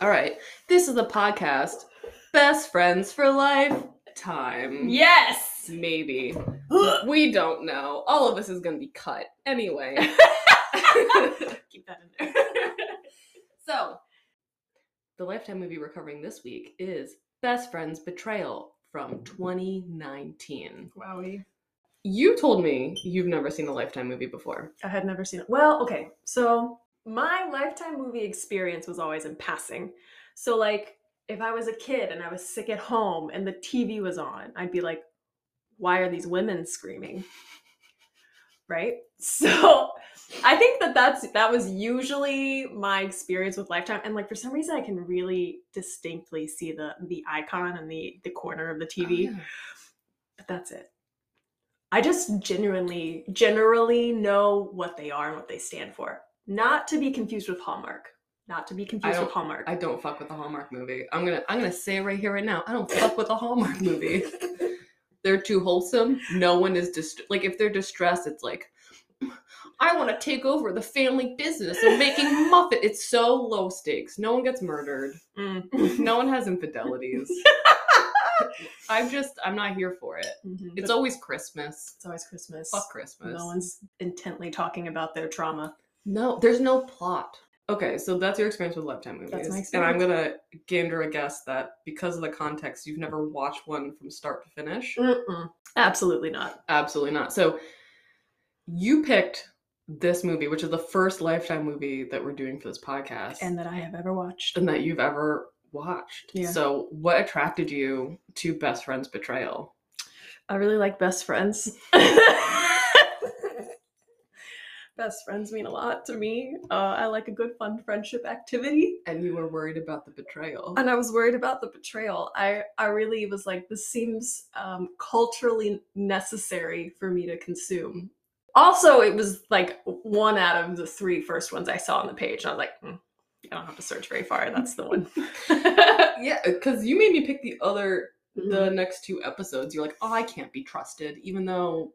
All right. This is the podcast Best Friends for Life Time. Yes. Maybe. Ugh. We don't know. All of this is going to be cut. Anyway. Keep that in there. so, the Lifetime movie we're covering this week is Best Friends Betrayal from 2019. Wowie. You told me you've never seen a Lifetime movie before. I had never seen it. Well, okay. So my lifetime movie experience was always in passing. So like if I was a kid and I was sick at home and the TV was on, I'd be like, why are these women screaming? Right? So I think that that's that was usually my experience with Lifetime and like for some reason I can really distinctly see the the icon and the the corner of the Oh, TV but that's it. I just genuinely, generally know what they are and what they stand for. Not to be confused with Hallmark. Not to be confused with don't- Hallmark. I don't fuck with the Hallmark movie. I'm gonna I'm gonna say it right here right now. I don't fuck with the Hallmark movie. they're too wholesome. No one is dist- like if they're distressed, it's like I want to take over the family business of making muffin. It's so low stakes. No one gets murdered. Mm. No one has infidelities. I'm just I'm not here for it. Mhm. It's always Christmas. It's always Christmas. Fuck Christmas. No one's intently talking about their trauma. No, there's no plot. Okay, so that's your experience with Lifetime movies. That's my And I'm gonna gander a guess that because of the context, you've never watched one from start to finish. Mm-mm. Absolutely not. Absolutely not. So you picked this movie, which is the first Lifetime movie that we're doing for this podcast, And that I have ever watched. and that you've ever watched. Yeah. So what attracted you to Best Friend's Betrayal? I really like best friends. best friends mean a lot to me. Uh, I like a good, fun friendship activity. And you were worried about the betrayal. and I was worried about the betrayal. I I really was like, this seems um, culturally necessary for me to consume. Also, it was like one out of the three first ones I saw on the page. and I was like, "Hmm, I don't have to search very far. That's the one. yeah, because you made me pick the other the The- next two episodes, you're like, oh, I can't be trusted, even though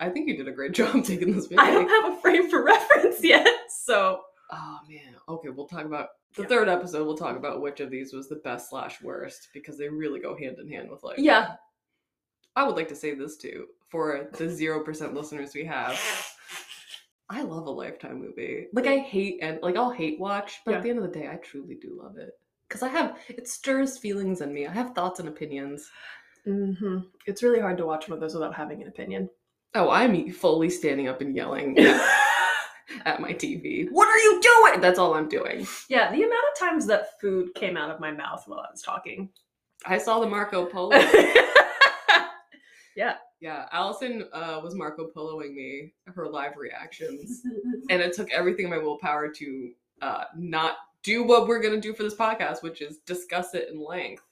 I think you did a great job taking this video. I don't have a frame for reference yet, so oh man. Okay, we'll talk about the Yeah. third episode. We'll talk about which of these was the best slash worst because they really go hand in hand with like. yeah. I would like to say this too for the zero percent listeners we have. I love a lifetime movie. Like I hate and like I'll hate watch, but Yeah. at the end of the day, I truly do love it because I have it stirs feelings in me. I have thoughts and opinions. hmm It's really hard to watch one of those without having an opinion. Oh, I'm fully standing up and yelling. at my TV. What are you doing? That's all I'm doing. yeah, the amount of times that food came out of my mouth while I was talking. I saw the Marco Polo. yeah, Allison uh, was Marco Poloing me her live reactions, and it took everything in my willpower to uh, not do what we're gonna do for this podcast, which is discuss it in length.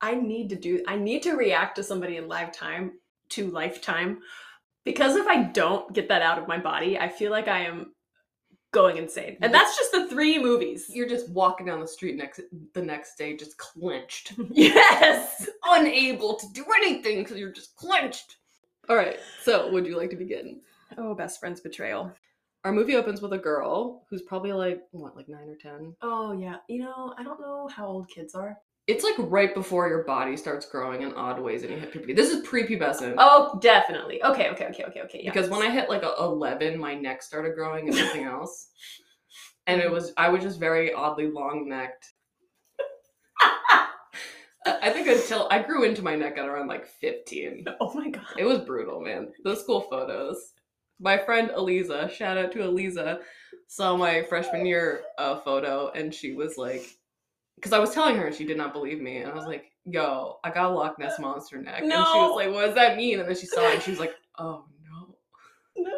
I need to do I need to react to somebody in live time to lifetime because if I don't get that out of my body, I feel like I am going insane. And that's just the three movies. You're just walking down the street next the next day, just clenched, Yes. unable to do anything because you're just clenched. All right, so would you like to begin? Oh, best friend's betrayal. Our movie opens with a girl who's probably like what, like nine or ten, Oh yeah. You know, I don't know how old kids are. It's like right before your body starts growing in odd ways and you hit puberty. This is prepubescent. Oh, definitely. Okay, okay, okay, okay, okay. Yeah. Because when I hit like a 11, my neck started growing and nothing else. And it was, I was just very oddly long necked. I think until I grew into my neck at around like 15. Oh my god. It was brutal, man. Those school photos. My friend Eliza, shout out to Eliza, saw my freshman year uh, photo and she was like, because I was telling her and she did not believe me. And I was like, yo, I got a Loch Ness Monster neck. And she No. was like, what does that mean? And then she saw it and she was like, oh no. No.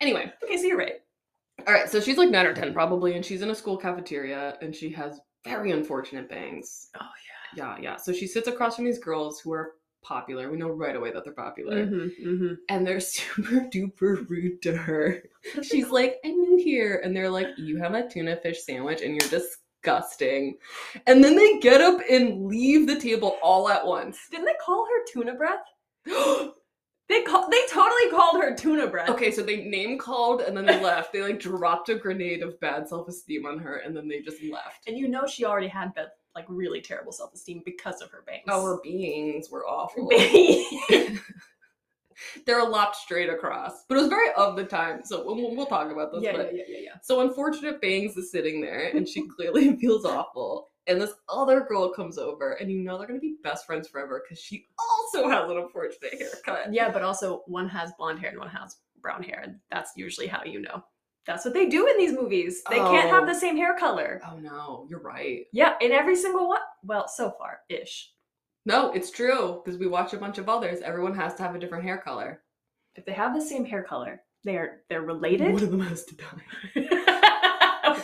Anyway, Okay, so you're right. all right, so she's like nine or 10 probably, and she's in a school cafeteria and she has very unfortunate bangs. Oh, yeah. Yeah, yeah. So she sits across from these girls who are popular. We know right away that they're popular. Mm-hmm. and they're super duper rude to her. hmm She's like, I'm new here. And they're like, You have a tuna fish sandwich and you're disgusting. And then they get up and leave the table all at once. Didn't they call her tuna breath? They call, they totally called her tuna bread. Okay, so they name called and then they left. They like dropped a grenade of bad self esteem on her and then they just left. And you know she already had bad, like really terrible self esteem because of her bangs. Oh, her beings were awful. Baby. They're lopped straight across, but it was very of the time. So we'll, we'll talk about this. yeah, but yeah, yeah, yeah, yeah. So unfortunate Bangs is sitting there and she clearly feels awful. And this other girl comes over and you know they're gonna be best friends forever because she also has an unfortunate haircut. Yeah, but also one has blonde hair and one has brown hair. And that's usually how you know. That's what they do in these movies. They can't Oh. have the same hair color. Oh no, you're right. Yeah, in every single one. Well, so far, ish. No, it's true because we watch a bunch of others. Everyone has to have a different hair color. If they have the same hair color, they're they're One related. of them has to die.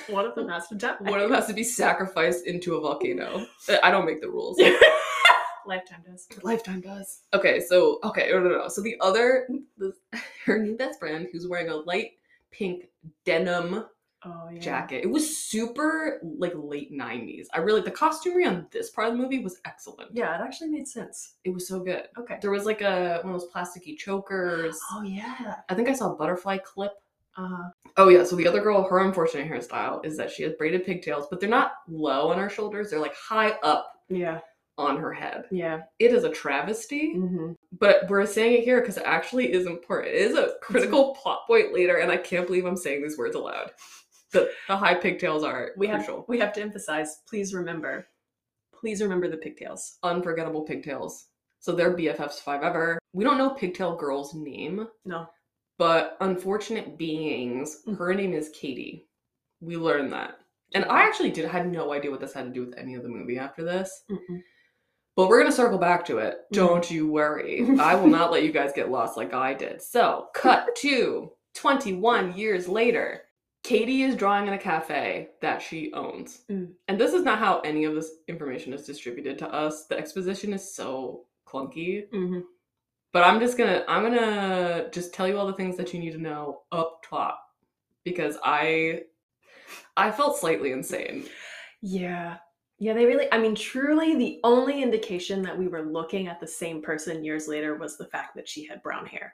one of them has to die. One of them has to be sacrificed into a volcano. Uh, I don't make the rules. Lifetime does. Lifetime does. Okay, so okay, no, no, no. So the other, the, her new best friend, who's wearing a light pink denim Oh yeah. jacket. It was super like late nineties. I really the costumery on this part of the movie was excellent. Yeah, it actually made sense. It was so good. Okay. There was like a one of those plasticky chokers. Oh yeah. I think I saw a butterfly clip. Uh, Oh yeah, so the other girl, her unfortunate hairstyle is that she has braided pigtails, but they're not low on her shoulders. They're like high up yeah. on her head. Yeah. It is a travesty. Mm-hmm. but we're saying it here because it actually is important. It is a critical plot point later, and I can't believe I'm saying these words aloud. The, the high pigtails are We have crucial. we have to emphasize. Please remember. Please remember the pigtails. Unforgettable pigtails. So they're BFFs forever. We don't know Pigtail Girl's name, No. but unfortunate beings, her name is Katie. We learned that. And I actually did had no idea what this had to do with any of the movie after this. Mm-mm. But we're gonna circle back to it. Mhm. Don't you worry. I will not let you guys get lost like I did. So, cut to 21 years later. Katie is drawing in a cafe that she owns. Mm. And this is not how any of this information is distributed to us. The exposition is so clunky. Mm-hmm. But I'm just gonna I'm gonna just tell you all the things that you need to know up top. Because I I felt slightly insane. Yeah. Yeah, they really, I mean, truly the only indication that we were looking at the same person years later was the fact that she had brown hair.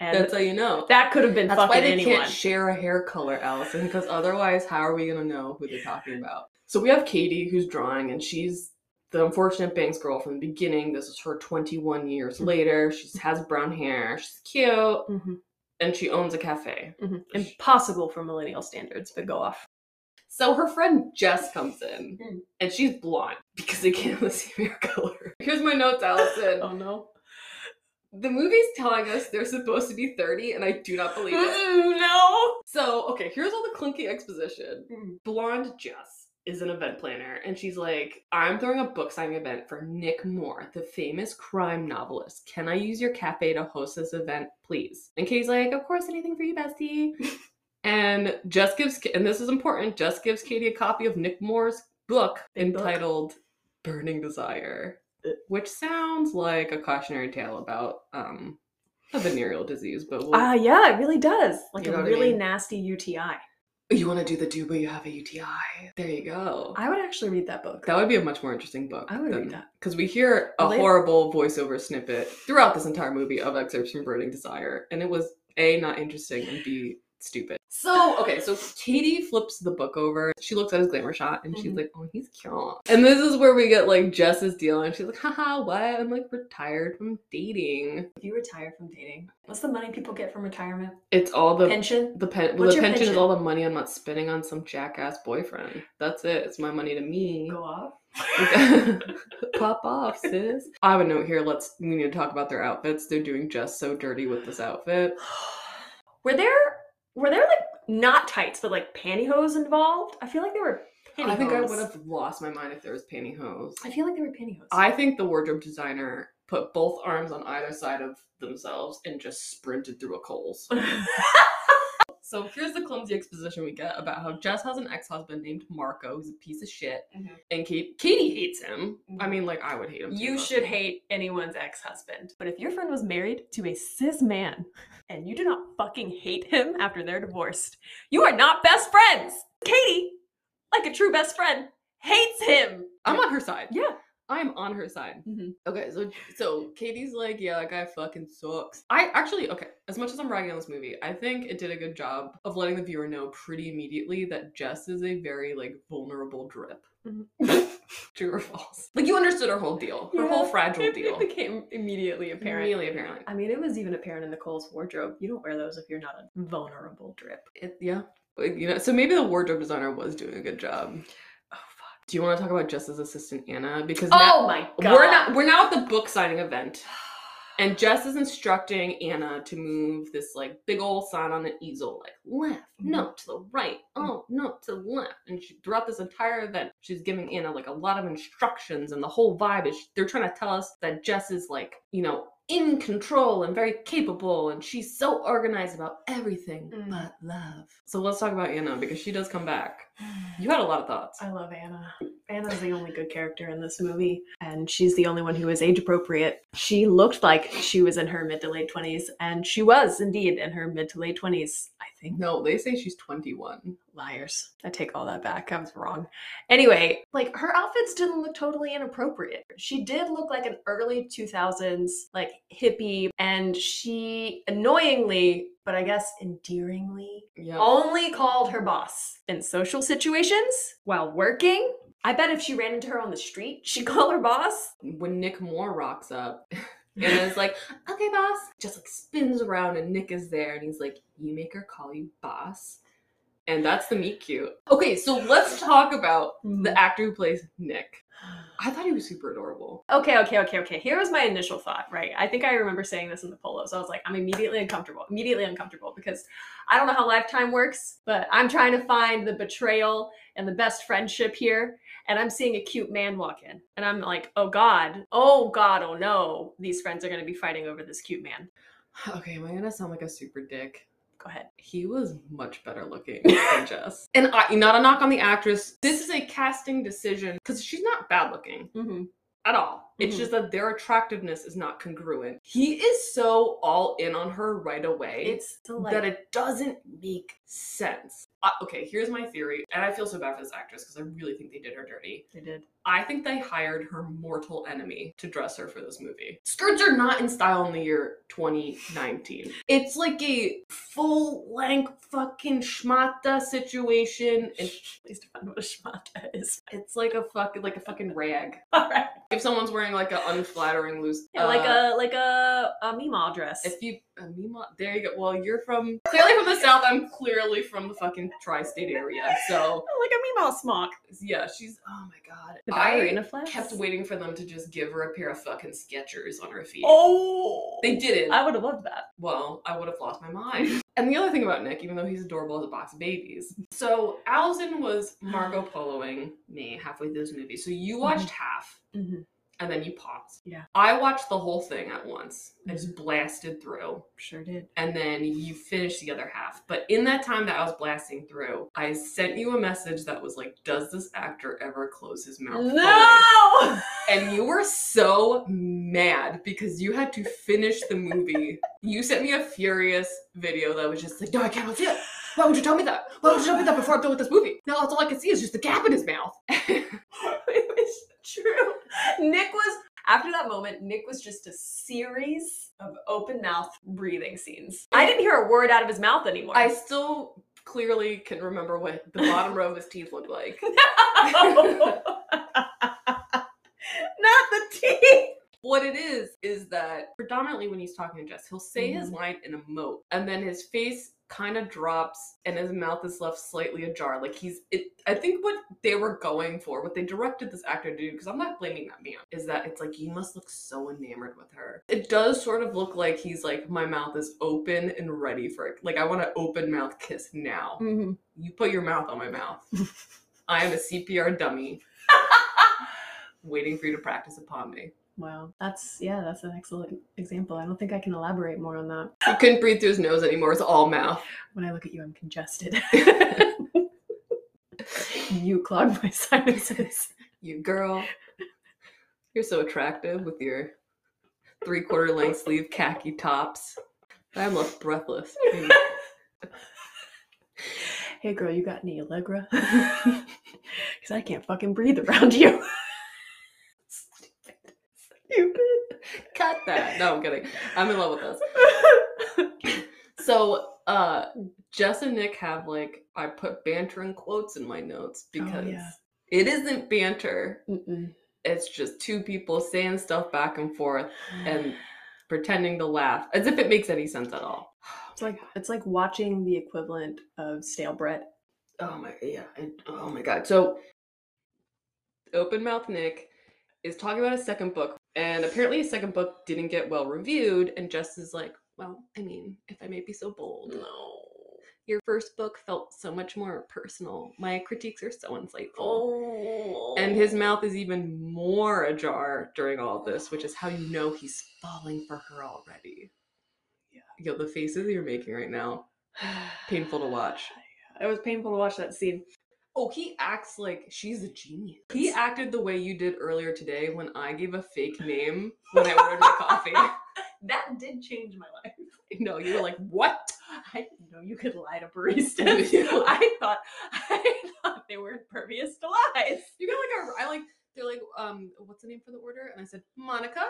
And That's how you know. that could have been That's fucking why they anyone. can't share a hair color, Allison, because otherwise, how are we going to know who they're talking about? So we have Katie who's drawing, and she's the unfortunate Banks girl from the beginning. This is her 21 years Mhm. later. She has brown hair. She's cute, Mhm, and she owns a cafe. mhm. Impossible for millennial standards, but go off. So her friend Jess comes in, Mm. and she's blonde because they can't have the same hair color. Here's my notes, Allison. Oh no. The movie's telling us they're supposed to be 30, and I do not believe it. no. So, okay, here's all the clunky exposition. blonde Jess is an event planner, and she's like, I'm throwing a book signing event for Nick Moore, the famous crime novelist. Can I use your cafe to host this event, please? And Katie's like, Of course, anything for you, bestie. and Jess gives, and this is important, Jess gives Katie a copy of Nick Moore's book Big book. entitled Burning Desire, Uh. which sounds like a cautionary tale about um, a venereal disease, but we'll, Ah, yeah, it really does. Like You know a what I really mean? nasty UTI. you want to do the do, but you have a UTI. There you go. I would actually read that book. That would be a much more interesting book. I would read that. Because we hear a Well, they- horrible voiceover snippet throughout this entire movie of excerpts from Burning Desire, and it was A, not interesting, and B, stupid. So, okay, so Katie flips the book over. She looks at his glamour shot, and she's Mhm. like, oh, he's cute. And this is where we get, like, Jess's deal, and she's like, haha, what? I'm, like, retired from dating. If you retire from dating, what's the money people get from retirement? It's all the... Pension? the pen, well, What's the your pension, is pension? all the money I'm not spending on some jackass boyfriend. That's it. It's my money to me. Go off. Pop off, sis. I have a note here. Let's we need to talk about their outfits. They're doing just so dirty with this outfit. were there were there like not tights but like pantyhose involved? I feel like there were pantyhose. I think I would have lost my mind if there was pantyhose. I feel like there were pantyhose. I think the wardrobe designer put both arms on either side of themselves and just sprinted through a coals. So here's the clumsy exposition we get about how Jess has an ex-husband named Marco, who's a piece of shit, Mhm. and Kate, Katie hates him. I mean, like I would Mm-hmm. hate him. too, you but- should hate anyone's ex-husband. But if your friend was married to a cis man and you do not fucking hate him after they're divorced, you are not best friends. Katie, like a true best friend, hates him. I'm on her side. Yeah. I'm on her side. Mhm. Okay, so so Katie's like, yeah, that guy fucking sucks. I actually, okay, as much as I'm ragging on this movie, I think it did a good job of letting the viewer know pretty immediately that Jess is a very like vulnerable drip. True or false? Like you understood her whole deal, her whole Yeah, fragile it, deal. It became immediately apparent. Really apparently. I mean, it was even apparent in Nicole's wardrobe. You don't wear those if you're not a vulnerable drip. It, yeah. But, you know, so maybe the wardrobe designer was doing a good job. Oh fuck. Do you want to talk about Jess's assistant Anna? Because now- Oh my god. we're not we're now at the book signing event. And Jess is instructing Anna to move this like big old sign on an easel, like left, no, to the right, oh no, to the left. And she, throughout this entire event, she's giving Anna like a lot of instructions, and the whole vibe is they're trying to tell us that Jess is like you know in control and very capable, and she's so organized about everything Mm. but love. So let's talk about Anna because she does come back. You had a lot of thoughts. I love Anna. Anna's the only good character in this movie, and she's the only one who is age appropriate. She looked like she was in her mid to late 20s, and she was indeed in her mid to late 20s, I think. No, they say she's twenty one. Liars. I take all that back. I was wrong. Anyway, like her outfits didn't look totally inappropriate. She did look like an early 2000s, like hippie, and she annoyingly, but I guess endearingly, Yeah. only called her boss in social situations while working. I bet if she ran into her on the street, she'd call her boss. when Nick Moore rocks up and is like, okay, boss, just like spins around and Nick is there and he's like, you make her call you boss. And that's the meet cute. Okay, so let's talk about the actor who plays Nick. I thought he was super adorable. Okay, okay, okay, okay. Here was my initial thought, right? I think I remember saying this in the polo. So I was like, I'm immediately uncomfortable, immediately uncomfortable because I don't know how lifetime works, but I'm trying to find the betrayal and the best friendship here. And I'm seeing a cute man walk in. And I'm like, oh God, oh God, oh no. These friends are going to be fighting over this cute man. Okay, am I gonna sound like a super dick? Go ahead. He was much better looking than Jess. And I, not a knock on the actress. This is a casting decision because she's not bad looking. Mm-hmm. at all. It's Mhm. just that their attractiveness is not congruent. He is so all in on her right away It's the like, that it doesn't make sense. Uh, okay, here's my theory, and I feel so bad for this actress because I really think they did her dirty. they did. I think they hired her mortal enemy to dress her for this movie. Skirts are not in style in the year 2019. It's like a full length fucking schmata situation, and Please define what a schmata is. it's like a fucking like a fucking rag. All right. If someone's wearing like an unflattering loose, Yeah, like uh, a like a a meme dress. If you, uh, Mima, there you go. Well, you're from clearly from the south. I'm clearly from the fucking tri-state area. So Oh, like a meme smock. yeah, she's. Oh my god, The I ballerina flaps. kept waiting for them to just give her a pair of fucking Skechers on her feet. Oh, They didn't. I would have loved that. well, I would have lost my mind. And the other thing about Nick, even though he's adorable, is a box of babies. So Alison was Margot Poloing me halfway through this movie. So you watched half. Mhm. And then you paused. Mm-hmm. Yeah. I watched the whole thing at once. I just blasted through. Sure did. and then you finish the other half. But in that time that I was blasting through, I sent you a message that was like, "Does this actor ever close his mouth?" fully?" No. And you were so mad because you had to finish the movie. you sent me a furious video that was just like, "No, I cannot see it. Why would you tell me that? Why would you tell me that before I'm done with this movie? Now that's all I can see is just the gap in his mouth." it was true. Nick was after that moment. Nick was just a series of open mouth breathing scenes. I didn't hear a word out of his mouth anymore. I still clearly can remember what the bottom row of his teeth looked like. Not the teeth. What it is is that predominantly when he's talking to Jess, he'll say his line in a moat, and then his face kind of drops, and his mouth is left slightly ajar. Like he's, it, I think what they were going for, what they directed this actor to do, because I'm not blaming that man, is that it's like you must look so enamored with her. It does sort of look like he's like, my mouth is open and ready for it. Like I want to open mouth kiss now. Mm. Mm-hmm. You put your mouth on my mouth. I am a CPR dummy waiting for you to practice upon me. Wow, that's yeah, that's an excellent example. I don't think I can elaborate more on that. He couldn't breathe through his nose anymore. It's all mouth. When I look at you, I'm congested. you clogged my sinuses. You girl, you're so attractive with your three quarter length sleeve khaki tops. I am left breathless. Hey, girl, you got any Allegra? Because I can't fucking breathe around you. cut that. No, I'm kidding. I'm in love with this. So uh Jess and Nick have like I put banter in quotes in my notes yeah. because it isn't banter. Mm-mm. It's just two people saying stuff back and forth and pretending to laugh as if it makes any sense at all. it's like it's like watching the equivalent of stale bread. Oh my yeah, and- oh my god. So Open Mouth Nick is talking about his second book, and apparently his second book didn't get well reviewed, and Jess is like, Well, I mean, if I may be so bold, No. your first book felt so much more personal. My critiques are so insightful. Oh. And his mouth is even more ajar during all this, which is how you know he's falling for her already. Yeah. Yo, the faces you're making right now, painful to watch. It was painful to watch that scene. Oh, he acts like she's a genius. He acted the way you did earlier today when I gave a fake name when I ordered my coffee. That did change my life. No, you were like, what? I didn't know you could lie to baristas. I thought I thought they were impervious to lies. You got like a, I like, they're like, um, what's the name for the order? And I said, Monica.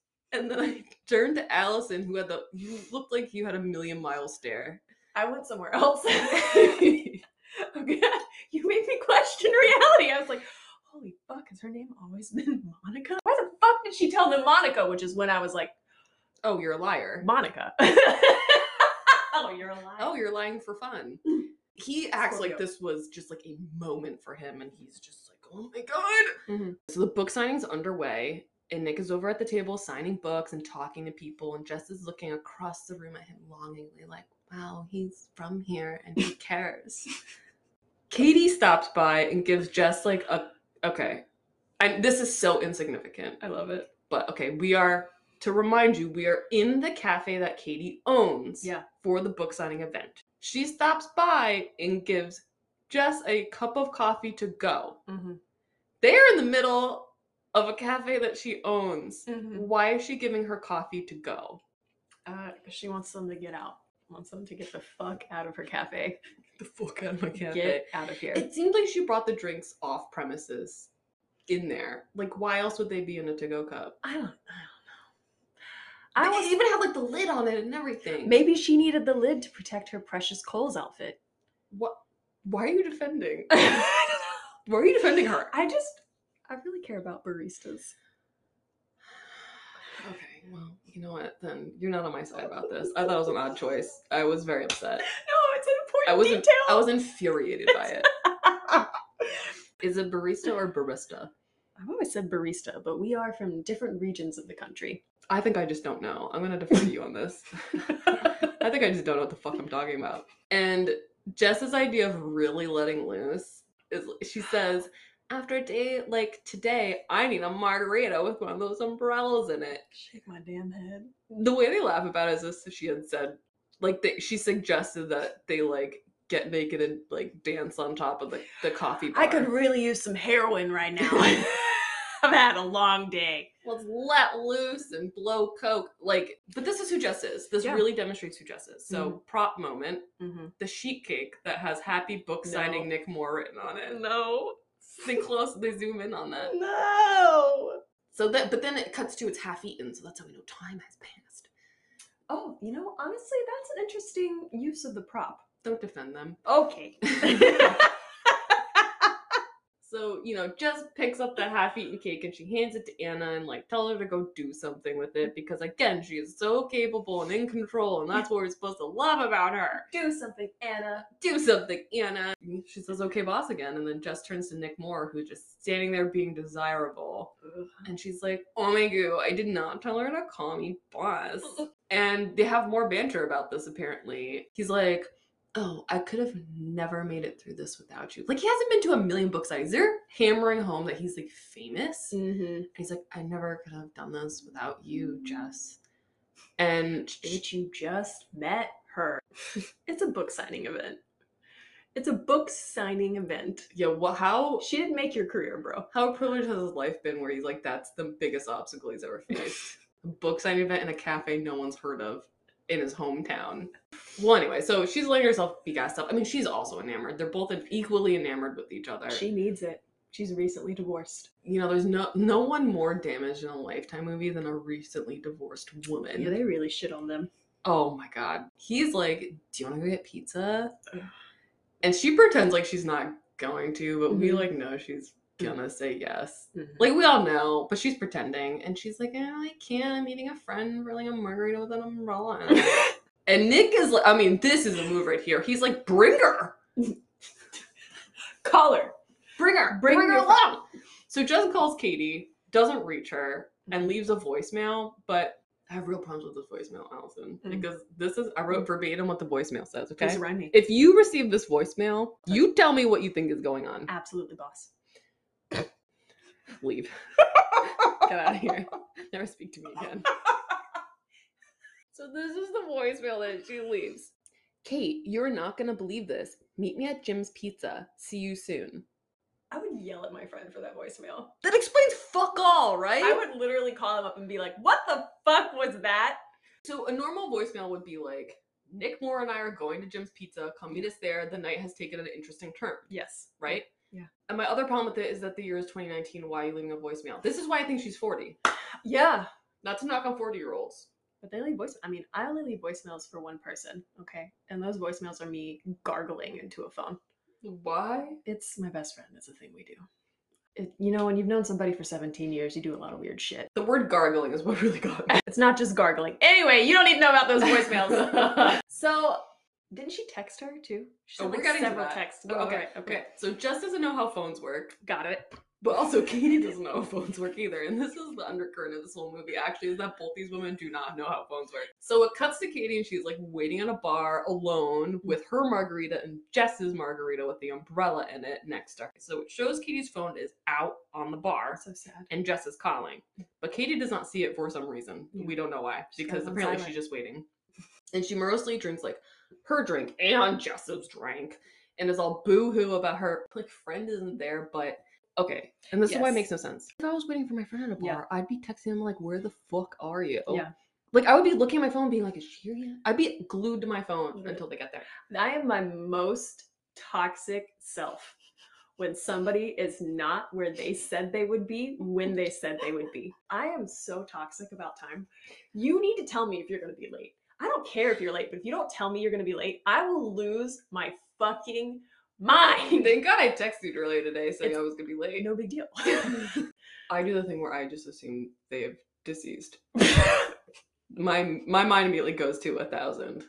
And then I turned to Allison, who had the, you looked like you had a million mile stare. I went somewhere else. okay. You made me question reality. I was like, holy fuck, has her name always been Monica? Why the fuck did she tell them Monica? Which is when I was like, oh, you're a liar. Monica. oh, you're a liar. Oh, you're lying for fun. He acts like this was just like a moment for him, and he's just like, oh my god. Mhm. So the book signing's underway, and Nick is over at the table signing books and talking to people, and Jess is looking across the room at him longingly, like, wow, he's from here and he cares. Katie stops by and gives Jess like a okay. And this is so insignificant. I love it. But okay, we are to remind you, we are in the cafe that Katie owns Yeah. for the book signing event. She stops by and gives Jess a cup of coffee to go. Mm-hmm. They're in the middle of a cafe that she owns. Mm-hmm. Why is she giving her coffee to go? Uh, 'cause she wants them to get out. Wants them to get the fuck out of her cafe. Get the fuck out of my Get out of here. It seems like she brought the drinks off premises in there. Like, why else would they be in a to go cup? I don't. I I don't know. I was even had like the lid on it and everything. Maybe she needed the lid to protect her precious Cole's outfit. what? Why are you defending? I don't know. Why are you defending her? I just, I really care about baristas. Okay, well, you know what? Then you're not on my side about this. I thought it was an odd choice. I was very upset. No, it's an important I was detail. I was infuriated by it. Is it barista or barista? I've always said barista, but we are from different regions of the country. I think I just don't know. I'm gonna defer to you on this. I think I just don't know what the fuck I'm talking about. And Jess's idea of really letting loose is she says, after a day like today, I need a margarita with one of those umbrellas in it. Shake my damn head. the way they laugh about it is as if she had said like they, she suggested that they like get naked and like dance on top of the, the coffee bar. I could really use some heroin right now. I've had a long day. let's let loose and blow coke like but this is who jess is this Yeah. really demonstrates who jess is so prop moment Mm-hmm. the sheet cake that has happy book signing No. nick moore written on it No. they close they zoom in on that No. so that but then it cuts to it's half eaten so that's how we know time has passed Oh, you know, honestly, that's an interesting use of the prop. don't defend them Okay. So, you know, Jess picks up the half eaten cake and she hands it to Anna and, like, tells her to go do something with it because, again, she is so capable and in control, and that's what we're supposed to love about her. Do something, Anna. Do something, Anna. She says, okay, boss, again. And then Jess turns to Nick Moore, who's just standing there being desirable. And she's like, oh my goo, I did not tell her to call me boss. And they have more banter about this, apparently. He's like, oh, I could have never made it through this without you. Like, he hasn't been to a million book signings. They're hammering home that he's like famous. And Mm-hmm. he's like, I never could have done this without you, Jess. And she- Bitch, you just met her. it's a book signing event. It's a book signing event. yeah, well, how She didn't make your career, bro. how privileged has his life been where he's like, that's the biggest obstacle he's ever faced? a book signing event in a cafe no one's heard of in his hometown. Well, anyway, so she's letting herself be gassed up. I mean, she's also enamored. They're both equally enamored with each other. She needs it. She's recently divorced. You know, there's no no one more damaged in a lifetime movie than a recently divorced woman. Yeah, they really shit on them. oh my god. He's like, Do you wanna go get pizza? And she pretends like she's not going to, but we Mm-hmm. Mhm. like know she's gonna say yes. Mhm. Like we all know, but she's pretending, and she's like, eh, "I can't. I'm meeting a friend for like a margarita with an umbrella." And, I'm like- and Nick is like, I mean, this is a move right here. He's like, "Bring her, Call her. bring her, bring, Bring her your- along." So Jess calls Katie, doesn't reach her, Mm-hmm. and leaves a voicemail. But I have real problems with this voicemail, Allison, Mm. because this is I wrote verbatim what the voicemail says. Okay, Please remind me. if you receive this voicemail, you tell me what you think is going on. Absolutely, boss. Leave. Get out of here. Never speak to me again. so this is the voicemail that she leaves. Kate, you're not gonna believe this. Meet me at Jim's Pizza. See you soon. I would yell at my friend for that voicemail. That explains fuck all, right? I would literally call him up and be like, "What the fuck was that?" so a normal voicemail would be like, Nick Moore and I are going to Jim's Pizza. Come meet us there. The night has taken an interesting turn, Yes. right? Yeah. And my other problem with it is that the year is 2019. Why are you leaving a voicemail? This is why I think she's 40. Yeah. Not to knock on 40 year olds. But they leave voice. I mean, I only leave voicemails for one person, okay? And those voicemails are me gargling into a phone. Why? It's my best friend. It's a thing we do. It, you know, when you've known somebody for 17 years, you do a lot of weird shit. The word gargling is what really got me. It's not just gargling. Anyway, you don't need to know about those voicemails. so, didn't she text her too? She Oh, sent we're like getting to several that. texts. Oh, Well, okay, alright, Okay, so Jess doesn't know how phones work, Got it. but also Katie doesn't know how phones work either. And this is the undercurrent of this whole movie, actually, is that both these women do not know how phones work. So it cuts to Katie, and she's like waiting at a bar alone with her margarita and Jess's margarita with the umbrella in it next to her. So it shows Katie's phone is out on the bar, So sad. and Jess is calling. But Katie does not see it for some reason. Yeah. We don't know why. She's got Because it on apparently silent. she's just waiting. And she morosely drinks like her drink and Jess's drink and is all boo-hoo about her like friend isn't there, but okay. And this is why it Yes. makes no sense. If I was waiting for my friend at a Yeah. bar, I'd be texting him like, where the fuck are you? Yeah. Like I would be looking at my phone being like, is she here yet? I'd be glued to my phone Literally. until they get there. I am my most toxic self when somebody is not where they said they would be when they said they would be. I am so toxic about time. You need to tell me if you're going to be late. I don't care if you're late, but if you don't tell me you're going to be late, I will lose my fucking mind. Thank God I texted you earlier today saying I was gonna be late. No big deal. I do the thing where I just assume they have deceased. my my mind immediately goes to a thousand.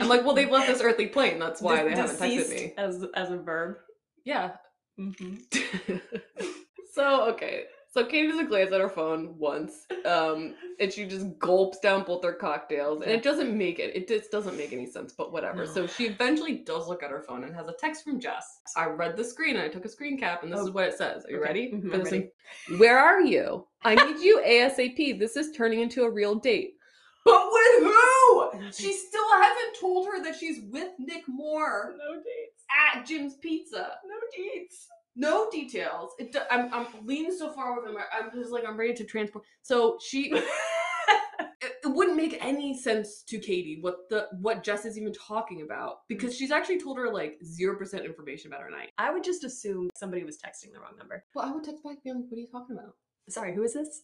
I'm like, well, they've left this earthly plane. That's why De- they haven't texted deceased me. As, as a verb. Yeah. Mm-hmm. so okay. So Katie doesn't glance at her phone once, um, and she just gulps down both her cocktails, and it doesn't make it. It just doesn't make any sense, but whatever. No. So she eventually does look at her phone and has a text from Jess. I read the screen. I took a screen cap, and this Oh. is what it says. Are you Okay. ready? Mhm, For I'm this ready. one? Where are you? I need you ASAP. This is turning into a real date. But with who? She still hasn't told her that she's with Nick Moore No dates. at Jim's Pizza. No dates. No details. It do- I'm, I'm leaning so far with him. I- I'm just like, I'm ready to transport. So she. it, it wouldn't make any sense to Katie what the what Jess is even talking about because she's actually told her like zero percent information about her night. I would just assume somebody was texting the wrong number. Well, I would text back and be like, "What are you talking about? Sorry, who is this?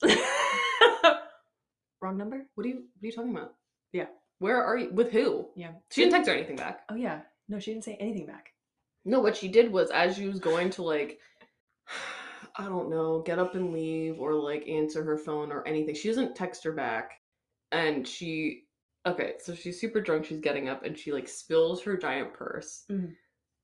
Wrong number? What are you What are you talking about? Yeah. Where are you? With who? Yeah. She didn't text her anything back. Oh yeah. No, she didn't say anything back. No, what she did was as she was going to like I don't know, get up and leave or like answer her phone or anything. She doesn't text her back. And she okay, so she's super drunk, she's getting up and she like spills her giant purse. Mhm.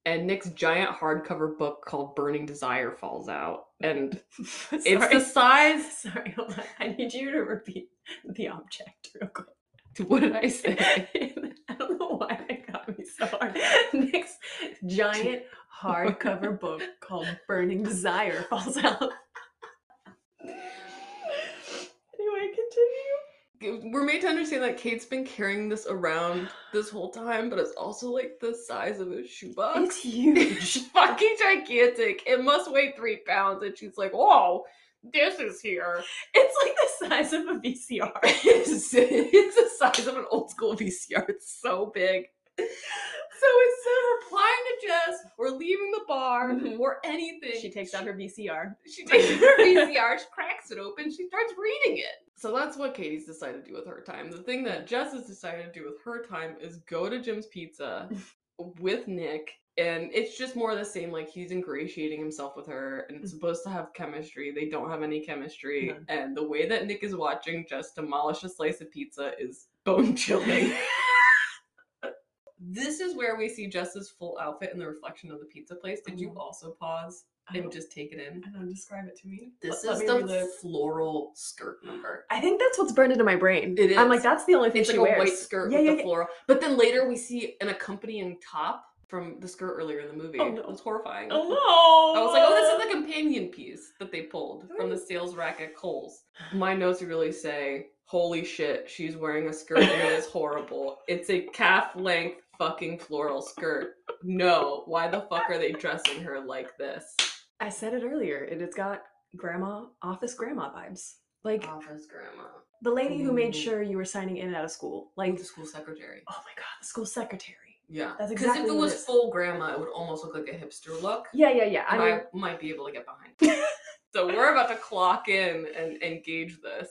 And Nick's giant hardcover book called Burning Desire falls out. And sorry. it's the size sorry, hold on. I need you to repeat the object real quick. what did I say? I don't know why that got me so hard. Nick's giant hardcover book called Burning Desire falls out. anyway, continue. We're made to understand that Kate's been carrying this around this whole time, but it's also like the size of a shoebox. It's huge. It's fucking gigantic. It must weigh three pounds. And she's like, whoa, this is here. It's like the size of a VCR. it's, it's the size of an old school VCR. It's so big. So instead of replying to Jess or leaving the bar Mhm. or anything, She takes out her VCR. she takes her VCR, she cracks it open, she starts reading it. So that's what Katie's decided to do with her time. The thing that Jess has decided to do with her time is go to Jim's Pizza with Nick. And it's just more of the same, like he's ingratiating himself with her and it's supposed to have chemistry. They don't have any chemistry. None. And the way that Nick is watching Jess demolish a slice of pizza is bone chilling. this is where we see Jess's full outfit in the reflection of the pizza place. Did you Mhm. also pause I and don't, just take it in? I don't describe it to me. This Let- is let me the relive. floral skirt number. I think that's what's burned into my brain. It I'm is. like, that's the only thing It's she like wears. a white skirt Yeah, with yeah, the yeah. floral. But then later we see an accompanying top from the skirt earlier in the movie. Oh, no. It's horrifying. Oh no! I was like, oh, this is the companion piece that they pulled from the sales rack at Kohl's. My notes really say, holy shit, she's wearing a skirt and it is horrible. It's a calf length fucking floral skirt. No, why the fuck are they dressing her like this? I said it earlier, and it's got grandma office grandma vibes. Like Office grandma. the lady who made Ah, Mm. sure you were signing in and out of school. Like, Like the school secretary. oh my god, the school secretary. Yeah. That's Because exactly if it what was it is. full grandma, it would almost look like a hipster look. Yeah, yeah, yeah. I, I and mean, I might be able to get behind. so we're about to clock in and engage this.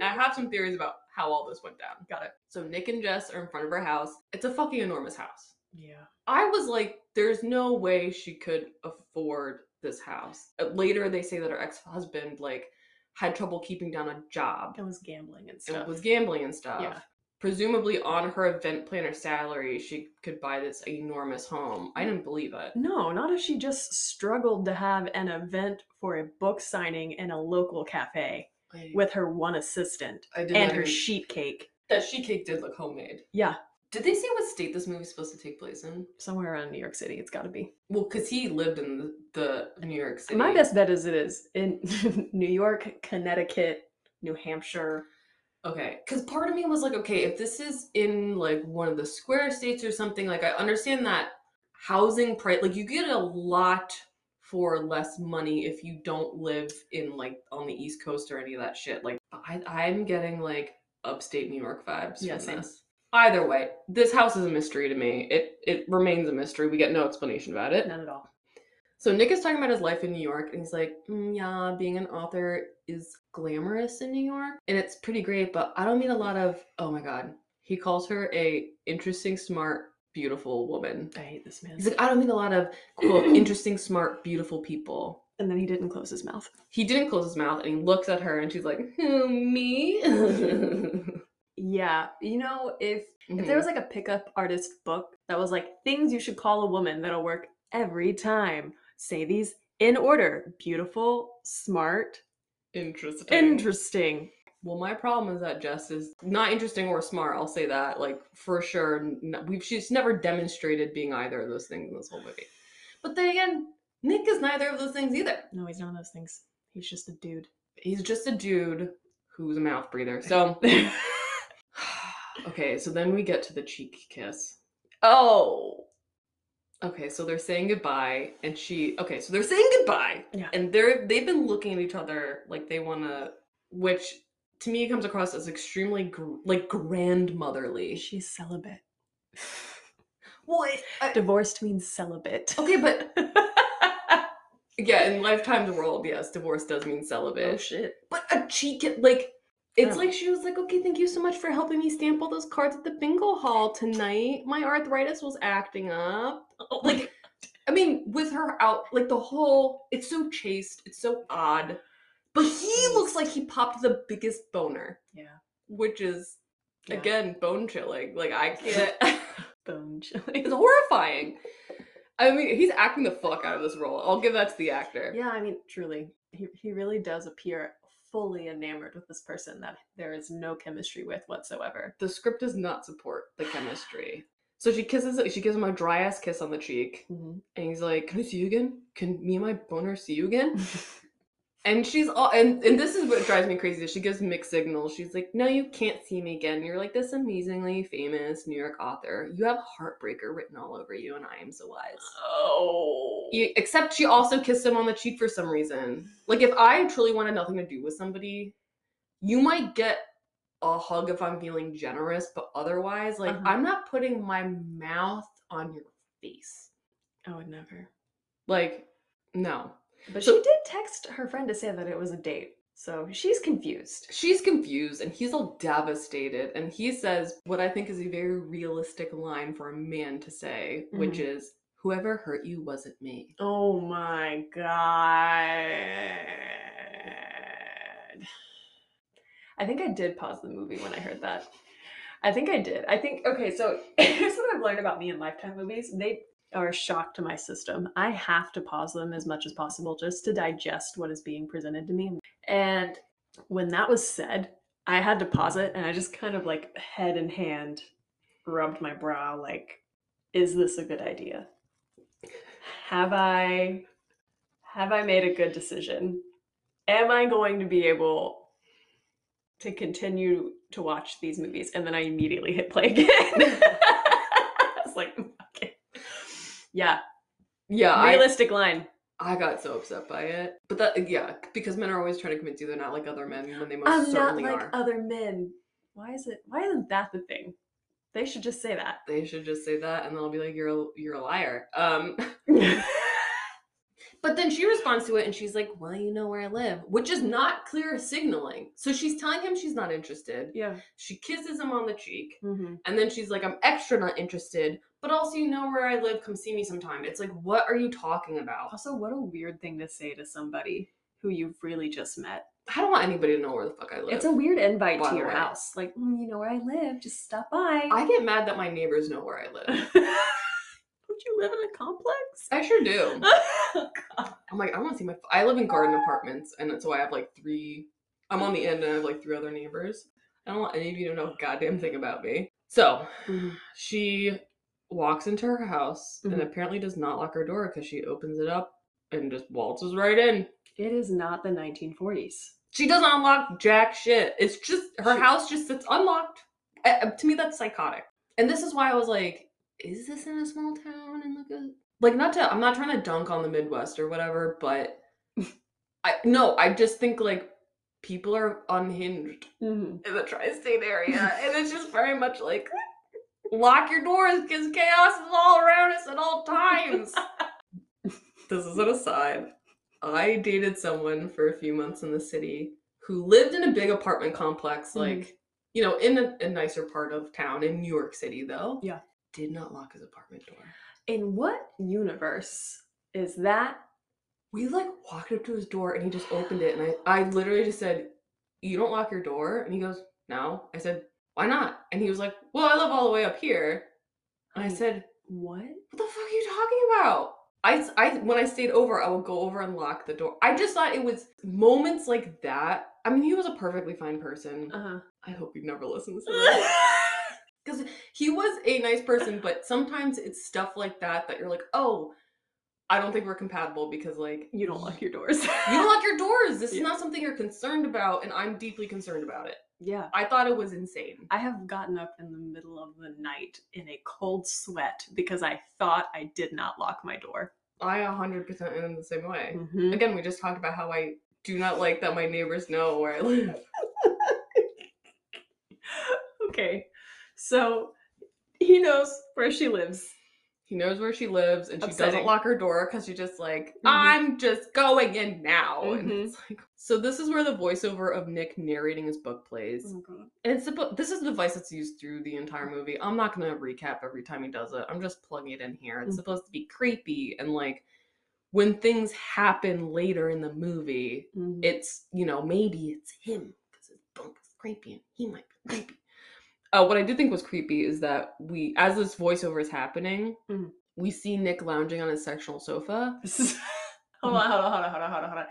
I have some theories about how all this went down. Got it. So Nick and Jess are in front of her house. It's a fucking enormous house. yeah. I was like, there's no way she could afford this house. Uh, Later, they say that her ex husband like had trouble keeping down a job It was gambling and and stuff. was gambling and stuff. Yeah. Presumably on her event planner salary, she could buy this enormous home. I didn't believe it. no, not if she just struggled to have an event for a book signing in a local cafe with her one assistant I did and her sheet cake. that she cake did look homemade. Yeah, Did they say what state this movie's supposed to take place in? somewhere around New York City, it's got to be. Well, because he lived in the, the New York City. My best bet is it is in New York, Connecticut, New Hampshire. Okay, because part of me was like, okay, if this is in like one of the square states or something, like I understand that housing price, like you get a lot for less money if you don't live in like on the East Coast or any of that shit. Like I, I'm getting like upstate New York vibes. Yeah, from same. this. Either way, this house is a mystery to me. It it remains a mystery. We get no explanation about it. None at all. So Nick is talking about his life in New York, and he's like, "Mm, "Yeah, being an author is glamorous in New York, and it's pretty great, but I don't meet a lot of." Oh my god, he calls her a interesting, smart, beautiful woman. I hate this man. He's like, "I don't meet a lot of quote interesting, smart, beautiful people." and then he didn't close his mouth. He didn't close his mouth, and he looks at her, and she's like, "Who, "Me." Yeah, you know, if if there was like a pickup artist book that was like things you should call a woman that'll work every time, say these in order: beautiful, smart, interesting. interesting. Well, my problem is that Jess is not interesting or smart. I'll say that, like for sure. N- We've she's never demonstrated being either of those things in this whole movie. But then again, Nick is neither of those things either. No, he's none of those things. He's just a dude. He's just a dude who's a mouth breather. So okay, so then we get to the cheek kiss. oh, Okay, so they're saying goodbye, and she. Okay, so they're saying goodbye, Yeah. and they're they've been looking at each other like they want to, which to me comes across as extremely gr- like grandmotherly. she's celibate. Well, it, I- Divorced means celibate. okay, but yeah, in Lifetime's world, yes, divorce does mean celibate. Oh, shit. But a cheek, like it's Oh. like she was like, okay, thank you so much for helping me stamp all those cards at the bingo hall tonight. My arthritis was acting up. Oh, Like, I mean, with her out, like the whole, it's so chaste, it's so odd. But he looks like he popped the biggest boner, Yeah. which is Yeah. again bone chilling. Like I can't. Bone chilling. It's horrifying. I mean, he's acting the fuck out of this role. I'll give that to the actor. Yeah, I mean, truly, he, he really does appear fully enamored with this person that there is no chemistry with whatsoever. The script does not support the chemistry. So she kisses she gives him a dry ass kiss on the cheek Mm-hmm. and he's like, Can I see you again? Can me and my boner see you again? And she's all and, and this is what drives me crazy. is She gives mixed signals. She's like, No, you can't see me again. You're like this amazingly famous New York author. You have heartbreaker written all over you, and I am so wise. Oh. E- except she also kissed him on the cheek for some reason. Like if I truly wanted nothing to do with somebody, you might get a hug if I'm feeling generous, but otherwise, like Uh-huh. I'm not putting my mouth on your face. I would Oh, never. Like, no. But So- she did text her friend to say that it was a date. So she's confused. She's confused and he's all devastated. And he says what I think is a very realistic line for a man to say, which Mm-hmm. is, Whoever hurt you wasn't me. Oh my god. I think I did pause the movie when I heard that. I think I did. I think okay, so here's what I've learned about me in lifetime movies. They are a shock to my system. I have to pause them as much as possible just to digest what is being presented to me. And when that was said, I had to pause it and I just kind of like head and hand rubbed my brow like is this a good idea? Have I have I made a good decision? Am I going to be able to continue to watch these movies? And then I immediately hit play again. I was like, okay. Yeah, Yeah, I- realistic line. I got so upset by it. But that, yeah, because men are always trying to convince you they're not like other men when they most I'm not certainly like are. other men. Why is it? Why isn't that the thing? They should just say that. they should just say that, and they'll be like, "You're a, you're a liar." Um, but then she responds to it, and she's like, "Well, you know where I live," which is not clear signaling. So she's telling him she's not interested. yeah. She kisses him on the cheek, hmm and then she's like, "I'm extra not interested." But also, you know where I live. Come see me sometime. It's like, what are you talking about? Also, what a weird thing to say to somebody who you've really just met. I don't want anybody to know where the fuck I live. It's a weird invite by to the your way. house. Like, "Mm, you know where I live, just stop by. I get mad that my neighbors know where I live. Don't you live in a complex? I sure do. Oh, God. I'm like, I want to see my. I live in garden apartments, and so I have like three. I'm on the end, and I have like three other neighbors. I don't want any of you to know a goddamn thing about me. So she walks into her house and Mhm. apparently does not lock her door because she opens it up and just waltzes right in. It is not the 1940s. She doesn't unlock jack shit. It's just her She- house just sits unlocked. Uh, uh, to me, that's psychotic. And this is why I was like, is this in a small town in Lucas? Like, not to, I'm not trying to dunk on the Midwest or whatever, but I, no, I just think like people are unhinged in the tri state area. and it's just very much like, lock your doors because chaos is all around us at all times. this is an aside. I dated someone for a few months in the city who lived in a big apartment complex, Mhm. like, you know, in a, a nicer part of town in New York City, though. Yeah. Did not lock his apartment door. In what universe is that? We like walked up to his door and he just opened it. And I, I literally just said, You don't lock your door? And he goes, No. I said, Why not? And he was like, Well, I live all the way up here. And I Honey, said, What? What the fuck are you talking about? I, s- I- when I stayed over, I would go over and lock the door. I just thought it was moments like that. I mean, he was a perfectly fine person. Uh-huh. I hope he never listens to this. Because he was a nice person, but sometimes it's stuff like that that you're like, oh, I don't think we're compatible because, like, you don't lock your doors. you don't lock your doors. This Yeah. is not something you're concerned about, and I'm deeply concerned about it. yeah. I thought it was insane. I have gotten up in the middle of the night in a cold sweat because I thought I did not lock my door. I 100% am in the same way. Mhm. Again, we just talked about how I do not like that my neighbors know where I live. okay. So he knows where she lives. He knows where she lives, and she Upsetting. doesn't lock her door because she's just like, Mhm. I'm just going in now. And Mhm. it's like, so this is where the voiceover of Nick narrating his book plays, and it's suppo- this is the device that's used through the entire movie. I'm not gonna recap every time he does it. I'm just plugging it in here. It's Mhm. supposed to be creepy and like when things happen later in the movie, Mhm. it's you know maybe it's him because his bunk is creepy and he might be creepy. Uh, what I did think was creepy is that we, as this voiceover is happening, Mhm. we see Nick lounging on his sectional sofa. This is- hold on, hold on, hold on, hold on, hold on, hold on.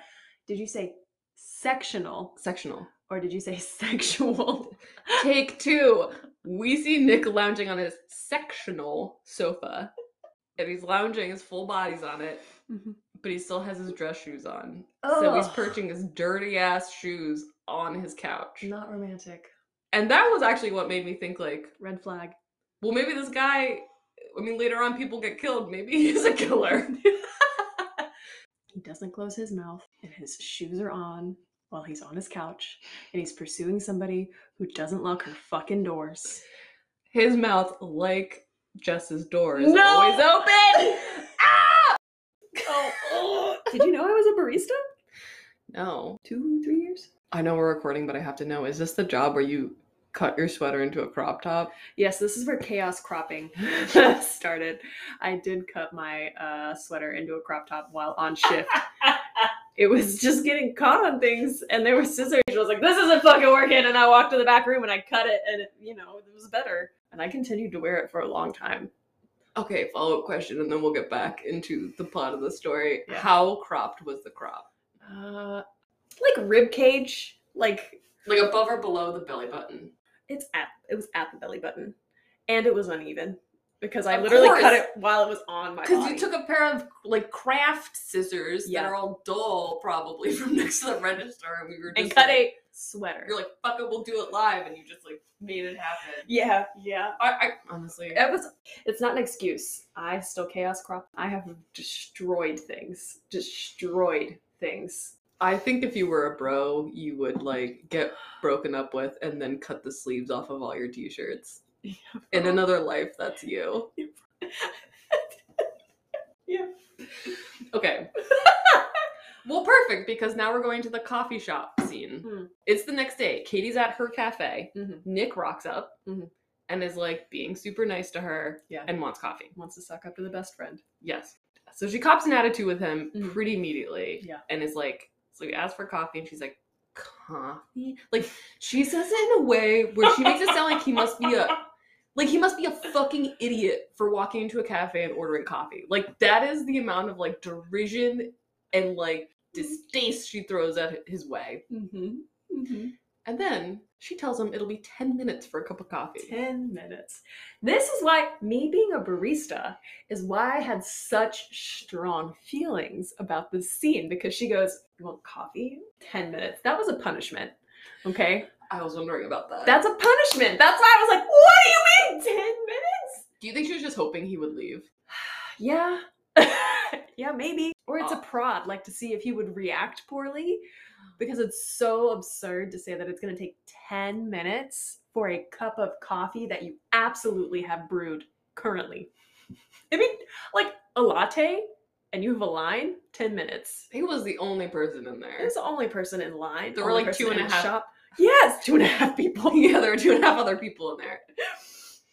Did you say sectional Sectional. or did you say sexual? Take two. We see Nick lounging on his sectional sofa, and he's lounging. His full body's on it, but he still has his dress shoes on. So he's Mm-hmm. Ugh. perching his dirty ass shoes on his couch, Not romantic. and that was actually what made me think like Red flag. well, maybe this guy, I mean, later on people get killed. Maybe he's a killer. He doesn't close his mouth and his shoes are on. while he's on his couch and he's pursuing somebody who doesn't lock her fucking doors. His mouth, like Jess's door, is No! always open. Ah! Oh, Did you know I was a barista? No. Two, three years? I know we're recording, but I have to know is this the job where you cut your sweater into a crop top? Yes, this is where chaos cropping started. I did cut my uh, sweater into a crop top while on shift. it was just getting caught on things, and there were scissors. I was like, "This isn't fucking working," and I walked to the back room and I cut it, and it, you know, it was better. And I continued to wear it for a long time. Okay, follow up question, and then we'll get back into the plot of the story. Yeah. How cropped was the crop? Uh, like rib cage, like Like above or below the belly button? it's at it was at the belly button, and it was uneven because I Of literally cut course. it while it was on my. Because you body. took a pair of like craft scissors Yeah. that are all dull, probably from next to the register, and we were just and cut like, a sweater. You're like, fuck it, we'll do it live, and you just like made it happen. yeah, yeah. I, I honestly, It was. It's not an excuse. I still chaos crop. I have destroyed things. Destroyed things. I think if you were a bro, you would like get broken up with and then cut the sleeves off of all your t-shirts. In another life, that's you. Yeah. Okay. well, perfect because now we're going to the coffee shop scene. Hmm. It's the next day. Katie's at her cafe. Mhm. Nick rocks up Mhm. and is like being super nice to her Yeah. and wants coffee. Wants to suck up to the best friend. Yes. So she cops an attitude with him Mhm. pretty immediately. Yeah. And is like, so he asks for coffee and she's like, coffee? Like, she says it in a way where she makes it sound like he must be a like he must be a fucking idiot for walking into a cafe and ordering coffee. Like that is the amount of like derision and like Mm. distaste she throws at his way. Mm-hmm. Mm-hmm. And then she tells him it'll be 10 minutes for a cup of coffee. Ten minutes. This is why me being a barista is why I had such strong feelings about this scene because she goes, "You want coffee? Ten minutes. That was a punishment." Okay, I was wondering about that. that's a punishment. That's why I was like, "What do you mean ten minutes?" Do you think she was just hoping he would leave? Yeah. yeah, maybe. Or it's a Oh. prod, like to see if he would react poorly. Because it's so absurd to say that it's going to take 10 minutes for a cup of coffee that you absolutely have brewed currently. I mean, like a latte and you have a line, 10 minutes. He was the only person in there. I was the only person in line. There were, only like, two person and in a the half- Shop. Yes, two and a half people. yeah, there were two and a half other people in there.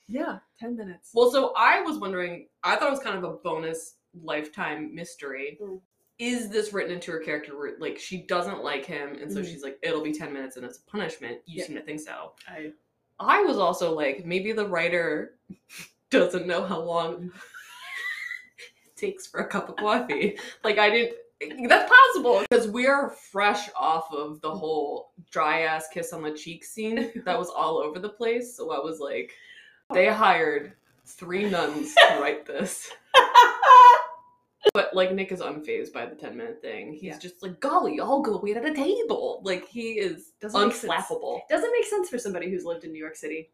Yeah, 10 minutes. Well, so I was wondering, I thought it was kind of a bonus lifetime mystery. Mm. Is this written into her character where like she doesn't like him and so Mhm. she's like, it'll be ten minutes and it's a punishment. You Yeah. seem to think so. I, I was also like, maybe the writer doesn't know how long it takes for a cup of coffee. like I didn't that's possible because we're fresh off of the whole dry ass kiss on the cheek scene that was all over the place. So I was like, they hired three nuns to write this. But like Nick is unfazed by the ten minute thing. He's Yeah. just like, golly, I'll go wait at a table. Like he is Doesn't make sense. unflappable. doesn't make sense for somebody who's lived in New York City.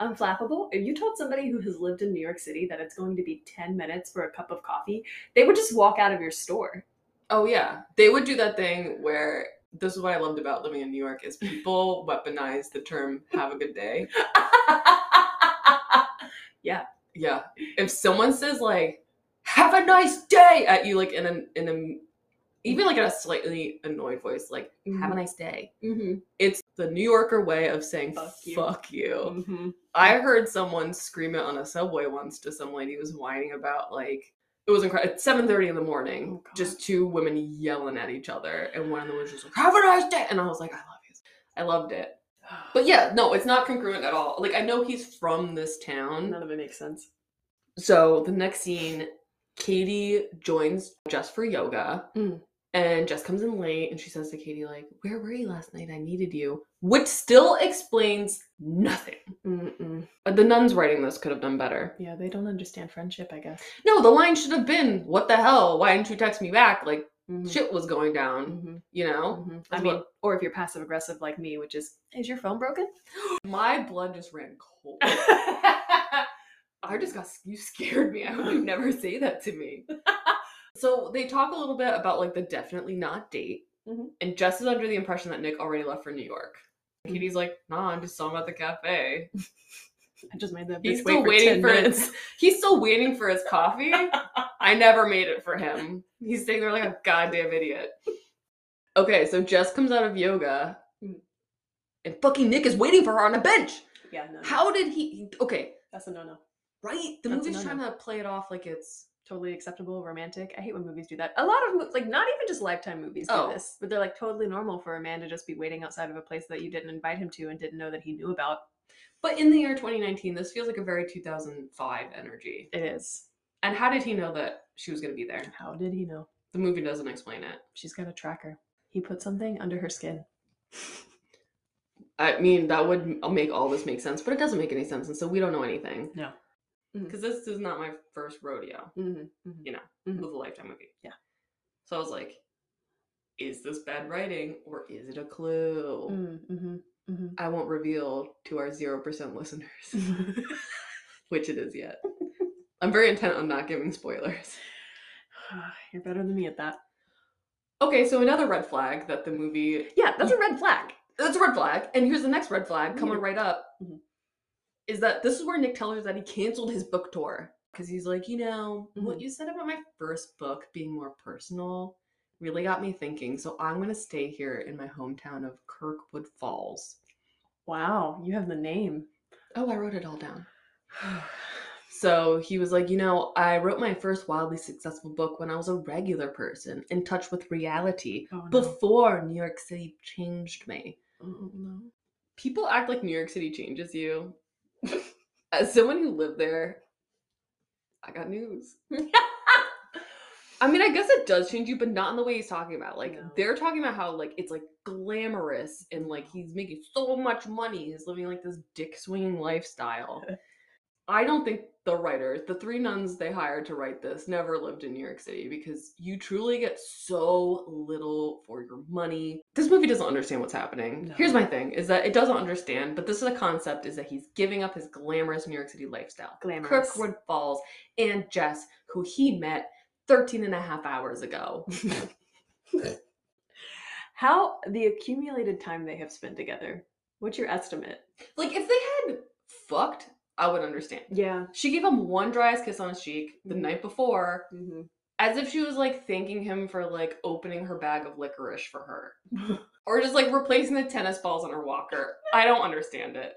Unflappable. If you told somebody who has lived in New York City that it's going to be 10 minutes for a cup of coffee, they would just walk out of your store. Oh yeah, they would do that thing where this is what I loved about living in New York is people weaponize the term "have a good day." Yeah, if someone says like "have a nice day" at you, like in a in a even like in a slightly annoyed voice, like "have a nice day," mm-hmm. it's the New Yorker way of saying "fuck Fuck you." Mm-hmm. you. hmm I heard someone scream it on a subway once to some lady who was whining about like. It was incredible. At seven thirty in the morning, Oh, God. just two women yelling at each other, and one of them was just like, "Have a nice day," and I was like, "I love you." I loved it. But But yeah, no, it's not congruent at all. Like I know he's from this town. none of it makes sense. So the next scene, Katie joins Jess for yoga. Mm. And Jess comes in late and she says to Katie, like, where were you last night? I needed you. Which still explains nothing. Mm-mm. Uh, The nuns writing this could have done better. Yeah, they don't understand friendship, I guess. No, the line should have been, what the hell? Why didn't you text me back? Like Mhm. shit was going down, Mhm. you know? Mhm. I That's mean, what- or if you're passive aggressive like me, which is, is your phone broken? Mm. My blood just ran cold. I just got you scared me. I hope you never say that to me. so they talk a little bit about like the definitely not date Mhm. And Jess is under the impression that Nick already left for New York. Mhm. Katie's like, nah, I'm just saw him at the cafe. I just made that. He's bitch still waiting 10 for minutes. He's still waiting for his coffee. I never made it for him. He's sitting there like a goddamn idiot. Okay, so Jess comes out of yoga Mm. and fucking Nick is waiting for her on a bench. Yeah, no, no, How did he okay, that's a no-no. right? The That's a movie's trying no-no. to play it off like it's Totally acceptable, romantic. I hate when movies do that. A lot of movies, like not even just Lifetime movies, do Oh. this, but they're like totally normal for a man to just be waiting outside of a place that you didn't invite him to and didn't know that he knew about. but in the year 2019, this feels like a very 2005 energy. It is. And how did he know that she was going to be there? How did he know? The movie doesn't explain it. She's got a tracker. He put something under her skin. I mean, that would m- make all this make sense, but it doesn't make any sense, and so we don't know anything. No. Mm. Because this is not my first rodeo Mm-hmm. Mhm. with a Lifetime movie. Yeah. So I was like, is this bad writing or is it a clue? Mm-hmm. I won't reveal to our 0% listeners, Mm-hmm. which it is yet. I'm very intent on not giving spoilers. You're better than me at that. Okay, so another red flag that the movie Yeah, that's a red flag. That's a red flag. And here's the next red flag coming Mhm. right up Mhm. is that this is where Nick tells her that he canceled his book tour because he's like, you know, what you said about my first book being more personal really got me thinking. So I'm going to stay here in my hometown of Kirkwood Falls. Wow, you have the name. Oh, Oh, I wrote it all down. So he was like, you know, I wrote my first wildly successful book when I was a regular person in touch with reality Oh, no. before New York City changed me. Oh, no. people act like New York City changes you. As someone who lived there, I got news. I mean, I guess it does change you, but not in the way he's talking about. Like No. they're talking about how like it's like glamorous and like he's making so much money. He's living like this dick swinging lifestyle. I don't think the writers, the three nuns they hired to write this, never lived in New York City because you truly get so little for your money. This movie doesn't understand what's happening. No. Here's my thing is that it doesn't understand, but this is the concept is that he's giving up his glamorous New York City lifestyle. Glamorous. Kirkwood Falls and Jess, who he met 13 and a half hours ago. How the accumulated time they have spent together. What's your estimate? like if they had fucked, I would understand. Yeah. She gave him one dry ass kiss on his cheek the Mhm. night before. hmm as if she was like thanking him for like opening her bag of licorice for her or just like replacing the tennis balls on her walker i don't understand it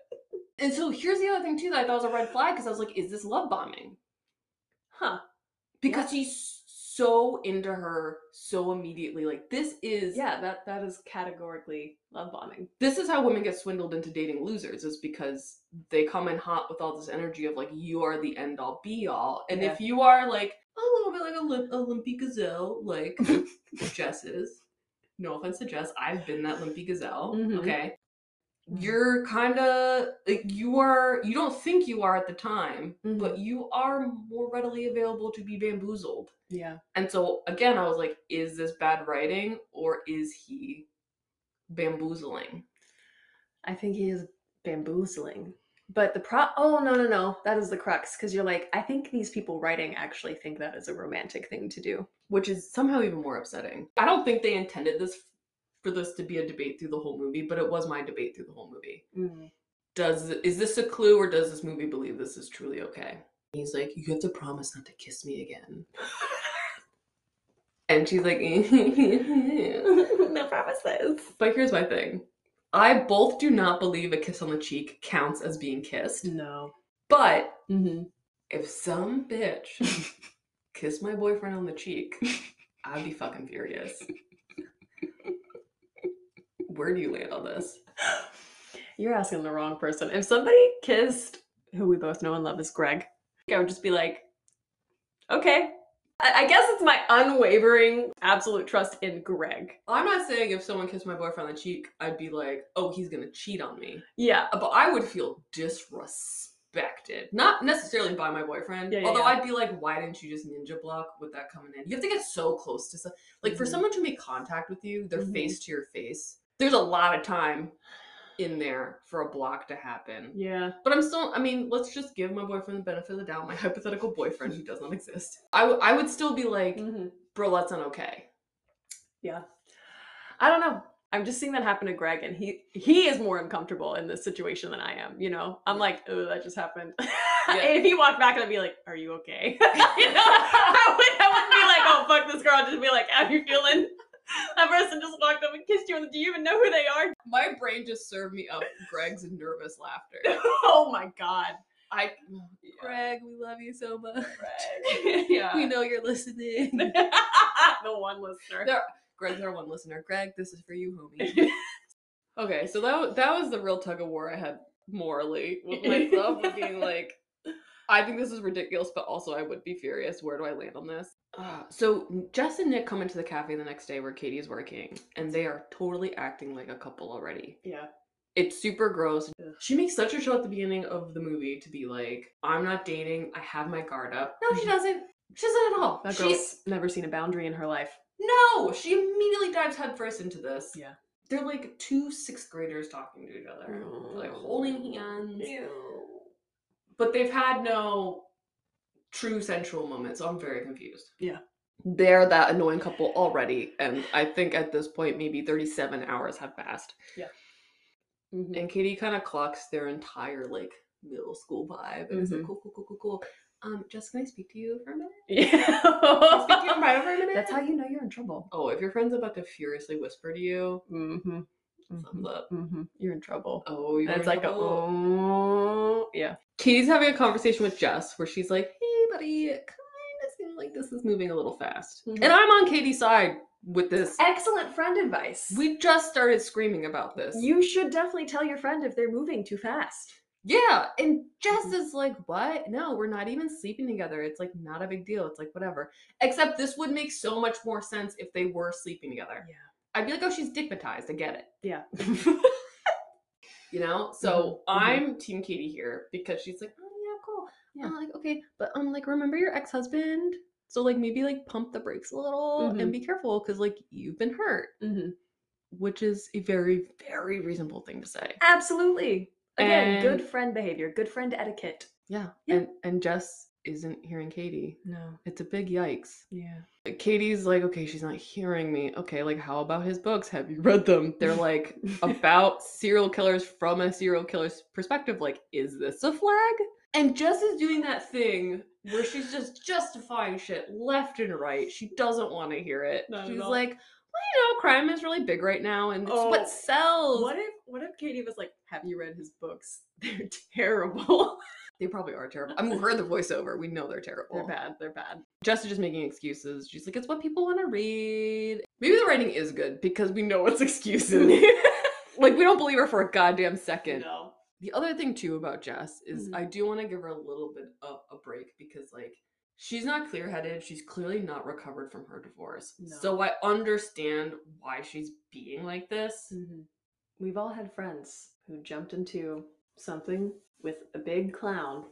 and so here's the other thing too that i thought was a red flag because i was like is this love bombing Huh. because he's so into her so immediately like this is Yeah, that that is categorically love bombing. this is how women get swindled into dating losers is because they come in hot with all this energy of like you are the end all be all and Yeah. if you are like a little bit like a, limp, a limpy gazelle like jess is no offense to jess i've been that limpy gazelle Mhm. okay Mm-hmm. you're kind of like you are you don't think you are at the time Mhm. but you are more readily available to be bamboozled Yeah. and so again i was like is this bad writing or is he bamboozling I think he is bamboozling. But the pro oh no no no, that is the crux because you're like, I think these people writing actually think that is a romantic thing to do. which is somehow even more upsetting. I don't think they intended this for this to be a debate through the whole movie, but it was my debate through the whole movie. Mm-hmm. Does is this a clue or does this movie believe this is truly okay? He's like, "You have to promise not to kiss me again." and she's like, no promises. "But here's my thing. I both do not believe a kiss on the cheek counts as being kissed. No. But Mm-hmm. if some bitch kissed my boyfriend on the cheek, I'd be fucking furious. Where do you land on this? You're asking the wrong person. If somebody kissed who we both know and love is Greg, I would just be like, okay. I, I guess it's my unwavering, absolute trust in Greg. I'm not saying if someone kissed my boyfriend on the cheek, I'd be like, oh, he's gonna cheat on me. Yeah. Uh, But I would feel disrespected. Not necessarily by my boyfriend. Yeah, yeah, although yeah. I'd be like, why didn't you just ninja block with that coming in? You have to get so close to some like for Mhm. someone to make contact with you, their Mhm. face to your face, there's a lot of time in there for a block to happen. Yeah. But I'm still, I mean, let's just give my boyfriend the benefit of the doubt, my hypothetical boyfriend who does not Mm. Mm-hmm. exist. I, w- I would still be like, Mhm. bro, that's not okay. Yeah. I don't know. I'm just seeing that happen to Greg, and he he is more uncomfortable in this situation than I am. You know, I'm like, oh, that just happened. if he walked back, I'd be like, are you okay? you know, I, would, I wouldn't be like, oh fuck this girl. I'd just be like, how you feeling? That person just walked up and kissed you, and do you even know who they are? My brain just served me up Greg's nervous laughter. oh my god, I Greg, we love you so much. Greg. We yeah, know you're listening. the one listener. There- Greg's our one listener. Greg, this is for you, homie. okay, so that wa- that was the real tug of war I had morally with myself, of being like, I think this is ridiculous, but also I would be furious. Where do I land on this? Uh, so Jess and Nick come into the cafe the next day where Katie's working, and they are totally acting like a couple already. Yeah. It's super gross. Ugh. She makes such a show at the beginning of the movie to be like, "I'm not dating. I have my guard up." No, she Mhm. doesn't. She doesn't at all. That girl's She's never seen a boundary in her life. no, she immediately dives headfirst into this. Yeah. They're like two sixth graders talking to each other, They're, like holding hands. But they've had no true sensual moment, so I'm very confused. Yeah. They're that annoying couple already, and I think at this point, maybe 37 hours have passed. Mhm. And Katie kind of clocks their entire like middle school vibe and is like, Mhm. cool, cool, cool, cool, cool. Um, just can I speak to you for a minute? Can I speak to you in Yeah. private for a minute? That's how you know you're in trouble. Oh, if your friend's about to furiously whisper to you, Mm-hmm. thumbs up. You're in trouble. Oh, you That's were in like a trouble. oh yeah. Katie's having a conversation with Jess where she's like, "Hey, buddy, it kind of seems like this is moving a little fast," Mhm. and I'm on Katie's side with this. Excellent friend advice. We just started screaming about this. you should definitely tell your friend if they're moving too fast. yeah, and Jess Mhm. is like, "What? No, we're not even sleeping together. It's like not a big deal. It's like whatever." Except this would make so much more sense if they were sleeping together. I'd be like, "Oh, she's stigmatized. I get it." Yeah. You know, so I'm Team Katie here because she's like, oh Mm-hmm. yeah, cool. Yeah. I'm like, okay, but um, like remember your ex husband. So like maybe like pump the brakes a little and Mhm. be careful because like you've been hurt, Mhm. which is a very very reasonable thing to say. Absolutely. Again, And- good friend behavior, good friend etiquette. Yeah. Yeah. And and Jess isn't hearing Katie. No. It's a big yikes. Yeah. Katie's like, okay, she's not hearing me. Okay, like how about his books? Have you read them? They're like about serial killers from a serial killer's perspective. Like, is this a flag? And Jess is doing that thing where she's just justifying shit left and right. She doesn't want to hear it. Not at she's all. like, well, you know, crime is really big right now, and it's Oh, what sells. What if what if Katie was like, "Have you read his books? They're terrible. They probably are terrible. I mean, we heard the voiceover. We know they're terrible. they're bad. They're bad." Jess is just making excuses. She's like, it's what people want to read. Maybe the writing is good because we know it's excuses. like we don't believe her for a goddamn second. no. The other thing too about Jess is Mhm. I do want to give her a little bit of a break because like she's not clear-headed. She's clearly not recovered from her divorce. No. So I understand why she's being like this. Mhm. We've all had friends who jumped into something with a big clown,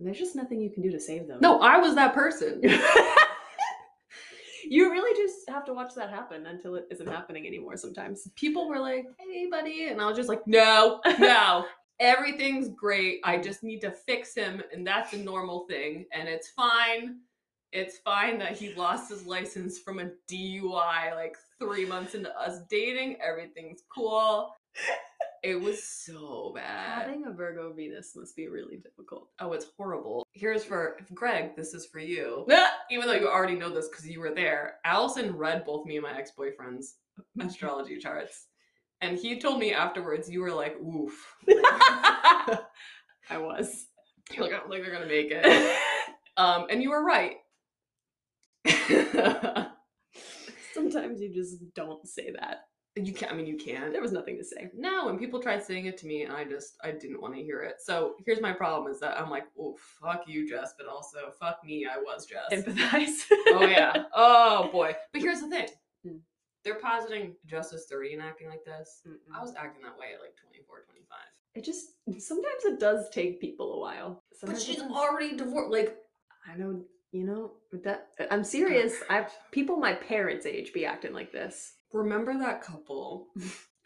and there's just nothing you can do to save them. No, I was that person. you really just have to watch that happen until it isn't happening anymore sometimes. People were like, "Hey, buddy," and I was just like, "No, no." Everything's great. I just need to fix him, and that's a normal thing, and it's fine. It's fine that he lost his license from a DUI like three months into us dating. Everything's cool. It was so bad. Having a Virgo Venus must be really difficult. Oh, it's horrible. Here's for Greg. This is for you. Even though you already know this because you were there, Allison read both me and my ex boyfriend's astrology charts. And he told me afterwards, you were like, oof. You're I was. like, I don't think they're going to make it. Um, and you were right. Sometimes you just don't say that. you can't, I mean, you can. There was nothing to say. No, and people tried saying it to me, and I just, I didn't want to hear it. So here's my problem is that I'm like, oh, fuck you, Jess, but also fuck me, I was Jess. Empathize. oh yeah. Oh boy. But here's the thing. Mm. They're positing Justice 30 and acting like this. I Mm-mm. was acting that way at like 24, 25. It just sometimes it does take people a while. But Sometimes it she's does. already divorced. Like, I know, you know that I'm serious. I people my parents' age be acting like this. remember that couple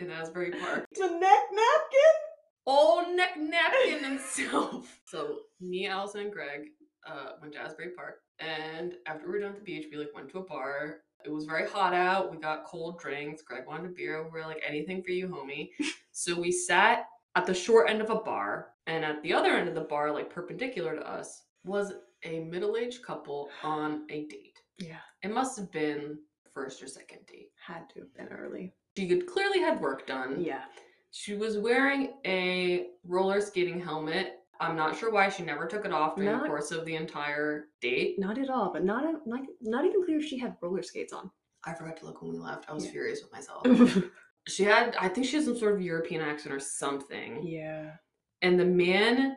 in Asbury Park? The neck napkin. Old neck napkin himself. so me, Allison, and Greg uh, went to Asbury Park, and after we were done at the beach, we like went to a bar It was very hot out. We got cold drinks. Greg wanted a beer. We were like, anything for you, homie. so we sat at the short end of a bar, and at the other end of the bar, like perpendicular to us, was a middle aged couple on a date. Yeah. It must have been first or second date. Had to have been early. She had clearly had work done. Yeah. She was wearing a roller skating helmet. I'm not sure why she never took it off during the Not- course of the entire date. Not at all, but not a, like not even clear if she had roller skates on. I forgot to look when we left. I was Yeah. furious with myself. she had, I think she had some sort of European accent or something. yeah. And the man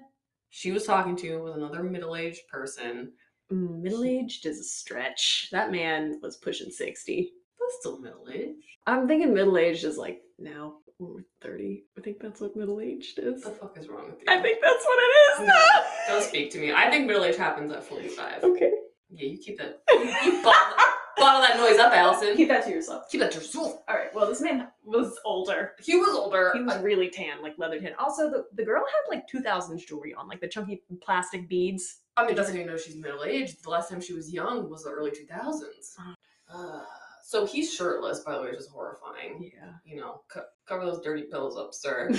she was talking to was another middle aged person, Mm, Middle aged is a stretch. That man was pushing sixty. but still middle aged. I'm thinking middle aged is like now or thirty. I think that's what middle aged is. What the fuck is wrong with you? I think that's what it is. now. Don't speak to me. I think middle age happens at 45. Okay. Yeah, you keep that. You bottle, bottle that noise up, Allison. Keep that to yourself. Keep that to yourself. All right. Well, this man was older. He was older. He was really tan, like leather tan. Also, the, the girl had like 2000s jewelry on, like the chunky plastic beads. I mean, doesn't even know she's middle aged. The last time she was young was the early 2000s. Mm. Uh, so he's shirtless, by the way, which is horrifying. Yeah. You know, co- cover those dirty pillows up, sir.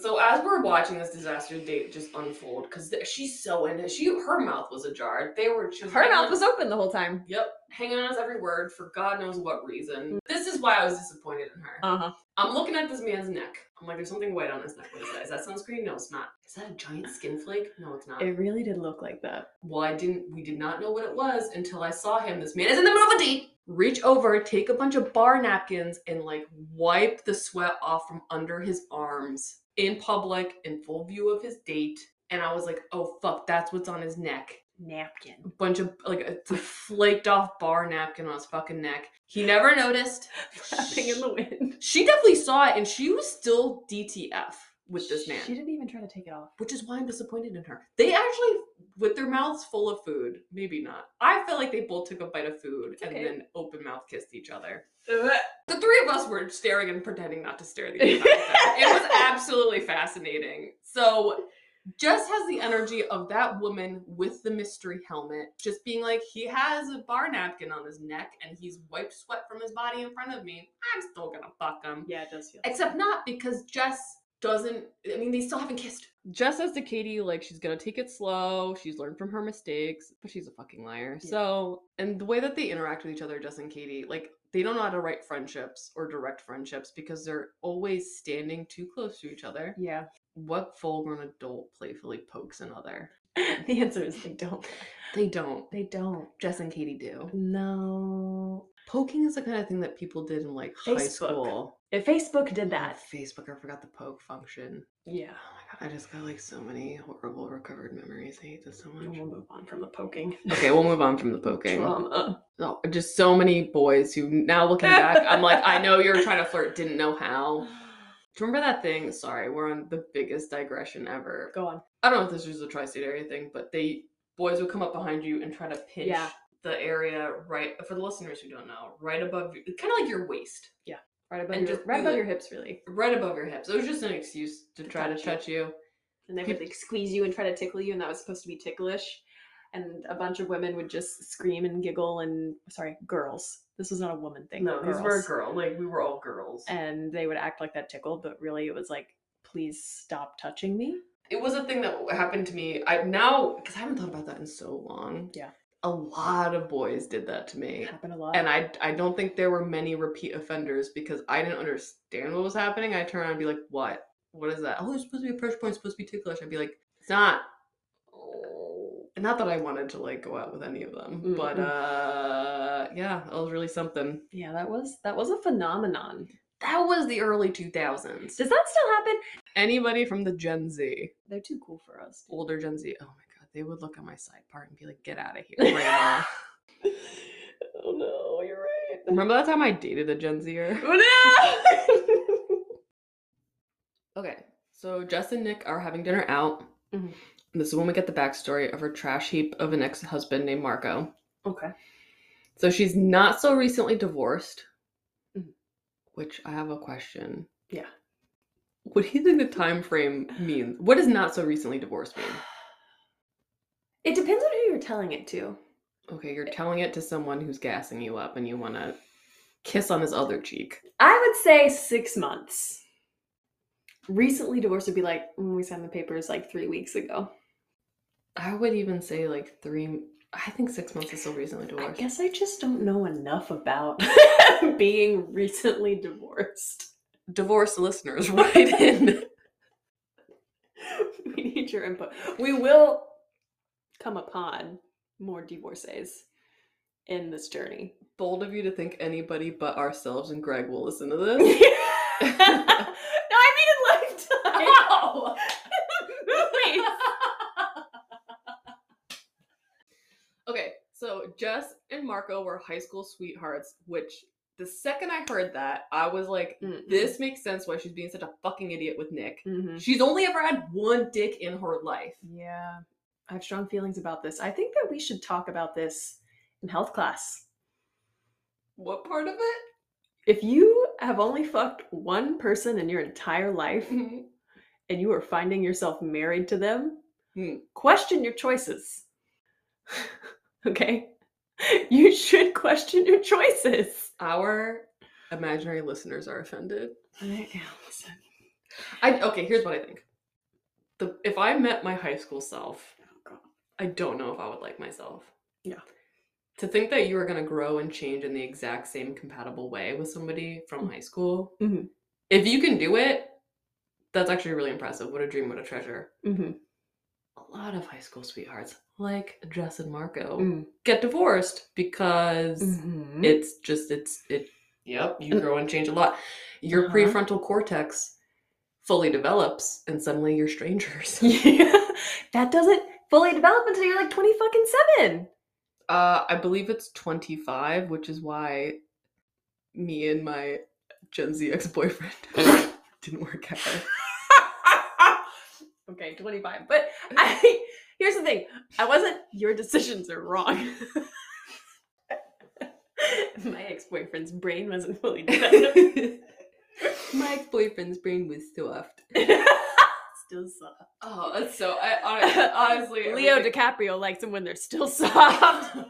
so as we're watching this disaster date just unfold, because she's so in it, she her mouth was ajar. They were she Her hanging mouth on- was open the whole time. Yep, hanging on his every word for God knows what Mm. reason. This is why I was disappointed in her. Uh huh. I'm looking at this man's neck. I'm like, there's something white on his neck. What is that? Is that sunscreen? No, it's not. Is that a giant skin flake? No, it's not. It really did look like that. Well, I didn't. We did not know what it was until I saw him. This man is in the middle of a date. Reach over, take a bunch of bar napkins, and like wipe the sweat off from under his arms in public, in full view of his date. And I was like, oh fuck, that's what's on his neck. Napkin. Bunch of like a flaked off bar napkin on his fucking neck. He never noticed. Flapping in the wind. She definitely saw it, and she was still DTF with this man She didn't even try to take it off. which is why I'm disappointed in her. They actually, with their mouths full of food, maybe not. I felt like they both took a bite of food It's and okay. then open mouth kissed each other. The three of us were staring and pretending not to stare at the other. it was absolutely fascinating. So Jess has the energy of that woman with the mystery helmet, just being like, he has a bar napkin on his neck and he's wiped sweat from his body in front of me. I'm still gonna fuck him. Yeah, it does feel. Except not because Jess doesn't. I mean, they still haven't kissed. Jess says to Katie, like, she's gonna take it slow. She's learned from her mistakes, but she's a fucking liar. Yeah. So, and the way that they interact with each other, Jess and Katie, like, they don't know how to write friendships or direct friendships because they're always standing too close to each other. yeah. What full grown adult playfully pokes another? The answer is they don't. They don't. They don't. Jess and Katie do. No. Poking is the kind of thing that people did in like high Facebook. school. If Facebook did that. Facebook, I forgot the poke function. Yeah. Oh my god, I just got like so many horrible recovered memories. I hate this so much. We'll move on from the poking. Okay, we'll move on from the poking. Trauma. No, just so many boys who now looking back, I'm like, I know you were trying to flirt, didn't know how. Do you remember that thing? Sorry, we're on the biggest digression ever. Go on. I don't know if this was a tri-state area thing, but they boys would come up behind you and try to pinch Yeah. the area right for the listeners who don't know, right above your kind of like your waist. Right above, And your, just right do above it. your hips, really. Right above your hips. It was just an excuse to To try to touch you. touch you. And they Peop- would like squeeze you and try to tickle you, and that was supposed to be ticklish. And a bunch of women would just scream and giggle and sorry, girls. This was not a woman thing. but girls. girl. Like we were all girls. And they would act like that tickled, but really it was like, please stop touching me. it was a thing that happened to me. I now because I haven't thought about that in so long. Yeah. a lot of boys did that to me, It happened a lot. and I I don't think there were many repeat offenders because I didn't understand what was happening. I turn around and be like, "What? What is that? Oh, it's supposed to be a pressure point. It's supposed to be ticklish." I'd be like, "It's not." And Not that I wanted to like go out with any of them, but Mm-mm. uh, yeah, it was really something. Yeah, that was that was a phenomenon. That was the early two thousands. Does that still happen? Anybody from the Gen Z? They're too cool for us. dude. older Gen Z, oh my god, they would look at my side part and be like, "Get out of here, grandma." oh no, you're right. Remember that time I dated a Gen Zer? Oh no! Okay, so Jess and Nick are having dinner out. Mhm. And this is when we get the backstory of her trash heap of an ex-husband named Marco. okay. So she's not so recently divorced, Mhm. which I have a question. Yeah. What do you think the time frame means? What does not so recently divorced mean? It depends on who you're telling it to. Okay, you're telling it to someone who's gassing you up and you want to kiss on his other cheek. I would say six months. Recently divorced would be like, "Mm, we signed the papers like three weeks ago. I would even say like three. I think six months is so recently I divorced. guess I just don't know enough about being recently divorced. Divorced listeners, write in. we need your input. We will come upon more divorcees in this journey. Bold of you to think anybody but ourselves and Greg will listen to no, this. I mean in lifetime. Wow. Movies. Okay, so Jess and Marco were high school sweethearts, which the second I heard that, I was like, Mm-hmm. this makes sense why she's being such a fucking idiot with Nick. Mhm. She's only ever had one dick in her life. Yeah, I have strong feelings about this. I think that we should talk about this in health class. What part of it? If you have only fucked one person in your entire life and you are finding yourself married to them, Hmm. question your choices. okay? You should question your choices. Our imaginary listeners are offended. Listen. I okay, here's what I think. The if I met my high school self, I don't know if I would like myself. Yeah. To think that you are going to grow and change in the exact same compatible way with somebody Mm. from high school, Mhm. if you can do it, that's actually really impressive. What a dream, what a treasure. hmm A lot of high school sweethearts, like Jess and Marco, Mm. get divorced because Mhm. it's just it's it yep you And- grow and change a lot your Mm. Uh-huh. prefrontal cortex fully develops and suddenly you're strangers Yeah. that doesn't fully develop until you're like 20 fucking 7. uh i believe it's 25 which is why me and my gen z ex-boyfriend didn't work out okay, 25. But I here's the thing. I wasn't your decisions are wrong. My ex-boyfriend's brain wasn't fully developed. my ex-boyfriend's brain was soft still soft. oh that's so i hon- honestly Leo everything- DiCaprio likes them when they're still soft.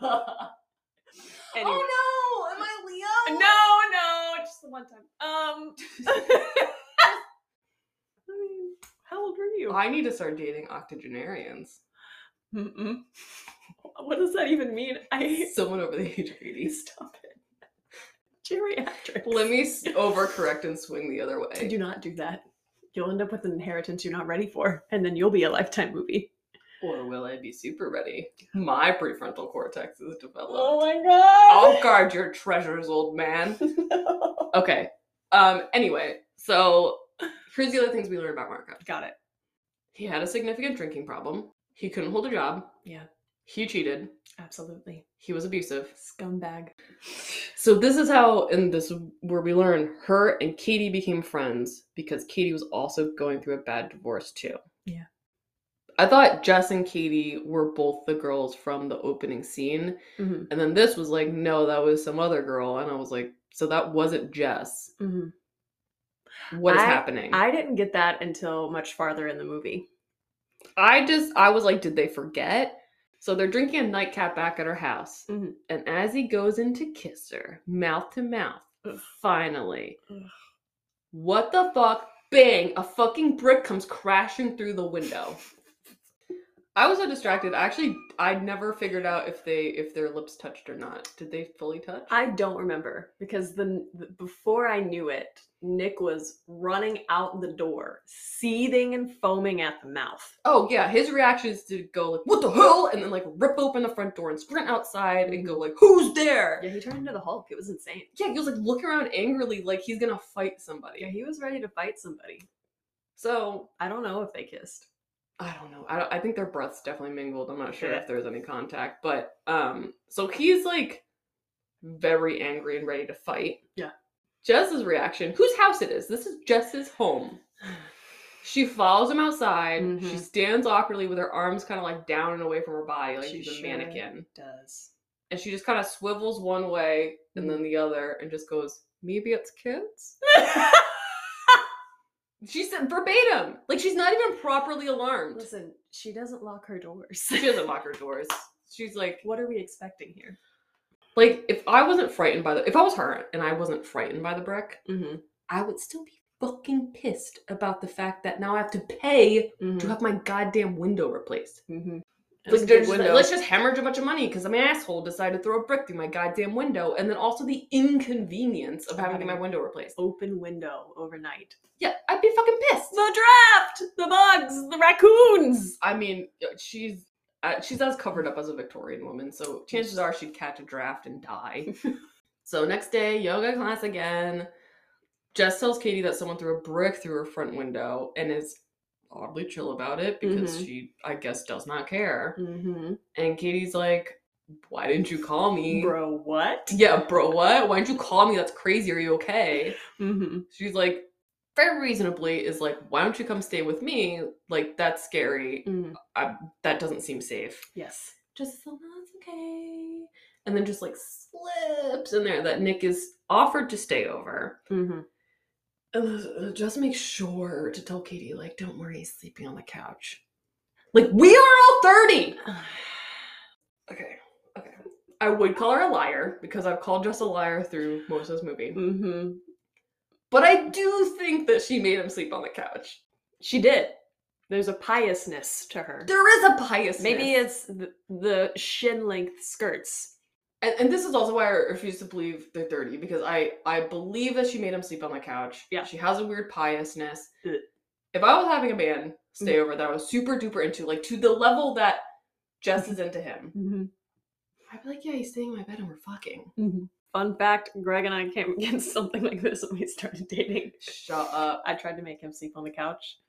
Anyway. oh no am i leo No, no, just the one time. Um I mean, how old were you? I need to start dating octogenarians. Mm-mm. What does that even mean? I Someone over the age of 80. stop it. Geriatric. Let me s- overcorrect and swing the other way. do not do that. You'll end up with an inheritance you're not ready for, and then you'll be a lifetime movie. Or will I be super ready? My prefrontal cortex is developed. Oh my I'll god! guard your treasures, old man. No. Okay. Um, anyway, so here's the other things we learned about Marco. Got it. He had a significant drinking problem. He couldn't hold a job. Yeah. He cheated. Absolutely. He was abusive. Scumbag. So this is how, and this is where we learn her and Katie became friends because Katie was also going through a bad divorce too. Yeah. I thought Jess and Katie were both the girls from the opening scene, Mm-hmm. and then this was like, no, that was some other girl, and I was like, so that wasn't Jess. Mm-hmm. What is I- happening? I didn't get that until much farther in the movie. I just I was like, did they forget? So they're drinking a nightcap back at her house, Mhm. and as he goes in to kiss her, mouth to mouth, Ugh. finally, Ugh. what the fuck? Bang! A fucking brick comes crashing through the window. I was so distracted. I Actually, I never figured out if they if their lips touched or not. Did they fully touch? I don't remember because the, the before I knew it, Nick was running out the door, seething and foaming at the mouth. Oh yeah, his reaction is to go like, "What the hell?" and then like rip open the front door and sprint outside and go Mm-hmm. like, "Who's there?" Yeah, he turned into the Hulk. It was insane. yeah, he was like looking around angrily, like he's gonna fight somebody. Yeah, he was ready to fight somebody. So I don't know if they kissed. I don't know. I, don't- I think their breaths definitely mingled. I'm not sure Yeah. if there was any contact, but um, so he's like very angry and ready to fight. Yeah. Jess's reaction. Whose house it is? This is Jess's home. She follows him outside. She Mhm. stands awkwardly with her arms kind of like down and away from her body, like She she's a sure mannequin. Does. And she just kind of swivels one way Mm-hmm. and then the other, and just goes, "Maybe it's kids." She said verbatim. Like she's not even properly alarmed. Listen, she doesn't lock her doors. She doesn't lock her doors. She's like, What are we expecting here? like if I wasn't frightened by the, if I was her and I wasn't frightened by the brick, Mm-hmm. I would still be fucking pissed about the fact that now I have to pay to have my goddamn window replaced. Mm-hmm. Like, they're just like, let's just hemorrhage a bunch of money because some asshole decided to throw a brick through my goddamn window, and then also the inconvenience of having to get my Right. window replaced. open window overnight. Yeah, I'd be fucking pissed. The draft, the bugs, the raccoons. I mean, she's uh, she's as covered up as a Victorian woman, so chances are she'd catch a draft and die. so next day, yoga class again. Jess tells Katie that someone threw a brick through her front window and is oddly chill about it because Mhm. she, I guess, does not care. Mm-hmm. And Katie's like, "Why didn't you call me?" Bro, what? Yeah, bro, what? Why didn't you call me? That's crazy. Are you okay? Mm-hmm. She's like, very reasonably, is like, why don't you come stay with me? Like, that's scary. That doesn't seem safe. Mm-hmm. Yes. just so that's okay. And then just like slips in there that Nick is offered to stay over. Mm-hmm. And uh, just make sure to tell Katie, like, don't worry, he's sleeping on the couch. Like, we are all 30. Okay, okay. I would call her a liar because I've called Jess a liar through most of this movie. Mm-hmm. But I do think that she made him sleep on the couch. She did. There's a piousness to her. There is a pious. Maybe it's the, the shin length skirts. and, and this is also why I refuse to believe they're 30 because I I believe that she made him sleep on the couch. Yeah. She has a weird piousness. Ugh. Mm-hmm. If I was having a man stay over that I was super duper into, like to the level that Mm-hmm. Jess is into him, I'd be like, yeah, he's staying in my bed and we're fucking. Mm-hmm. Fun fact Greg and I came against something like this when we started dating. Shut up. I tried to make him sleep on the couch.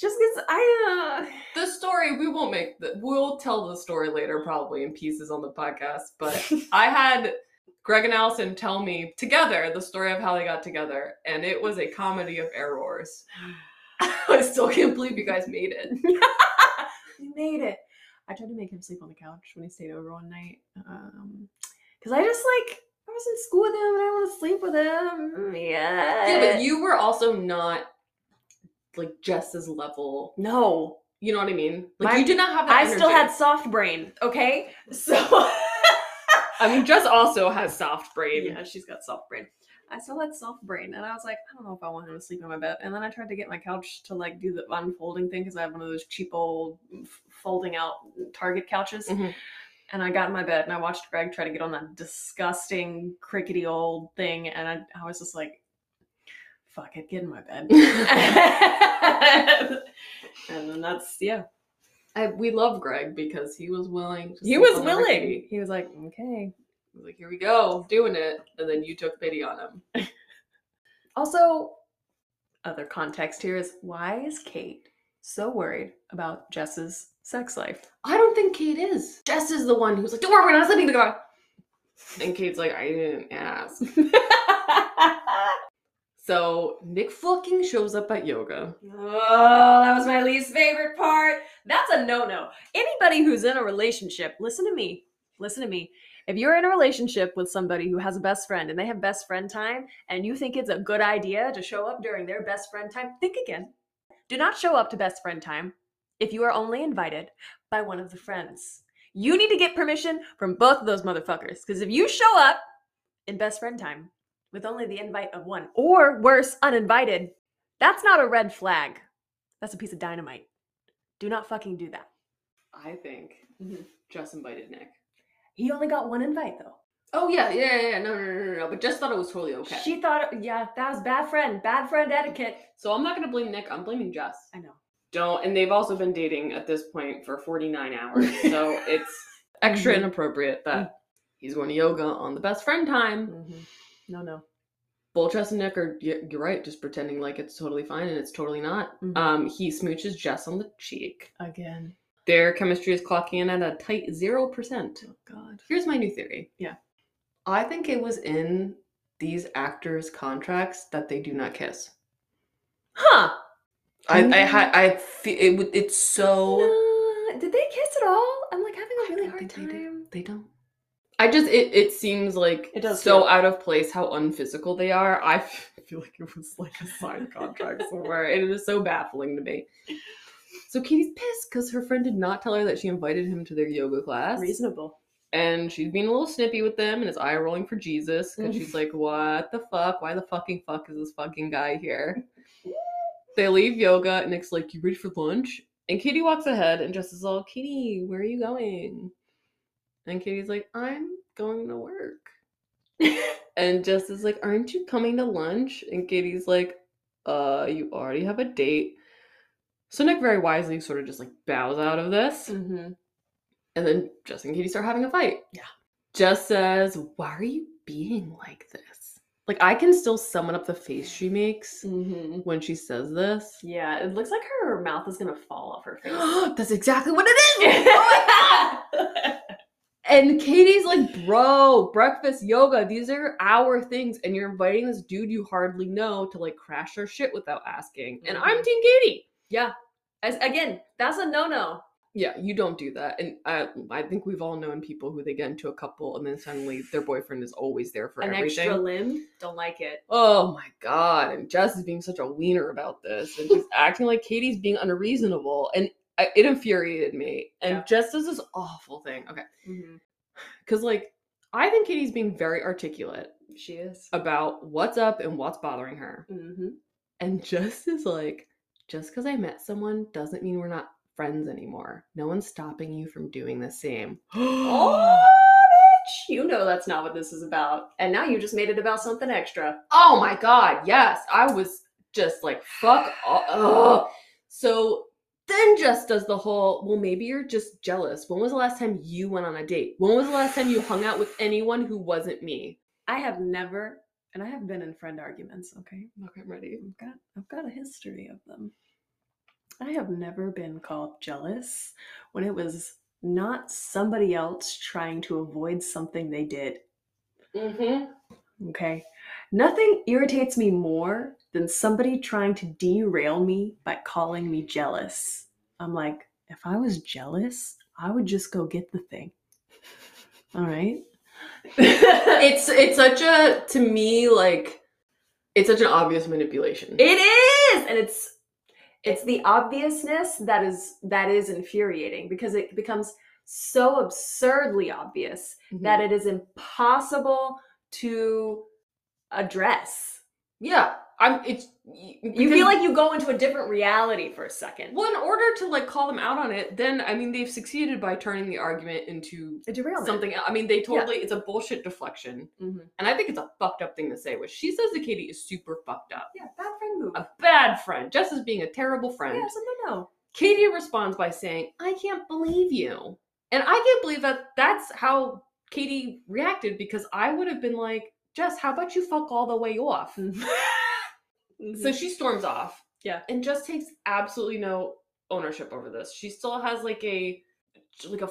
Just because I. Uh... The story we won't make. The, we'll tell the story later, probably in pieces on the podcast. But I had Greg and Allison tell me together the story of how they got together, and it was a comedy of errors. I still can't believe you guys made it. we made it. I tried to make him sleep on the couch when he stayed over one night. Um, because I just like I was in school with him and I want to sleep with him. Yeah. Yeah, but you were also not like Jess's level. no, You know what I mean? Like My- you did not have that. I still energy. had soft brain. Okay, so I mean, Jess also has soft brain. yeah, Uh, she's got soft brain. I still had soft brain, and I was like, I don't know if I want him to sleep in my bed. And then I tried to get my couch to like do the unfolding thing because I have one of those cheap old mm, f- folding out Target couches. Mhm. And I got in my bed and I watched Greg try to get on that disgusting crickety old thing, and I, I was just like, "Fuck it, get in my bed." and then that's yeah. I, we love Greg because he was willing. to He sleep was on every kitty. willing. He was like, "Okay." I was like, here we go, doing it. And then you took pity on him. Also, other context here is why is Kate so worried about Jess's sex life? I don't think Kate is. Jess is the one who's like, don't worry, we're not sleeping together. And Kate's like, I didn't ask. oh, So Nick fucking shows up at yoga. Oh, that was my least favorite part. That's a no no. Anybody who's in a relationship, listen to me. Listen to me. If you're in a relationship with somebody who has a best friend and they have best friend time and you think it's a good idea to show up during their best friend time, think again. Do not show up to best friend time if you are only invited by one of the friends. You need to get permission from both of those motherfuckers because if you show up in best friend time with only the invite of one or worse, uninvited, that's not a red flag. That's a piece of dynamite. Do not fucking do that. I think Mhm. Jess invited Nick. He only got one invite though. Oh yeah, yeah, yeah, yeah, no, no, no, no, no. But Jess thought it was totally okay. She thought, yeah, that was bad friend, bad friend etiquette. so I'm not gonna blame Nick. I'm blaming Jess. I know. Don't. And they've also been dating at this point for 49 hours, so it's Mm-hmm. extra Mhm. inappropriate that he's going to yoga on the best friend time. Mm-hmm. No, no. Both Jess and Nick are. y- You're right. Just pretending like it's totally fine, and it's totally not. Um, he smooches Jess on the cheek. Again. Their chemistry is clocking in at a tight zero percent. Oh God. Here's my new theory. Yeah. I think it was in these actors' contracts that they do not kiss. Huh? I, I Mm. had, I feel it. would- It's so Uh, did they kiss at all? I'm like having I a really don't think hard they did. time. they don't. I just it, it seems like It does so feel- out of place how unphysical they are. I f- feel like it was like a signed contract somewhere, and it is so baffling to me. So Katie's pissed because her friend did not tell her that she invited him to their yoga class. Reasonable. And she's being a little snippy with them and is eye rolling for Jesus because she's like, what the fuck? Why the fucking fuck is this fucking guy here? They leave yoga and Nick's like, you ready for lunch? And Katie walks ahead and Jess is all, Katie, where are you going? And Katie's like, I'm going to work. and Jess is like, aren't you coming to lunch? And Katie's like, uh, you already have a date. So Nick very wisely sort of just like bows out of this. Mm-hmm. And then Jess and Katie start having a fight. Yeah. Jess says, Why are you being like this? Like, I can still summon up the face she makes Mm-hmm. when she says this. Yeah, it looks like her mouth is gonna fall off her face. That's exactly what it is! and Katie's like, Bro, breakfast, yoga, these are our things. And you're inviting this dude you hardly know to like crash her shit without asking. And I'm Mhm. Team Katie. As, again, that's a no-no. Yeah, you don't do that. And I, I think we've all known people who they get into a couple and then suddenly their boyfriend is always there for An everything. extra limb, don't like it. oh my god and jess is being such a wiener about this and she's acting like katie's being unreasonable and I, it infuriated me and Yeah. jess does this awful thing okay Mm-hmm. because like i think katie's being very articulate She is. about what's up and what's bothering her Mm-hmm. and jess is like just because i met someone doesn't mean we're not friends anymore no one's stopping you from doing the same Oh, bitch! You know that's not what this is about. And now you just made it about something extra. Oh my god, yes. I was just like, fuck all. ugh. So then Jess does the whole, well, maybe you're just jealous. When was the last time you went on a date? When was the last time you hung out with anyone who wasn't me? I have never, and I have been in friend arguments, okay? Okay, I'm ready. I've got, I've got a history of them. I have never been called jealous when it was not somebody else trying to avoid something they did. Mm-hmm. Okay. Nothing irritates me more than somebody trying to derail me by calling me jealous. I'm like, if I was jealous, I would just go get the thing. All right. it It's it's such a to me like it's such an obvious manipulation. is, and it's it's the obviousness that is that is infuriating because it becomes so absurdly obvious Mhm. that it is impossible to address. yeah, I'm. It's you You feel like you go into a different reality for a second. well, in order to like call them out on it, then I mean they've succeeded by turning the argument into a derailment. something. I mean, they totally. It's a bullshit deflection, Mhm. and I think it's a fucked up thing to say. What she says to Katie is super fucked up. Yeah, bad friend move. A bad friend, just as being a terrible friend. yeah, something no. Katie responds by saying, "I can't believe you," and I can't believe that that's how Katie reacted because I would have been like, "Jess, how about you fuck all the way off?" Mm-hmm. So so she storms off. Yeah. And just takes absolutely no ownership over this. She still has like a like a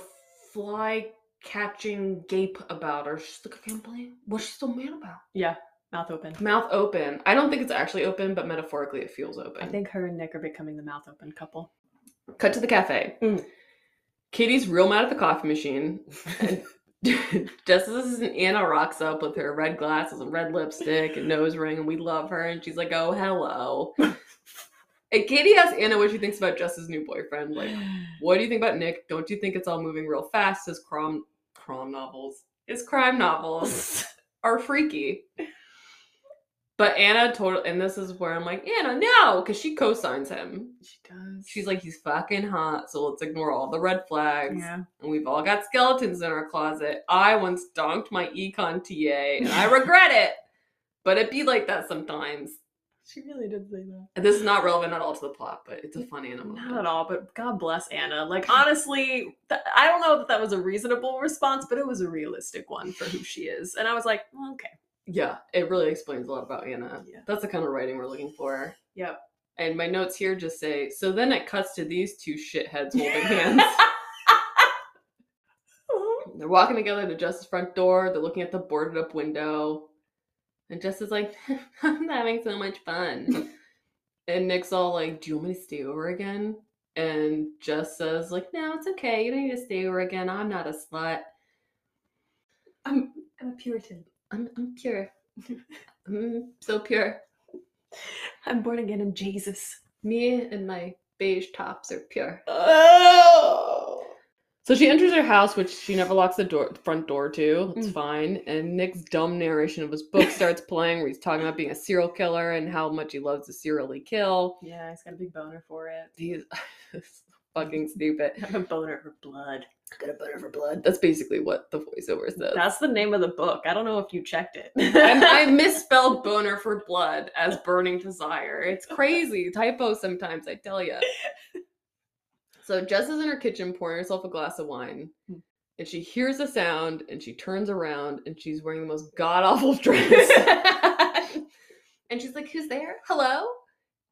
fly catching gape about her. She's like, I can't believe what's she so mad about? mouth open. Mouth open. I don't think it's actually open, but metaphorically it feels open. I think her and Nick are becoming the mouth open couple. Cut to the cafe. Mm. Katie's real mad at the coffee machine. And Jess is an Anna rocks up with her red glasses and red lipstick and nose ring, and we love her. And she's like, "Oh, hello." and Katie asks Anna what she thinks about Jess's new boyfriend. Like, what do you think about Nick? Don't you think it's all moving real fast? His crime, crime novels, his crime novels are freaky. But Anna totally, and this is where I'm like, Anna, no, because she co-signs him. she does. She's like, he's fucking hot, so let's ignore all the red flags. yeah. And we've all got skeletons in our closet. I once donked my econ TA, and I regret it. But it be like that sometimes. She really did say that. And this is not relevant at all to the plot, but it's a fun animal. Not at all, but God bless Anna. Like honestly, th- I don't know that that was a reasonable response, but it was a realistic one for who she is. And I was like, well, okay, Yeah, it really explains a lot about Anna. Yeah. That's the kind of writing we're looking for. Yep. And my notes here just say, so then it cuts to these two shitheads holding hands. Uh-huh. They're walking together to Jess's front door. They're looking at the boarded up window. And Jess is like, I'm having so much fun. and Nick's all like, Do you want me to stay over again? And Jess says, like, no, it's okay. You don't need to stay over again. I'm not a slut. I'm I'm a Puritan. I'm I'm pure. I'm so pure. I'm born again in Jesus. Me and my Beige tops are pure. Oh. So she enters her house, which she never locks the door, front door to. It's Mm. fine. And Nick's dumb narration of his book starts playing, where he's talking about being a serial killer and how much he loves to serially kill. Yeah, he's got a big boner for it. He's fucking stupid. I have a boner for blood. I got a boner for blood. That's basically what the voiceover says. That's the name of the book. I don't know if you checked it. And I misspelled boner for blood as burning desire. It's crazy. Typos sometimes, I tell you. So Jess is in her kitchen pouring herself a glass of wine. Hmm. And she hears a sound and she turns around and she's wearing the most god awful dress. and she's like, Who's there? Hello?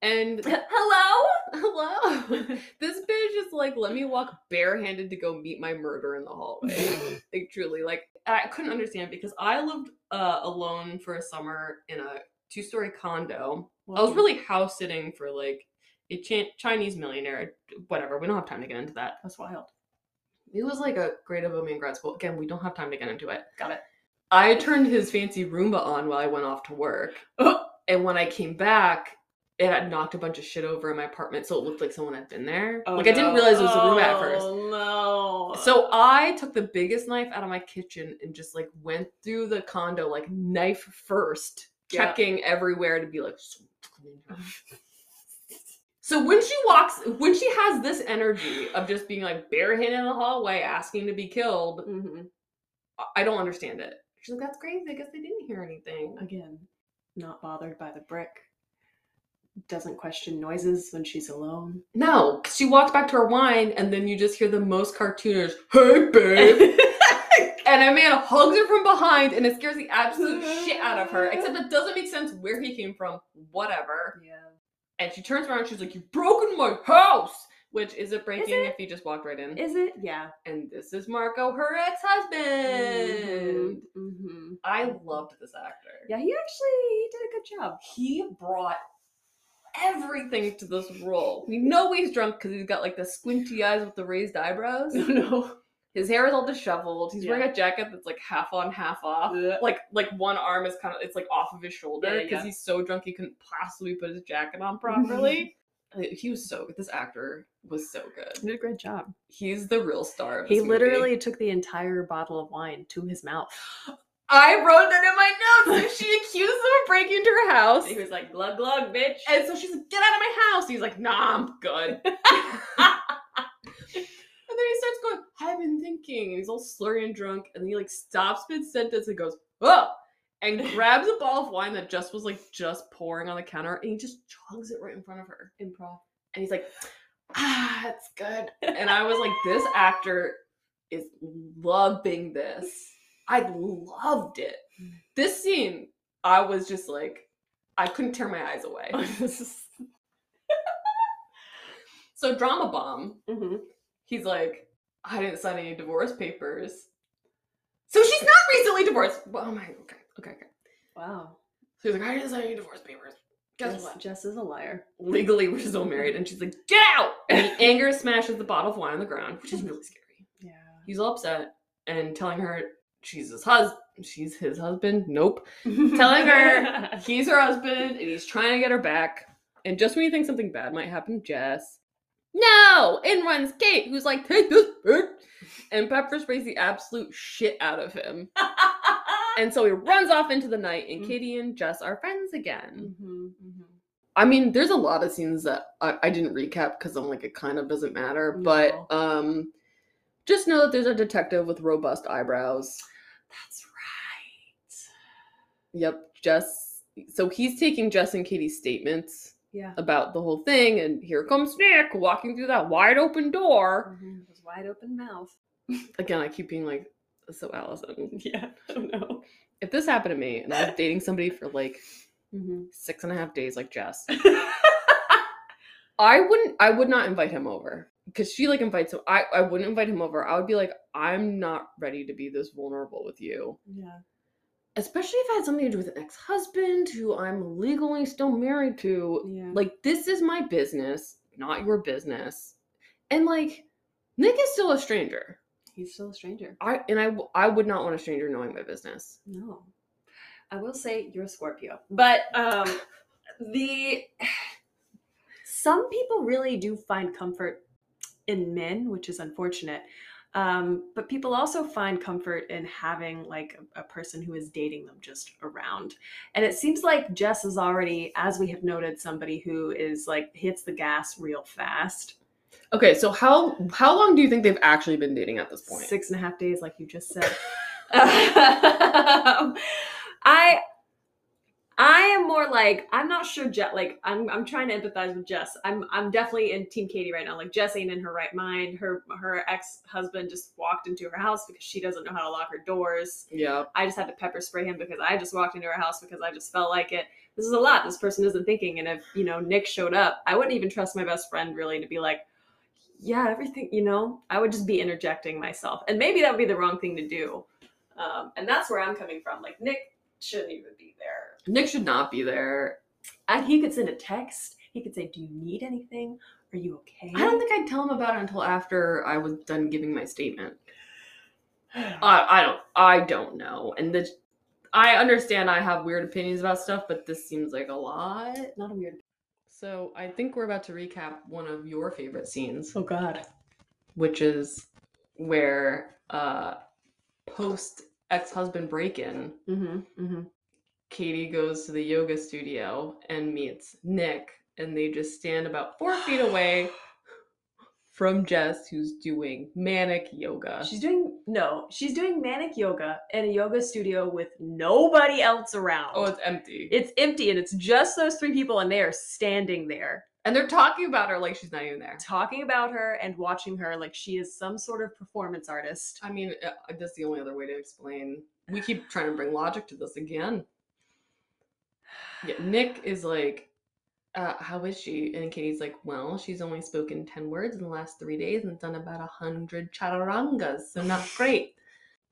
And hello? Hello? this bitch is like, Let me walk barehanded to go meet my murder in the hallway like truly like i couldn't understand because i lived uh, alone for a summer in a two-story condo i was really house sitting for like a Chin- chinese millionaire whatever we don't have time to get into that That's wild. it was like a grade of a in grad school again we don't have time to get into it Got it. i turned his fancy roomba on while i went off to work and when i came back it had knocked a bunch of shit over in my apartment so it looked like someone had been there like i didn't realize it was a roomba at first Oh no. so I took the biggest knife out of my kitchen and just like went through the condo like knife first, Yeah. checking everywhere to be like. "So clean up." So when she walks, when she has this energy of just being like barehanded in the hallway asking to be killed, Mhm. I- I don't understand it. She's like, "That's crazy. I guess they didn't hear anything." again, not bothered by the brick. Doesn't question noises when she's alone. No, 'cause she walks back to her wine, and then you just hear the most cartoonish, "Hey, babe." And a man hugs her from behind and it scares the absolute shit out of her. Except it doesn't make sense where he came from, whatever. And she turns around and she's like, You've broken my house! Which is it breaking it? if he just walked right in? Is it? Yeah. and this is Marco, her ex husband. Mhm. I loved this actor. Yeah, he actually he did a good job. He brought everything to this role. We know he's drunk because he's got like the squinty eyes with the raised eyebrows. no. His hair is all disheveled. He's wearing Yeah. a jacket that's like half on, half off. like like one arm is kind of it's like off of his shoulder Yeah, because yeah. he's so drunk he couldn't possibly put his jacket on properly. Uh, he was so good. This actor was so good. He did a great job. He's the real star. Of He this movie. literally took the entire bottle of wine to his mouth. I wrote that in my notes. So she accuses him of breaking into her house, was like, glug glug, bitch. and so she's like, "Get out of my house!" He's like, "Nah, I'm good." and then he starts going, "I've been thinking," and he's all slurry and drunk, and then he like stops mid sentence and goes, "Oh." and grabs a ball of wine that just was like just pouring on the counter and he just chugs it right in front of her Improv. and he's like ah it's good and i was like this actor is loving this i loved it this scene i was just like i couldn't tear my eyes away so drama bomb Mhm. he's like i didn't sign any divorce papers so she's not recently divorced well, oh my okay okay okay Wow. so he's like, I didn't sign any divorce papers. Guess Jess, what? Jess is a liar. Legally, we're still married. And she's like, get out! And he anger smashes the bottle of wine on the ground, which is really scary. Yeah. He's all upset and telling her she's his husband. She's his husband. Nope. Telling Telling her her. he's her husband and he's trying to get her back. And just when you think something bad might happen, Jess. No! In runs Kate, who's like, take this bitch! And Pepper sprays the absolute shit out of him. And so he runs off into the night, and Mm. Katie and Jess are friends again. hmm I mean, there's a lot of scenes that I, I didn't recap because I'm like, it kind of doesn't matter. But um, just know that there's a detective with robust eyebrows. That's right. Yep, Jess. So he's taking Jess and Katie's statements Yeah. about the whole thing, and here comes Nick walking through that wide open door. Mhm. His wide open mouth. Again, I keep being like, so Allison, Yeah. I don't know. if this happened to me and I was dating somebody for like hmm six and a half days, like Jess, I wouldn't I would not invite him over because she like invites him. I, I wouldn't invite him over. I would be like, I'm not ready to be this vulnerable with you. yeah. Especially if I had something to do with an ex-husband who I'm legally still married to. Yeah. Like this is my business, not your business. And like Nick is still a stranger. he's still a stranger. I and I w- I would not want a stranger knowing my business. No. I will say you're a Scorpio. But um the Some people really do find comfort in men, which is unfortunate. Um, but people also find comfort in having like a, a person who is dating them just around. And it seems like Jess is already, as we have noted, somebody who is like hits the gas real fast. Okay, so how how long do you think they've actually been dating at this point? Six and a half days, like you just said. Um, I I am more like I'm not sure Jess like I'm I'm trying to empathize with Jess. I'm I'm definitely in Team Katie right now. Like Jess ain't in her right mind. Her her ex-husband just walked into her house because she doesn't know how to lock her doors. Yeah. I just had to pepper spray him because I just walked into her house because I just felt like it. This is a lot this person isn't thinking. And if, you know, Nick showed up, I wouldn't even trust my best friend really to be like, yeah, everything, you know, I would just be interjecting myself. And maybe that would be the wrong thing to do. Um, and that's where I'm coming from. Like, Nick shouldn't even be there. Nick should not be there. And he could send a text. He could say, Do you need anything? Are you okay? I don't think I'd tell him about it until after I was done giving my statement. think. I, I don't I don't know. And the I understand I have weird opinions about stuff, but this seems like a lot. Not a weird. So I think we're about to recap one of your favorite scenes, Oh, God. which is where uh post ex-husband break-in Mm-hmm. Mm-hmm. Katie goes to the yoga studio and meets Nick, and they just stand about four feet away from Jess, who's doing manic yoga. She's doing, no, she's doing manic yoga in a yoga studio with nobody else around. oh, it's empty. it's empty and it's just those three people, and they are standing there and they're talking about her like she's not even there. talking about her and watching her like she is some sort of performance artist. I mean, uh, that's the only other way to explain. We keep trying to bring logic to this again. Yeah, Nick is like, uh, how is she? And Katie's like, well, she's only spoken 10 words in the last three days and done about 100 chaturangas, so not great.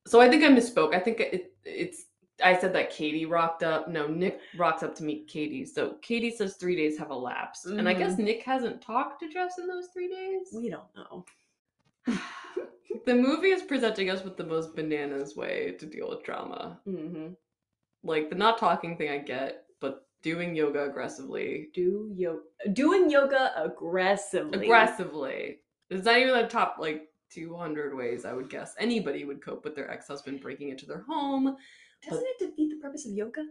So I think I misspoke. I think it, it's, I said that Katie rocked up. No, Nick rocks up to meet Katie. So Katie says three days have elapsed. And I guess Nick hasn't talked to Jess in those three days. We don't know. the movie is presenting us with the most bananas way to deal with trauma. Mm-hmm. Like the not talking thing I get, but doing yoga aggressively. Do yo- doing yoga aggressively. Aggressively. It's not even the top like 200 ways I would guess anybody would cope with their ex-husband breaking into their home. Doesn't it defeat the purpose of yoga?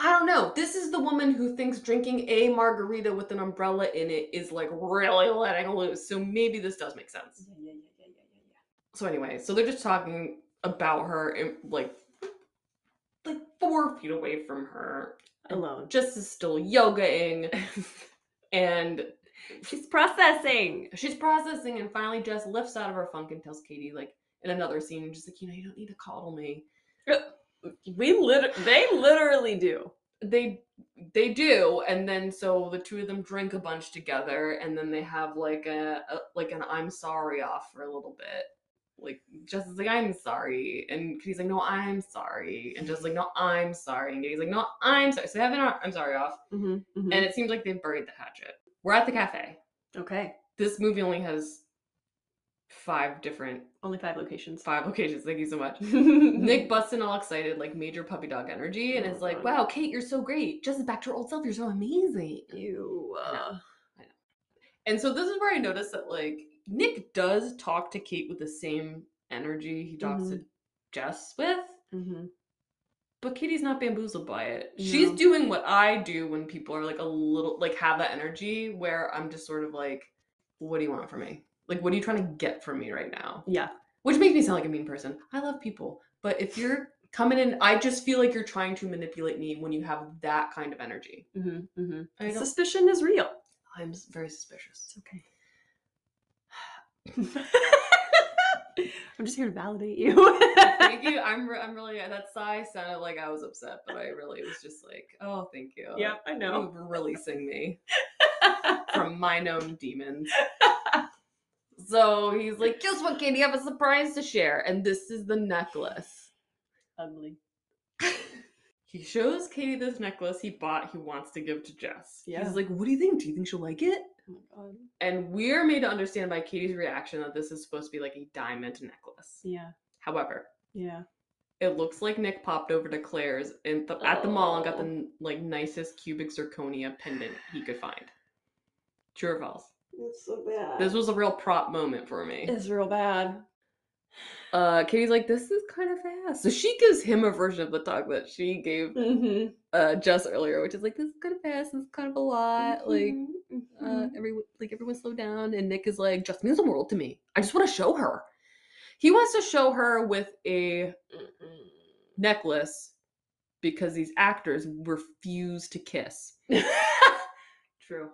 I don't know. This is the woman who thinks drinking a margarita with an umbrella in it is like really letting loose. So maybe this does make sense. Yeah, yeah, yeah, yeah, yeah, yeah, yeah. so anyway, so they're just talking about her and like like four feet away from her. Alone. Just is still yogaing and She's processing. she's processing and finally Jess lifts out of her funk and tells Katie like in another scene, just like, you know, you don't need to coddle me. We lit- they literally do. They they do, and then so the two of them drink a bunch together, and then they have like a, a like an I'm sorry off for a little bit. Like Jess is like I'm sorry, and Katie's like no I'm sorry, and Jess is like no I'm sorry, and Katie's like no I'm sorry. So they have an I'm sorry off, Mm-hmm, and it seems like they've buried the hatchet. We're at the cafe. okay. This movie only has five different Only five locations. five locations. Thank you so much. Nick Nick. busts in all excited, like major puppy dog energy, and Mm-hmm. Oh, is like, God. "Wow, Kate, you're so great. Just back to your old self. You're so amazing." You. Uh, And so this is where I noticed that like Nick does talk to Kate with the same energy he talks Mm-hmm. to Jess with, mhm. but Katie's not bamboozled by it. She's No. doing what I do when people are like a little like have that energy where I'm just sort of like, "What do you want from me? Like, what are you trying to get from me right now?" Yeah. which makes me sound like a mean person. I love people, but if you're coming in, I just feel like you're trying to manipulate me when you have that kind of energy. Mm-hmm, mm-hmm. I don't, Suspicion is real. I'm s- very suspicious. okay. I'm just here to validate you. thank you. I'm re- I'm really that sigh sounded like I was upset, but I really was just like, oh, thank you. yep, I know. You're releasing me from mine own demons. So he's like, guess what, Katie? I have a surprise to share, and this is the necklace. Ugly. He shows Katie this necklace he bought he wants to give to Jess. Yeah. He's like, what do you think? Do you think she'll like it? Oh my god. And we're made to understand by Katie's reaction that this is supposed to be like a diamond necklace. Yeah. However, Yeah. it looks like Nick popped over to Claire's in the, at the mall and got the Oh. n- like nicest cubic zirconia pendant he could find. True or false? It's so bad. This was a real prop moment for me. It's real bad. Uh, Katie's like, this is kind of fast. So she gives him a version of the talk that she gave Mm-hmm. uh Jess earlier, which is like, this is kind of fast. This is kind of a Mm-hmm, lot. Like, uh, every like everyone slow down. And Nick is like, Jess means the world to me. I just want to show her. He wants to show her with a necklace because these actors refuse to kiss. True.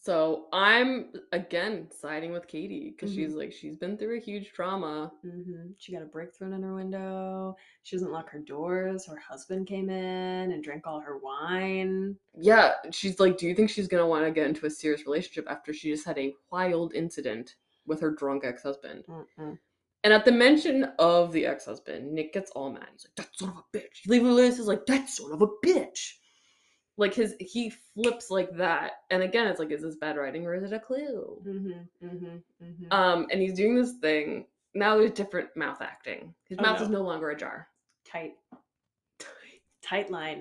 So I'm again siding with Katie because Mhm. she's like she's been through a huge trauma. hmm She got a brick thrown in her window. She doesn't lock her doors. Her husband came in and drank all her wine. Yeah, she's like, do you think she's gonna want to get into a serious relationship after she just had a wild incident with her drunk ex-husband? Mm-mm. And at the mention of the ex-husband, Nick gets all mad. He's like, that son of a bitch. He literally is like, that son of a bitch. Like his he flips like that. And again, it's like, is this bad writing or is it a clue? Mm-hmm. Mm-hmm. Mm-hmm. Um, and he's doing this thing. Now there's different mouth acting. His Oh, mouth no. is no longer ajar. tight. Tight line.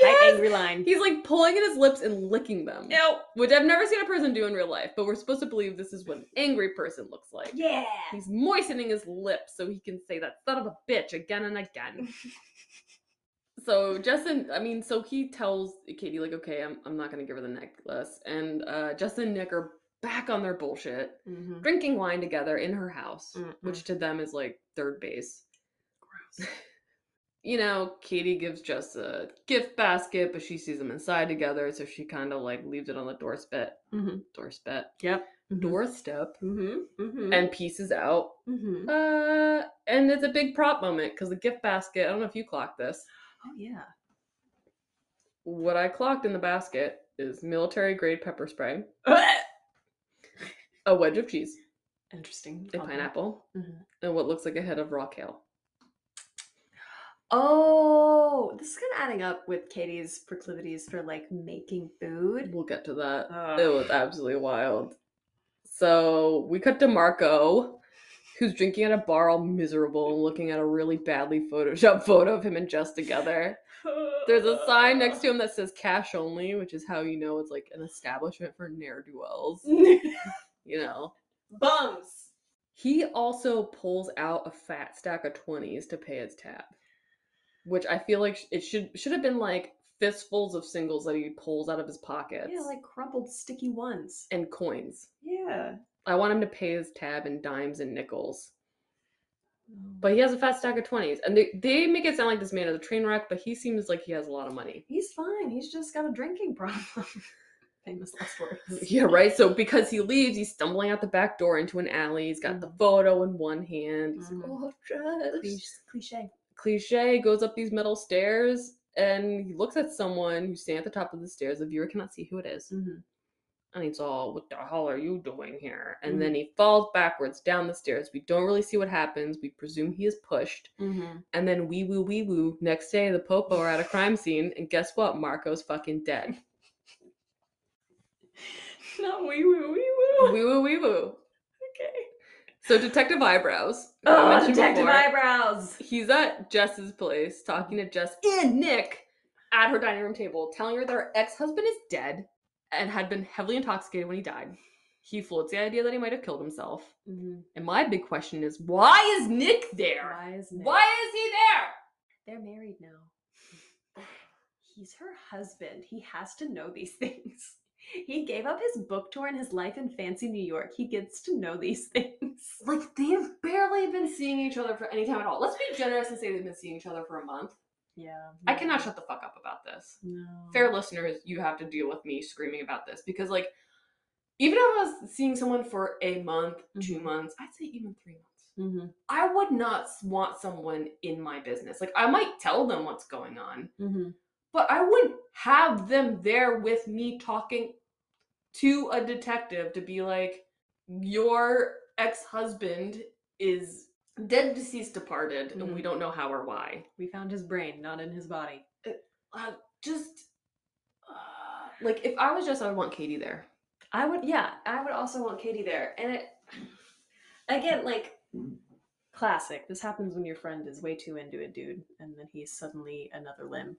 Tight Yes! angry line. He's like pulling at his lips and licking them. Nope. Which I've never seen a person do in real life, but we're supposed to believe this is what an angry person looks like. Yeah. He's moistening his lips so he can say that son of a bitch again and again. so Justin, I mean, so he tells Katie, like, okay, I'm, I'm not gonna give her the necklace. And uh Justin and Nick are back on their bullshit, Mm-hmm. drinking wine together in her house, Mm-mm. which to them is like third base. Gross. you know, Katie gives Jess a gift basket, but she sees them inside together, so she kind of like leaves it on the doorstep, Mhm. doorstep, Yep. doorstep, Mm-hmm. Mm-hmm. and pieces out. mm-hmm. Uh, and it's a big prop moment because the gift basket. I don't know if you clocked this. Oh yeah. What I clocked in the basket is military grade pepper spray, a wedge of cheese, Interesting. a combo. pineapple, Mhm. and what looks like a head of rock hail. Oh, this is kind of adding up with Katie's proclivities for like making food. We'll get to that. It Ugh. was absolutely wild. So we cut to Marco, who's drinking at a bar all miserable and looking at a really badly photoshopped photo of him and Jess together. There's a sign next to him that says cash only, which is how you know it's like an establishment for ne'er do wells. You know? Bums. He also pulls out a fat stack of 20s to pay his tab, which I feel like sh- it should should have been like fistfuls of singles that he pulls out of his pockets Yeah, like crumpled sticky ones. and coins. Yeah. I want him to pay his tab in dimes and nickels. But he has a fat stack of 20s. And they, they make it sound like this man is a train wreck, but he seems like he has a lot of money. he's fine. He's just got a drinking problem. Famous last words. Yeah, right? So because he leaves, he's stumbling out the back door into an alley. He's got the Mhm. photo in one hand. He's Mhm. like, oh, judge. Cliche. Cliche. Cliche goes up these metal stairs and he looks at someone who's standing at the top of the stairs. The viewer cannot see who it is. Mhm. And he's all, What the hell are you doing here? And then he falls backwards down the stairs. We don't really see what happens. We presume he is pushed. Mhm. And then wee woo wee woo. Next day, the Popo are at a crime scene, and guess what? Marco's fucking dead. Not wee woo wee woo. wee woo wee woo. Okay. So Detective Eyebrows. who I Oh, mentioned detective before, eyebrows. He's at Jess's place, talking to Jess and Nick at her dining room table, telling her that her ex-husband is dead and had been heavily intoxicated when he died. He floats the idea that he might have killed himself. And my big question is, why is Nick there? Mm-hmm. Why is Why is he there? They're married now. He's her husband. He has to know these things. He gave up his book tour and his life in fancy New York. He gets to know these things. like they've barely been seeing each other for any time at all. Let's be generous and say they've been seeing each other for a month. Yeah. I cannot shut the fuck up about this. No. Fair listeners, you have to deal with me screaming about this because like even if I was seeing someone for a month, two Mhm. months, I'd say even three months. Mm-hmm. I would not s- want someone in my business. Like I might tell them what's going on, Mm-hmm. but I wouldn't have them there with me talking to a detective to be like, your ex husband is dead, deceased, departed, and we Mhm. don't know how or why. We found his brain, not in his body. Uh, just uh, like if I was just, I would want Katie there. I would, yeah, I would also want Katie there. And it, again, like, classic. This happens when your friend is way too into a dude, and then he's suddenly another limb.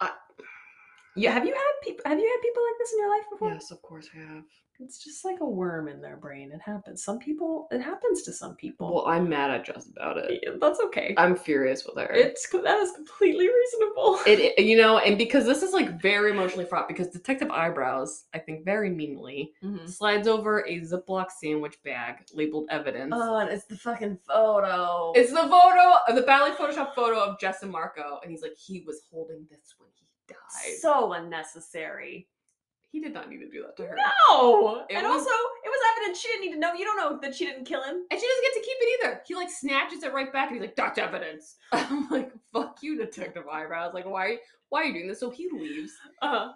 I- Yeah. Have you had people? Have you had people like this in your life before? Yes, of course I have. It's just like a worm in their brain. It happens. Some people. It happens to some people. Well, I'm mad at Jess about it. Yeah, That's okay. I'm furious with her. It's co- that is completely reasonable. it, it- you know, and because this is like very emotionally fraught, because Detective Eyebrows, I think very meanly, Mhm. slides over a Ziploc sandwich bag labeled evidence. Oh, and it's the fucking photo. It's the photo, the Bally Photoshop photo of Jess and Marco, and he's like, he was holding this when he died. so unnecessary. he did not need to do that to her. No. It Oh, and was- also, it was evidence she didn't need to know. You don't know that she didn't kill him. And she doesn't get to keep it either. He like snatches it right back, and he's like, "That's evidence." I'm like, "Fuck you, Detective Eyebrows!" Like, why, why are you doing this? So he leaves, Uh,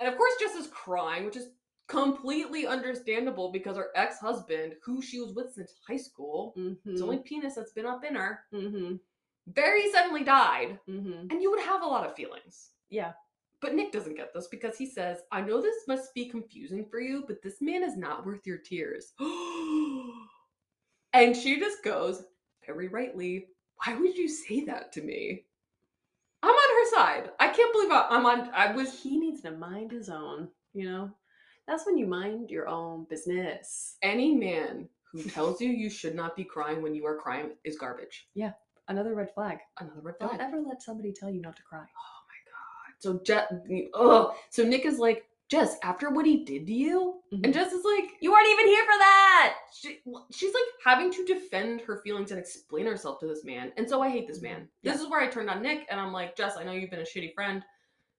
and of course, Jess is crying, which is completely understandable because her ex-husband, who she was with since high school, it's the only penis that's been up in her, Mm-hmm. very suddenly died, Mm-hmm. and you would have a lot of feelings. Yeah. But Nick doesn't get this because he says, I know this must be confusing for you, but this man is not worth your tears. and she just goes, very rightly, why would you say that to me? I'm on her side. I can't believe I, I'm on. I was. He needs to mind his own, you know? That's when you mind your own business. Any man who tells you you should not be crying when you are crying is garbage. Another red flag. Another red Don't flag. ever let somebody tell you not to cry. So Jess, oh, so Nick is like, Jess, after what he did to you, Mm-hmm. and Jess is like, you weren't even here for that! she, well, she's like having to defend her feelings and explain herself to this man. And so I hate this man. This is where I turned on Nick and I'm like, Jess, I know you've been a shitty friend,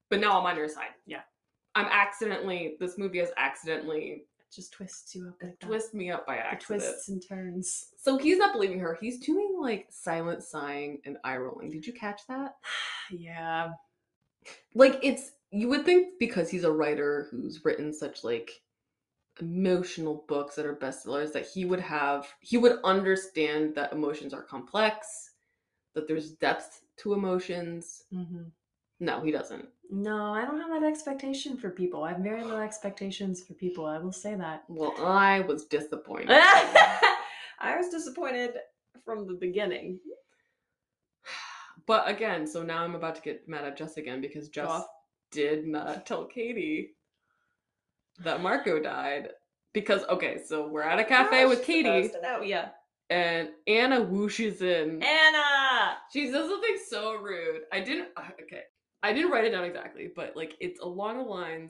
but now I'm on your side. Yeah. I'm accidentally, this movie has accidentally It just twists you up like that. twist me up by The accident. twists and turns. So he's not believing her. He's doing like silent sighing and eye rolling. Did you catch that? Yeah. like it's you would think because he's a writer who's written such like emotional books that are bestsellers that he would have he would understand that emotions are complex that there's depth to emotions Mm-hmm. no he doesn't No, I don't have that expectation for people. I have very low expectations for people. I will say that. well i was disappointed I was disappointed from the beginning. but again so now i'm about to get mad at jess again because jess off. did not tell katie that marco died because okay so we're at a cafe with katie Oh yeah, and anna whooshes in Anna. She says something so rude. I didn't. uh, Okay, I didn't write it down exactly, but like it's along the lines,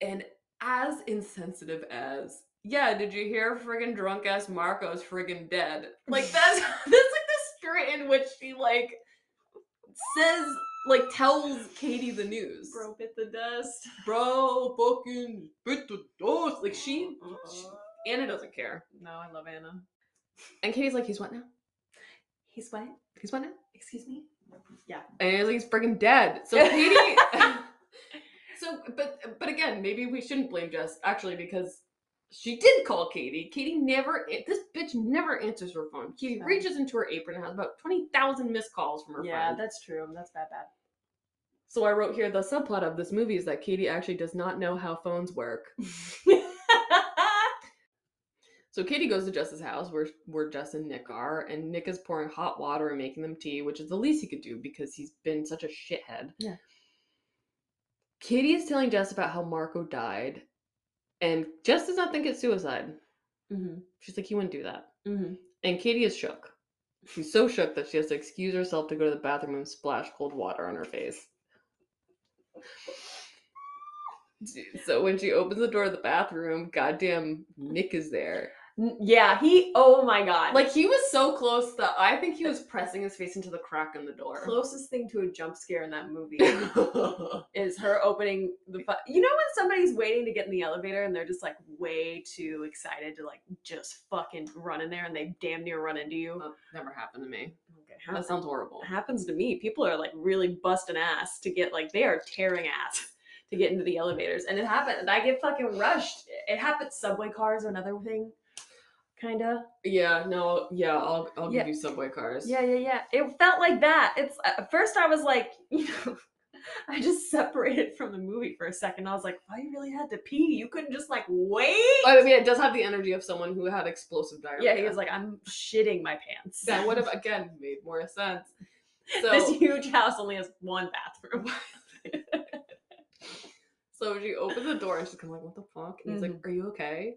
and as insensitive as yeah. Did you hear? Friggin' drunk ass Marco's friggin' dead. Like that's that's like the spirit in which she like says like tells Katie the news. Bro bit the dust. Bro, fucking bit the dust. Like she, Uh-uh. she Anna doesn't care, No, I love Anna. and Katie's like, he's what now? He's what? He's what now? Excuse me? and he's like, he's freaking dead. So Katie. so, but but again, maybe we shouldn't blame Jess actually because she did call Katie. Katie never. a- This bitch never answers her phone. Katie Yeah. reaches into her apron and has about twenty thousand missed calls from her Yeah, friend. that's true. That's bad, bad. So I wrote here the subplot of this movie is that Katie actually does not know how phones work. So Katie goes to Jess's house where where Jess and Nick are, and Nick is pouring hot water and making them tea, which is the least he could do because he's been such a shithead. Yeah. Katie is telling Jess about how Marco died, and Jess does not think it's suicide. mm-hmm. She's like, he wouldn't do that. Mm-hmm. And Katie is shook. She's so shook that she has to excuse herself to go to the bathroom and splash cold water on her face. So when she opens the door of the bathroom, goddamn Nick is there. Yeah, he. Oh my god. Like he was so close that I think he was pressing his face into the crack in the door. closest thing to a jump scare in that movie is her opening the fu- you know when somebody's waiting to get in the elevator and they're just like way too excited to like just fucking run in there and they damn near run into you That never happened to me. okay That happens, sounds horrible. happens to me people are like really busting ass to get like they are tearing ass to get into the elevators and it happened and i get fucking rushed it happens subway cars are another thing kind of Yeah, no, yeah, I'll I'll Yeah. give you subway cars. Yeah, yeah, yeah. It felt like that. It's uh, at first I was like, you know, I just separated from the movie for a second. I was like, why you really had to pee? You couldn't just like wait. But I mean, it does have the energy of someone who had explosive diarrhea. yeah, he was like, I'm shitting my pants. that would have again made more sense. So this huge house only has one bathroom. So she opens the door and she's kind of like, "What the fuck?" And he's Mm-hmm. like, "Are you okay?"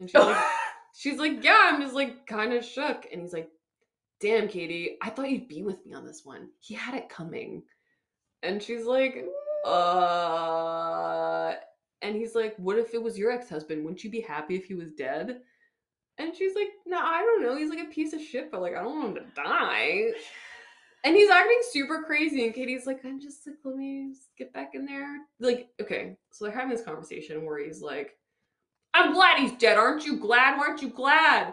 And she's like, "She's like, yeah, I'm just like kind of shook." And he's like, "Damn, Katie, I thought you'd be with me on this one. He had it coming." And she's like, "Uh," and he's like, "What if it was your ex-husband? Wouldn't you be happy if he was dead?" And she's like, "No, I don't know. He's like a piece of shit, but like I don't want him to die." And he's acting super crazy, and Katie's like, I'm just like, let me just get back in there. Like, okay, so they're having this conversation where he's like, I'm glad he's dead. Aren't you glad? Aren't you glad?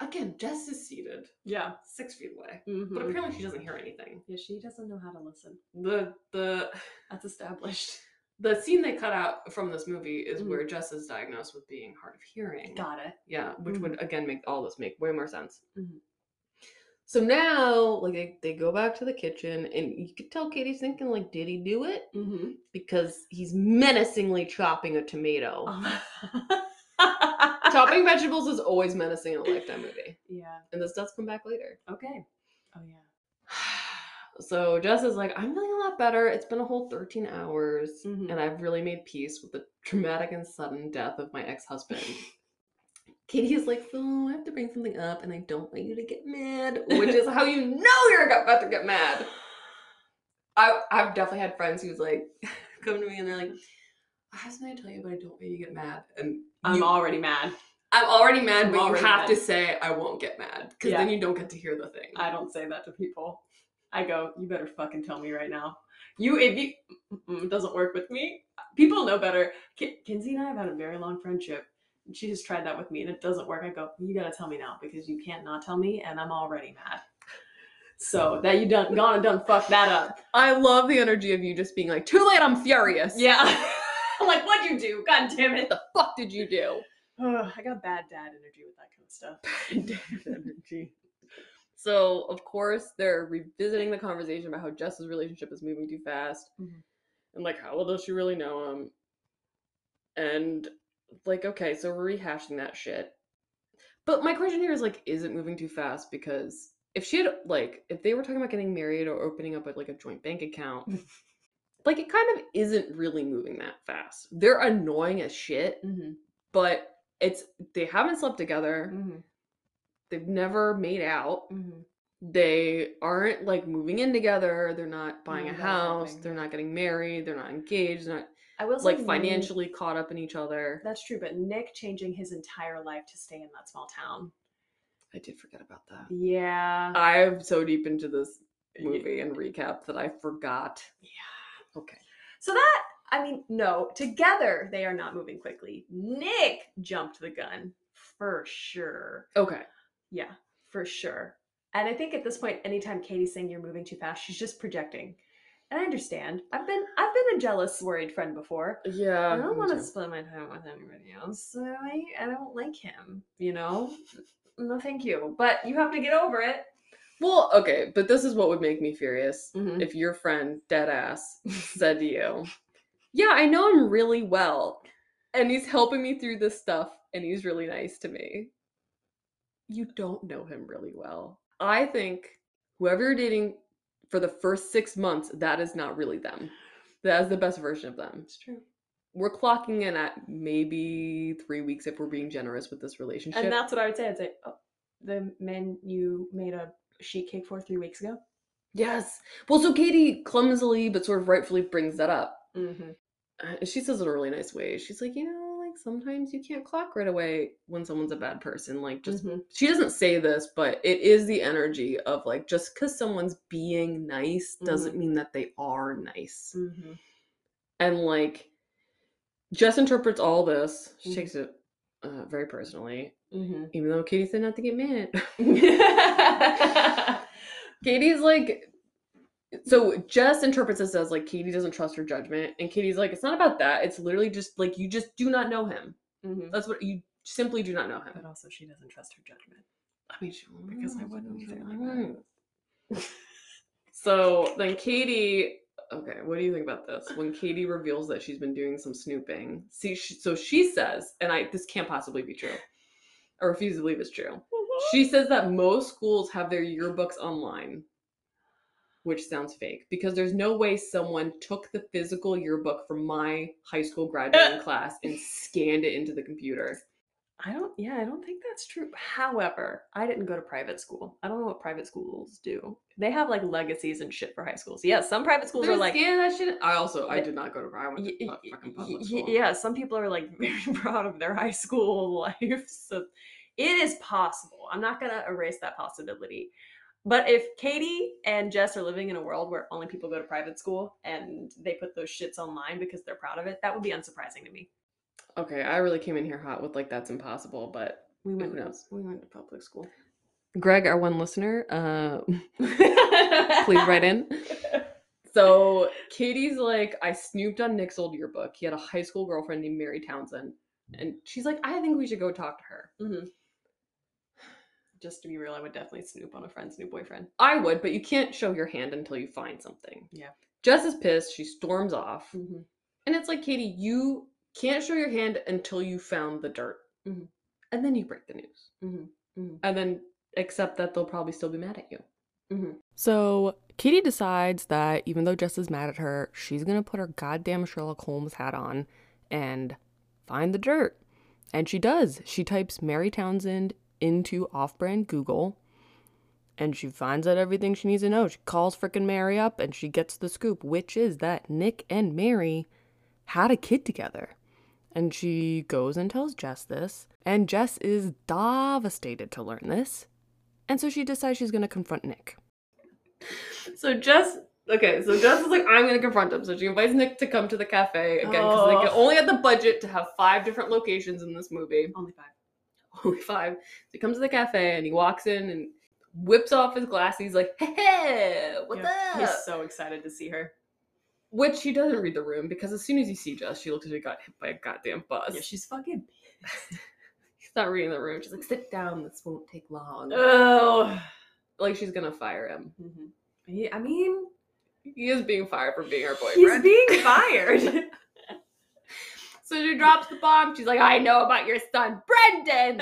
Again, Jess is seated yeah. six feet away, but mhm. apparently she doesn't hear anything. yeah, she doesn't know how to listen. The the That's established. the scene they cut out from this movie is Mhm. where Jess is diagnosed with being hard of hearing. Got it. Yeah, which would again make all this make way more sense. Mhm. So now, like they, they go back to the kitchen, and you could tell Katie's thinking, like, did he do it? Mm-hmm. Because he's menacingly chopping a tomato. Uh-huh. Um, Oh. Chopping vegetables is always menacing in a lifetime movie, yeah. and this does come back later. Okay. Oh yeah. So Jess is like, I'm feeling a lot better. It's been a whole 13 hours, Mhm. and I've really made peace with the dramatic and sudden death of my ex husband. Katie is like, so I have to bring something up, and I don't want you to get mad, which is how you know you're about to get mad. I, I've definitely had friends who's like, come to me and they're like, I have something to tell you, but I don't want you to get mad. And I'm you- already mad. I'm already mad, I'm but already you have to mad. say I won't get mad because Yeah. then you don't get to hear the thing. I don't say that to people. I go, you better fucking tell me right now. You, if you, mm-mm, it doesn't work with me. People know better. Ki- Kinsey and I have had a very long friendship. and She has tried that with me and it doesn't work. I go, you gotta tell me now because you can't not tell me and I'm already mad. So that you done gone and done fuck that up. I love the energy of you just being like, too late, I'm furious. Yeah. I'm like, what'd you do? God damn What it. the fuck did you do? Ugh, I got bad dad energy with that kind of stuff. Bad dad energy. So, of course, they're revisiting the conversation about how Jess's relationship is moving too fast. Mhm. And, like, how well does she really know him? And, like, okay, so we're rehashing that shit. But my question here is, like, is it moving too fast? Because if she had, like, if they were talking about getting married or opening up, like, a joint bank account, like, it kind of isn't really moving that fast. They're annoying as shit, Mm-hmm. but it's, they haven't slept together. Mm-hmm. They've never made out Mm-hmm. they aren't like moving in together they're not buying a that's house Mm, happening, they're yeah. not getting married they're not engaged they're not I will say like me- financially caught up in each other That's true, but Nick changing his entire life to stay in that small town. i did forget about that Yeah. i'm so deep into this Yeah. movie and recap that i forgot yeah. okay So that, I mean, no, together they are not moving quickly. Nick jumped the gun for sure. okay Yeah, for sure. And I think at this point, anytime Katie's saying you're moving too fast, she's just projecting. And I understand. I've been I've been a jealous, worried friend before. yeah I don't me want to too. spend my time with anybody else. So I, I don't like him, you know? No, thank you. But you have to get over it. well okay but this is what would make me furious Mhm. if your friend dead ass said to you yeah i know him really well and he's helping me through this stuff and he's really nice to me you don't know him really well i think whoever you're dating for the first six months that is not really them that is the best version of them It's true. we're clocking in at maybe three weeks if we're being generous with this relationship And that's what I would say. I'd say, oh, the men you made a sheet cake for three weeks ago. yes well so katie clumsily but sort of rightfully brings that up Mm-hmm. uh, she says it in a really nice way. She's like, you know, like sometimes you can't clock right away when someone's a bad person. Like, just Mm-hmm. she doesn't say this, but it is the energy of like just because someone's being nice doesn't mean that they are Mm. nice. mm-hmm. And like, Jess interprets all this. She Mhm. takes it uh, very personally, Mm-hmm. even though Katie said not to get mad. Mm-hmm. Katie's like, so Jess interprets this as like Katie doesn't trust her judgment, and Katie's like, it's not about that. It's literally just like you just do not know him. Mm-hmm. That's what you simply do not know him. But also, she doesn't trust her judgment. I mean, she won't Because I know, wouldn't so either, I like that. won't. so then Katie, okay, what do you think about this? When Katie reveals that she's been doing some snooping, see, she, so she says, and I this can't possibly be true. I refuse to Mm-hmm. believe it's true. She says that most schools have their yearbooks online. which sounds fake because there's no way someone took the physical yearbook from my high school graduating class and scanned it into the computer. I don't, yeah, I don't think that's true. However, I didn't go to private school. I don't know what private schools do. They have like legacies and shit for high schools. Yeah, some private schools They're are like, scanning that shit. I also I Th- did not go to I went Y- to y- pu- fucking public y- school. yeah, some people are like very proud of their high school life. So it is possible. I'm not going to erase that possibility. But if Katie and Jess are living in a world where only people go to private school and they put those shits online because they're proud of it, that would be unsurprising to me. Okay, I really came in here hot with like that's impossible, but We went, Who knows? we went to public school. Greg, our one listener, uh, Please please write in. So Katie's like, I snooped on Nick's old yearbook. He had a high school girlfriend named Mary Townsend, and she's like, I think we should go talk to her. hmm Just to be real, I would definitely snoop on a friend's new boyfriend. I would, but you can't show your hand until you find something. Yeah. Jess is pissed. She storms off, and it's like, Katie, you can't show your hand until you found the dirt, Mhm. and then you break the news, Mhm. Mhm. and then accept that they'll probably still be mad at you. hmm So Katie decides that even though Jess is mad at her, she's gonna put her goddamn Sherlock Holmes hat on and find the dirt. And she does. She types Mary Townsend into off brand Google and she finds out everything she needs to know. She calls frickin' Mary up and she gets the scoop, which is that Nick and Mary had a kid together. And she goes and tells Jess this. And Jess is devastated to learn this. And so she decides she's gonna confront Nick. So Jess, okay, so Jess is like, I'm gonna confront him. So she invites Nick to come to the cafe again because they Oh. can only had the budget to have five different locations in this movie. Only five. Only five. So he comes to the cafe and he walks in and whips off his glasses. He's like, hey, hey what's Yeah, up? He's so excited to see her. Which he doesn't read the room because as soon as you see Jess, she looks like she got hit by a goddamn bus. Yeah, she's fucking. She's not reading the room. She's like, sit down, this won't take long. Oh. Like she's gonna fire him. Mm-hmm. I mean, He is being fired for being her he's boyfriend. being fired. So she drops the bomb. She's like, I know about your son, Brendan.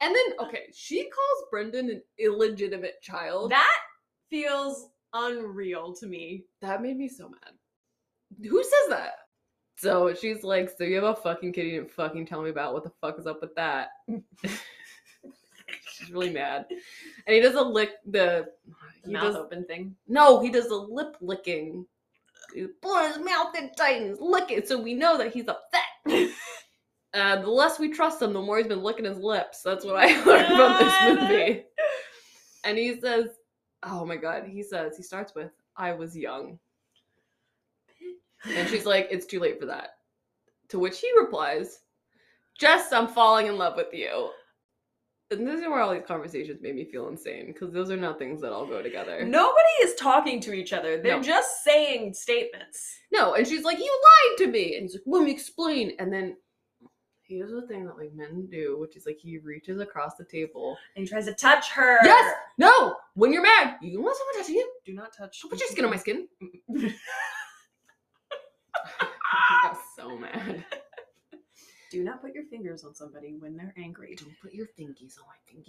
and then, okay, she calls Brendan an illegitimate child. That, that feels unreal to me. made me so mad. Who says that? So she's like, So you have a fucking kid you didn't fucking tell me about. What the fuck is up with that? she's really mad. And he does a lick the. The He mouth does, open thing. no, he does a lip licking. He pulls his mouth in tight and lick it so we know that he's upset. Uh, the less we trust him, the more he's been licking his lips. That's what I learned from God. this movie. And he says, "Oh my god," he says. He starts with, "I was young," and she's like, "It's too late for that." To which he replies, "Jess, I'm falling in love with you." And this is where all these conversations made me feel insane because those are not things that all go together. Nobody is talking to each other. They're No. just saying statements. No, and she's like, "You lied to me," and he's like, "Let me explain." And then he does the thing that like men do, which is like he reaches across the table. And he tries to touch her. Yes! No, when you're mad, you don't want someone touching you. Do not touch. Don't put your skin on my skin. I got so mad. Do not put your fingers on somebody when they're angry. Don't put your fingies on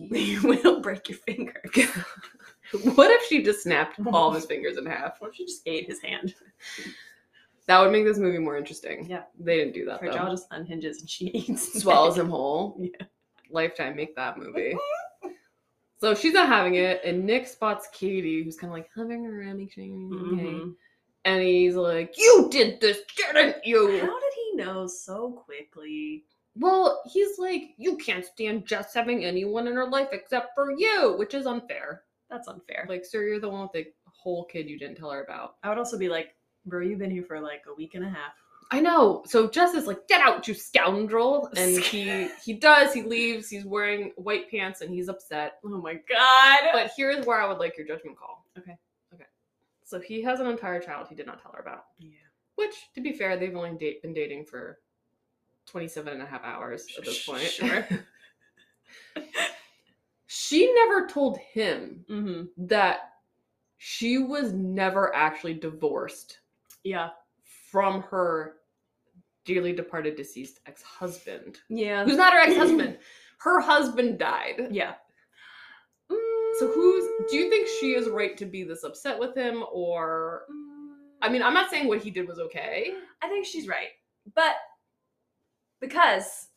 my You will break your finger. fingies. what if she just snapped all of his fingers in half? What if she just ate his hand? That would make this movie more interesting. Yeah. They didn't do that Her jaw though. just unhinges and she eats. his Swallows hand. him whole. Yeah. Lifetime make that movie. So she's not having it, and Nick spots Katie, who's kind of like hovering around, making sure you're okay. Mhm. And he's like, "You did this, didn't you?" How did he know so quickly? Well, he's like, you can't stand Jess having anyone in her life except for you, which is unfair. That's unfair. Like, sir, you're the one with the whole kid you didn't tell her about. I would also be like, bro, you've been here for like a week and a half. I know. So Jess is like, get out, you scoundrel. And he he does, he leaves, he's wearing white pants and he's upset. Oh my god. But here's where I would like your judgment call. Okay. Okay. So he has an entire child he did not tell her about. yeah. Which, to be fair, they've only date, been dating for 27 and a half hours at this point. Sure. she never told him Mm-hmm. that she was never actually divorced Yeah. from her dearly departed deceased ex-husband Yeah. who's not her ex-husband her husband died Yeah. So who's do you think she is right to be this upset with him or I mean, I'm not saying what he did was okay. mm, I think she's right. But because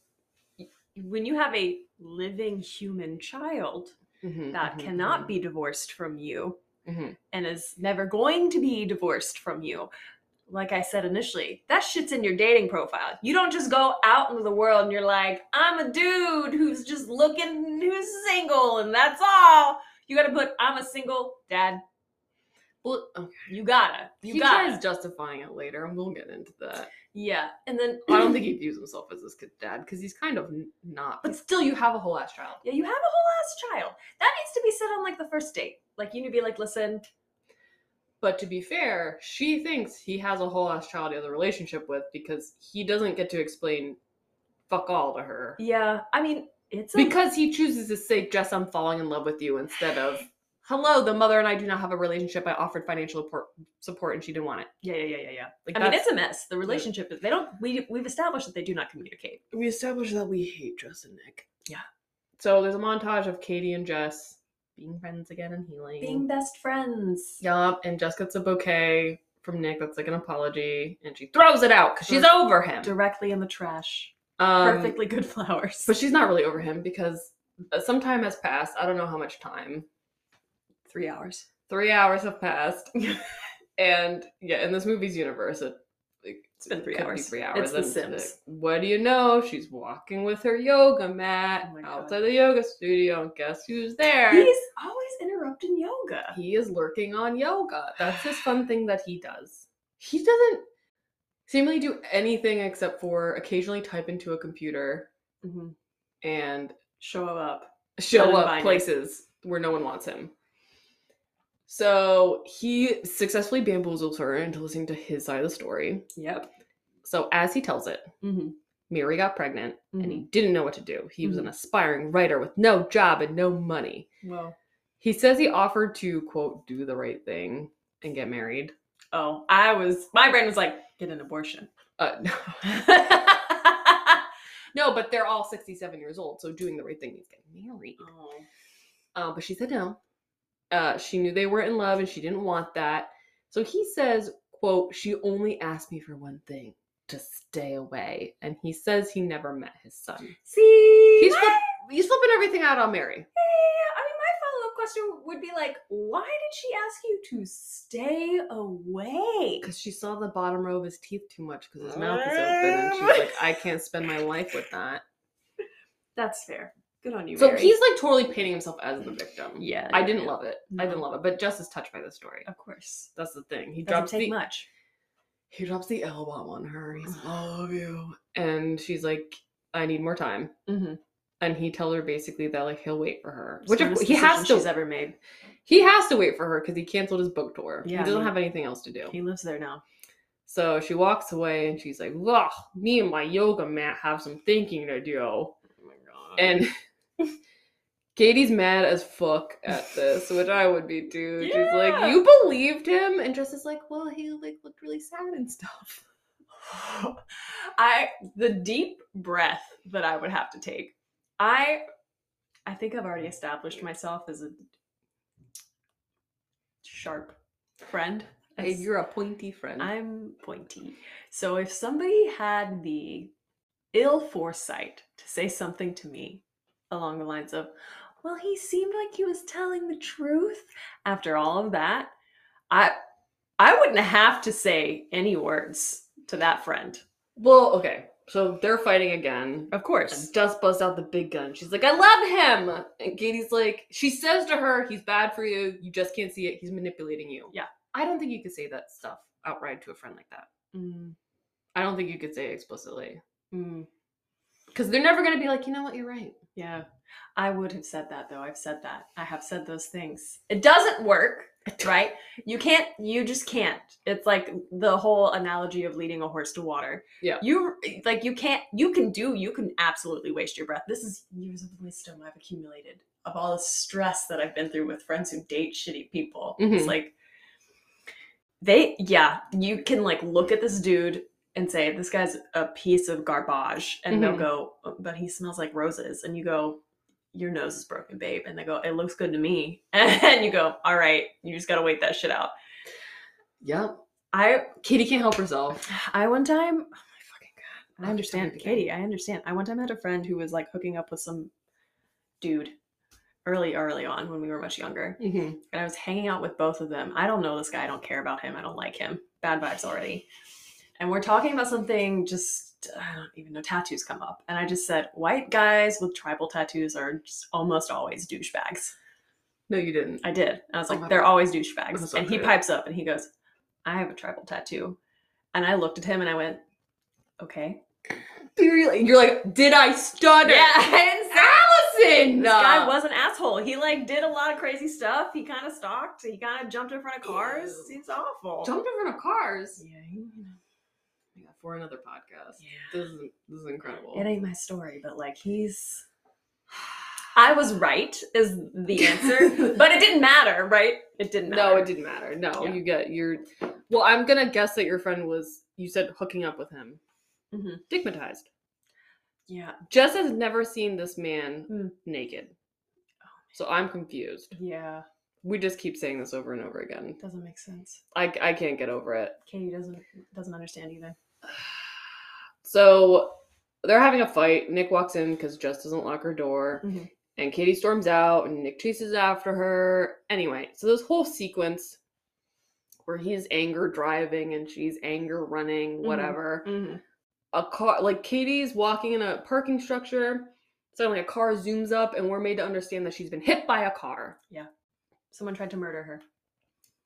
y- when you have a living human child Mm-hmm. that cannot be divorced from you Mhm. and is never going to be divorced from you, like I said initially, that shit's in your dating profile. You don't just go out into the world and you're like, I'm a dude who's just looking, who's single, and that's all. You gotta put, I'm a single dad. Well, okay. You gotta. You he gotta. tries justifying it later, and we'll get into that. Yeah. And then I don't think he views himself as this kid's dad because he's kind of n- not. But still, you have a whole ass child. Yeah, you have a whole ass child. That needs to be said on like the first date. Like you need to be like, listen, But to be fair, she thinks he has a whole ass child he has a relationship with because he doesn't get to explain fuck all to her. yeah, I mean, it's a, Because he chooses to say, Jess, I'm falling in love with you instead of, hello, the mother and I do not have a relationship. I offered financial support, support and she didn't want it. yeah, yeah, yeah, yeah, yeah. Like, I mean, that's- it's a mess. The relationship is they don't we we've established that they do not communicate. we established that we hate Jess and Nick. Yeah. So there's a montage of Katie and Jess being friends again and healing. Being best friends. Yup, and Jess gets a bouquet from Nick that's like an apology, and she throws it out because she's Direct- over him. Directly in the trash. Um, Perfectly good flowers. But she's not really over him because uh, some time has passed. I don't know how much time. three hours. Three hours have passed, and yeah, in this movie's universe, it like, It's been three could be hours. three hours. It's The and, like, Sims. what do you know? She's walking with her yoga mat Oh my God. outside the yoga studio, and guess who's there? He's always interrupting yoga. he is lurking on yoga. That's his fun thing that he does. He doesn't seemingly do anything except for occasionally type into a computer Mhm. and Show up. show up Uninvited. places where no one wants him. So he successfully bamboozles her into listening to his side of the story. Yep. So as he tells it, Mm-hmm. Mary got pregnant and he didn't know what to do. He was an Mhm. aspiring writer with no job and no money. Well. He says he offered to quote do the right thing and get married. Oh, I was my brain was like, get an abortion. Uh, No, but they're all 67 years old, so doing the right thing means getting married. Oh. Uh, but she said no. Uh, she knew they were in love and she didn't want that. So he says, quote, she only asked me for one thing, to stay away. And he says he never met his son. See, He's, my- flip- he's flipping everything out on Mary. yeah, I mean, my follow up question would be like, why did she ask you to stay away? Because she saw the bottom row of his teeth too much because his mouth is open. And she's like, I can't spend my life with that. That's fair. Good on you, So Mary. he's like totally painting himself as the victim. yeah, I didn't love it. I No. didn't love it. But Jess is touched by the story. Of course, That's the thing. He doesn't drops take the much. he drops the L bomb on her. He's like, I love you. And she's like, I need more time. Mm-hmm. And he tells her basically that like he'll wait for her, which of, he has She's to. ever made. He has to wait for her because he canceled his book tour. Yeah, he I doesn't mean- have anything else to do. He lives there now. So she walks away and she's like, "Ugh, me and my yoga mat have some thinking to do." Oh my god. And Katie's mad as fuck at this, which I would be too. She's Yeah. like, "You believed him," and Jess is like, "Well, he like looked really sad and stuff." I the deep breath that I would have to take. I I think I've already established myself as a sharp friend. Hey, As- you're a pointy friend. I'm pointy. So if somebody had the ill foresight to say something to me along the lines of, well, he seemed like he was telling the truth after all of that, I I wouldn't have to say any words to that friend. Well, okay. So they're fighting again. Of course. Dust busts out the big gun. She's like, I love him. And Katie's like, she says to her, he's bad for you. You just can't see it. He's manipulating you. Yeah. I don't think you could say that stuff outright to a friend like that. Mm, I don't think you could say it explicitly. mm, Because they're never going to be like, you know what, you're right. yeah. I would have said that though. I've said that. I have said those things. It doesn't work, right? You can't you just can't. It's like the whole analogy of leading a horse to water. Yeah. You like you can't you can do you can absolutely waste your breath. This is years of wisdom I've accumulated of all the stress that I've been through with friends who date shitty people. Mhm. It's like they yeah, you can like look at this dude and say this guy's a piece of garbage and "Oh, they'll Mhm. go but he smells like roses and you go your nose is broken, babe. And they go, it looks good to me. And you go, all right, you just got to wait that shit out. Yep. I, Katie can't help herself. I one time, oh my fucking God, I I'll just understand, do it again. Katie, I understand. I one time had a friend who was like hooking up with some dude early, early on when we were much younger. Mm-hmm. And I was hanging out with both of them. I don't know this guy. I don't care about him. I don't like him. Bad vibes already. And we're talking about something just, I don't even know, tattoos come up. And I just said, white guys with tribal tattoos are just almost always douchebags. No, you didn't. I did. I was Oh like, my they're God. always That's douchebags. so And he great. pipes up and he goes, I have a tribal tattoo. And I looked at him and I went, okay. Seriously, you're like, did I stutter? Yeah, I didn't say- Allison. This guy was an asshole. He like did a lot of crazy stuff. He kind of stalked. He kind of jumped in front of cars. Ew. He's awful. jumped in front of cars. Yeah, he- you know, Yeah, for another podcast. yeah. This is this is incredible. It ain't my story, but like he's. I was right is the answer, but it didn't matter, right? It didn't matter. No, it didn't matter. No, Yeah. you get your. Well, I'm gonna guess that your friend was. You said hooking up with him. Mm-hmm. Mhm. Stigmatized. Yeah, Jess has never seen this man Mm. naked, so I'm confused. yeah, We just keep saying this over and over again. doesn't make sense. I I can't get over it. Katie doesn't doesn't understand either. So they're having a fight. Nick walks in because Jess doesn't lock her door. Mhm. And Katie storms out and Nick chases after her. Anyway, so this whole sequence where he's anger driving and she's anger running, Mhm. whatever. a car like Katie's walking in a parking structure. Suddenly a car zooms up and we're made to understand that she's been hit by a car. Someone tried to murder her.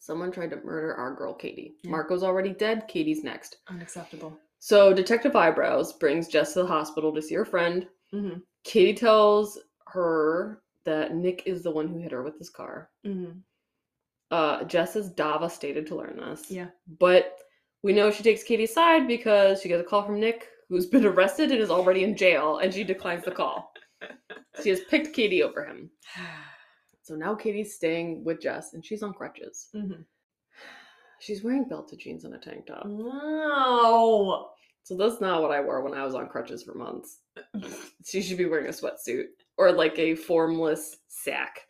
Someone tried to murder our girl Katie. Yeah. Marco's already dead, Katie's next. Unacceptable. So Detective Eyebrows brings Jess to the hospital to see her friend. Mhm. Katie tells her that Nick is the one who hit her with his car. Mm-hmm. Uh, Jess is devastated to learn this. Yeah. But we know she takes Katie's side because she gets a call from Nick, who's been arrested and is already in jail, and she declines the call. she has picked Katie over him. So now Katie's staying with Jess, and she's on crutches. Mm-hmm. She's wearing belted jeans and a tank top. No. So that's not what I wore when I was on crutches for months. she should be wearing a sweatsuit or like a formless sack.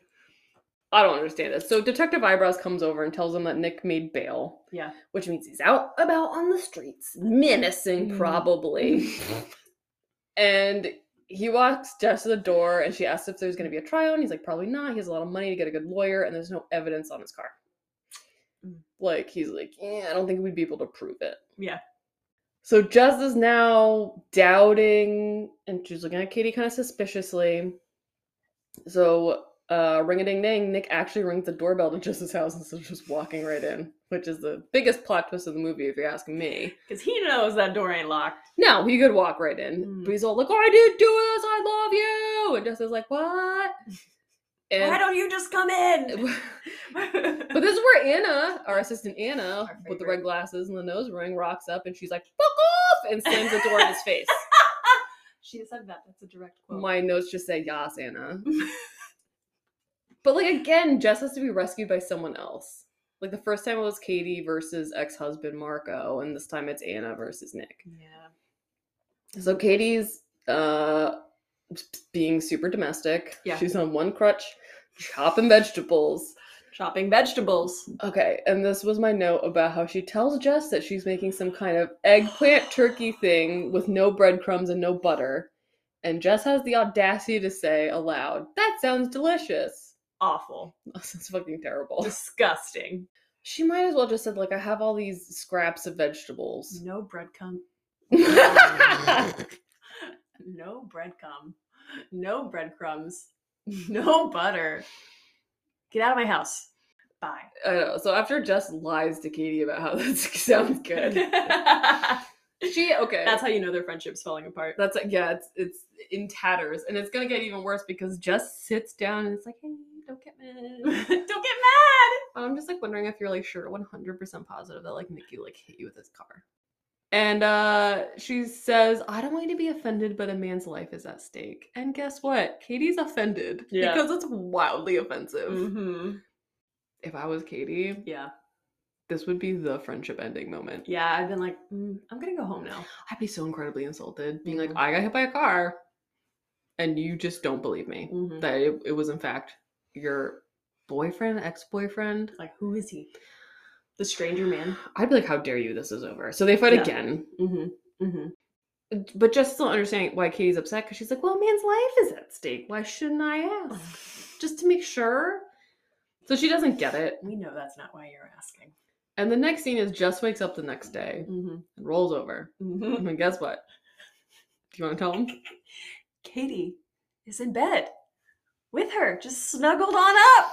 I don't understand it. So Detective Eyebrows comes over and tells him that Nick made bail. Yeah. Which means he's out about on the streets, menacing Mm. probably. and he walks Jess to the door and she asks if there's going to be a trial. And he's like, probably not. He has a lot of money to get a good lawyer and there's no evidence on his car. Mm. Like, he's like, yeah, I don't think we'd be able to prove it. Yeah. So Jess is now doubting and she's looking at Katie kind of suspiciously. So, uh, ring a ding ding, Nick actually rings the doorbell to Jess's house instead of just walking right in, which is the biggest plot twist of the movie, if you ask me. Because he knows that door ain't locked. No, he could walk right in. Mm. But he's all like, I did do this, I love you! And Jess is like, what? Why And, don't you just come in? but this is where Anna, our assistant Anna, Our with the favorite. red glasses and the nose ring, rocks up and she's like, fuck off! And slams the door in his face. she said that. That's a direct quote. My notes just say, yas, Anna. but like, again, Jess has to be rescued by someone else. Like, the first time it was Katie versus ex husband Marco, and this time it's Anna versus Nick. yeah. So Katie's uh being super domestic. Yeah. She's on one crutch, chopping vegetables. Chopping vegetables. Okay, and this was my note about how she tells Jess that she's making some kind of eggplant turkey thing with no breadcrumbs and no butter. And Jess has the audacity to say aloud, That sounds delicious. Awful. That sounds fucking terrible. Disgusting. She might as well just said, like, I have all these scraps of vegetables. No breadcrumb. Mm-hmm. No breadcrumb. No breadcrumbs. No butter. Get out of my house. Bye. I know. So after Jess lies to Katie about how that sounds good, That's she okay. how you know their friendship's falling apart. that's like yeah, it's it's in tatters, and it's gonna get even worse because Jess sits down and it's like, hey, don't get Don't mad. get mad. I'm just like wondering if you're like sure 100 percent positive that like Nikki like hit you with his car. And uh she says, I don't want you to be offended, but a man's life is at stake. And guess what? Katie's offended Yeah. Mm-hmm. because it's wildly offensive. If I was Katie, Yeah. this would be the friendship ending moment. Yeah. I've been like, mm, I'm going to go home now. I'd be so incredibly insulted, being Mhm. like, I got hit by a car, and you just don't believe me Mhm. that it, it was in fact your boyfriend, ex-boyfriend. Like, who is he? The stranger man. I'd be like, how dare you? This is over. So they fight Yeah. again, Mm-hmm. Mm-hmm. but just still understanding why Katie's upset because she's like, well, a man's life is at stake. Why shouldn't I ask? Just to make sure. So she doesn't get it. We know that's not why you're asking. And the next scene is Jess wakes up the next day Mm-hmm. and rolls over. Mm-hmm. And guess what? Do you want to tell him? Katie is in bed with her, just snuggled on up.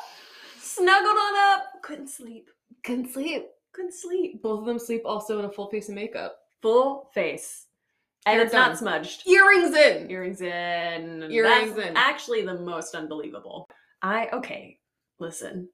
Snuggled on up. Couldn't sleep. Couldn't sleep. Couldn't sleep. Both of them sleep also in a full face of makeup. Full face. And Hair it's done. not smudged. Earrings in. Earrings in. Earrings That's in. Actually, the most unbelievable. I okay. Listen,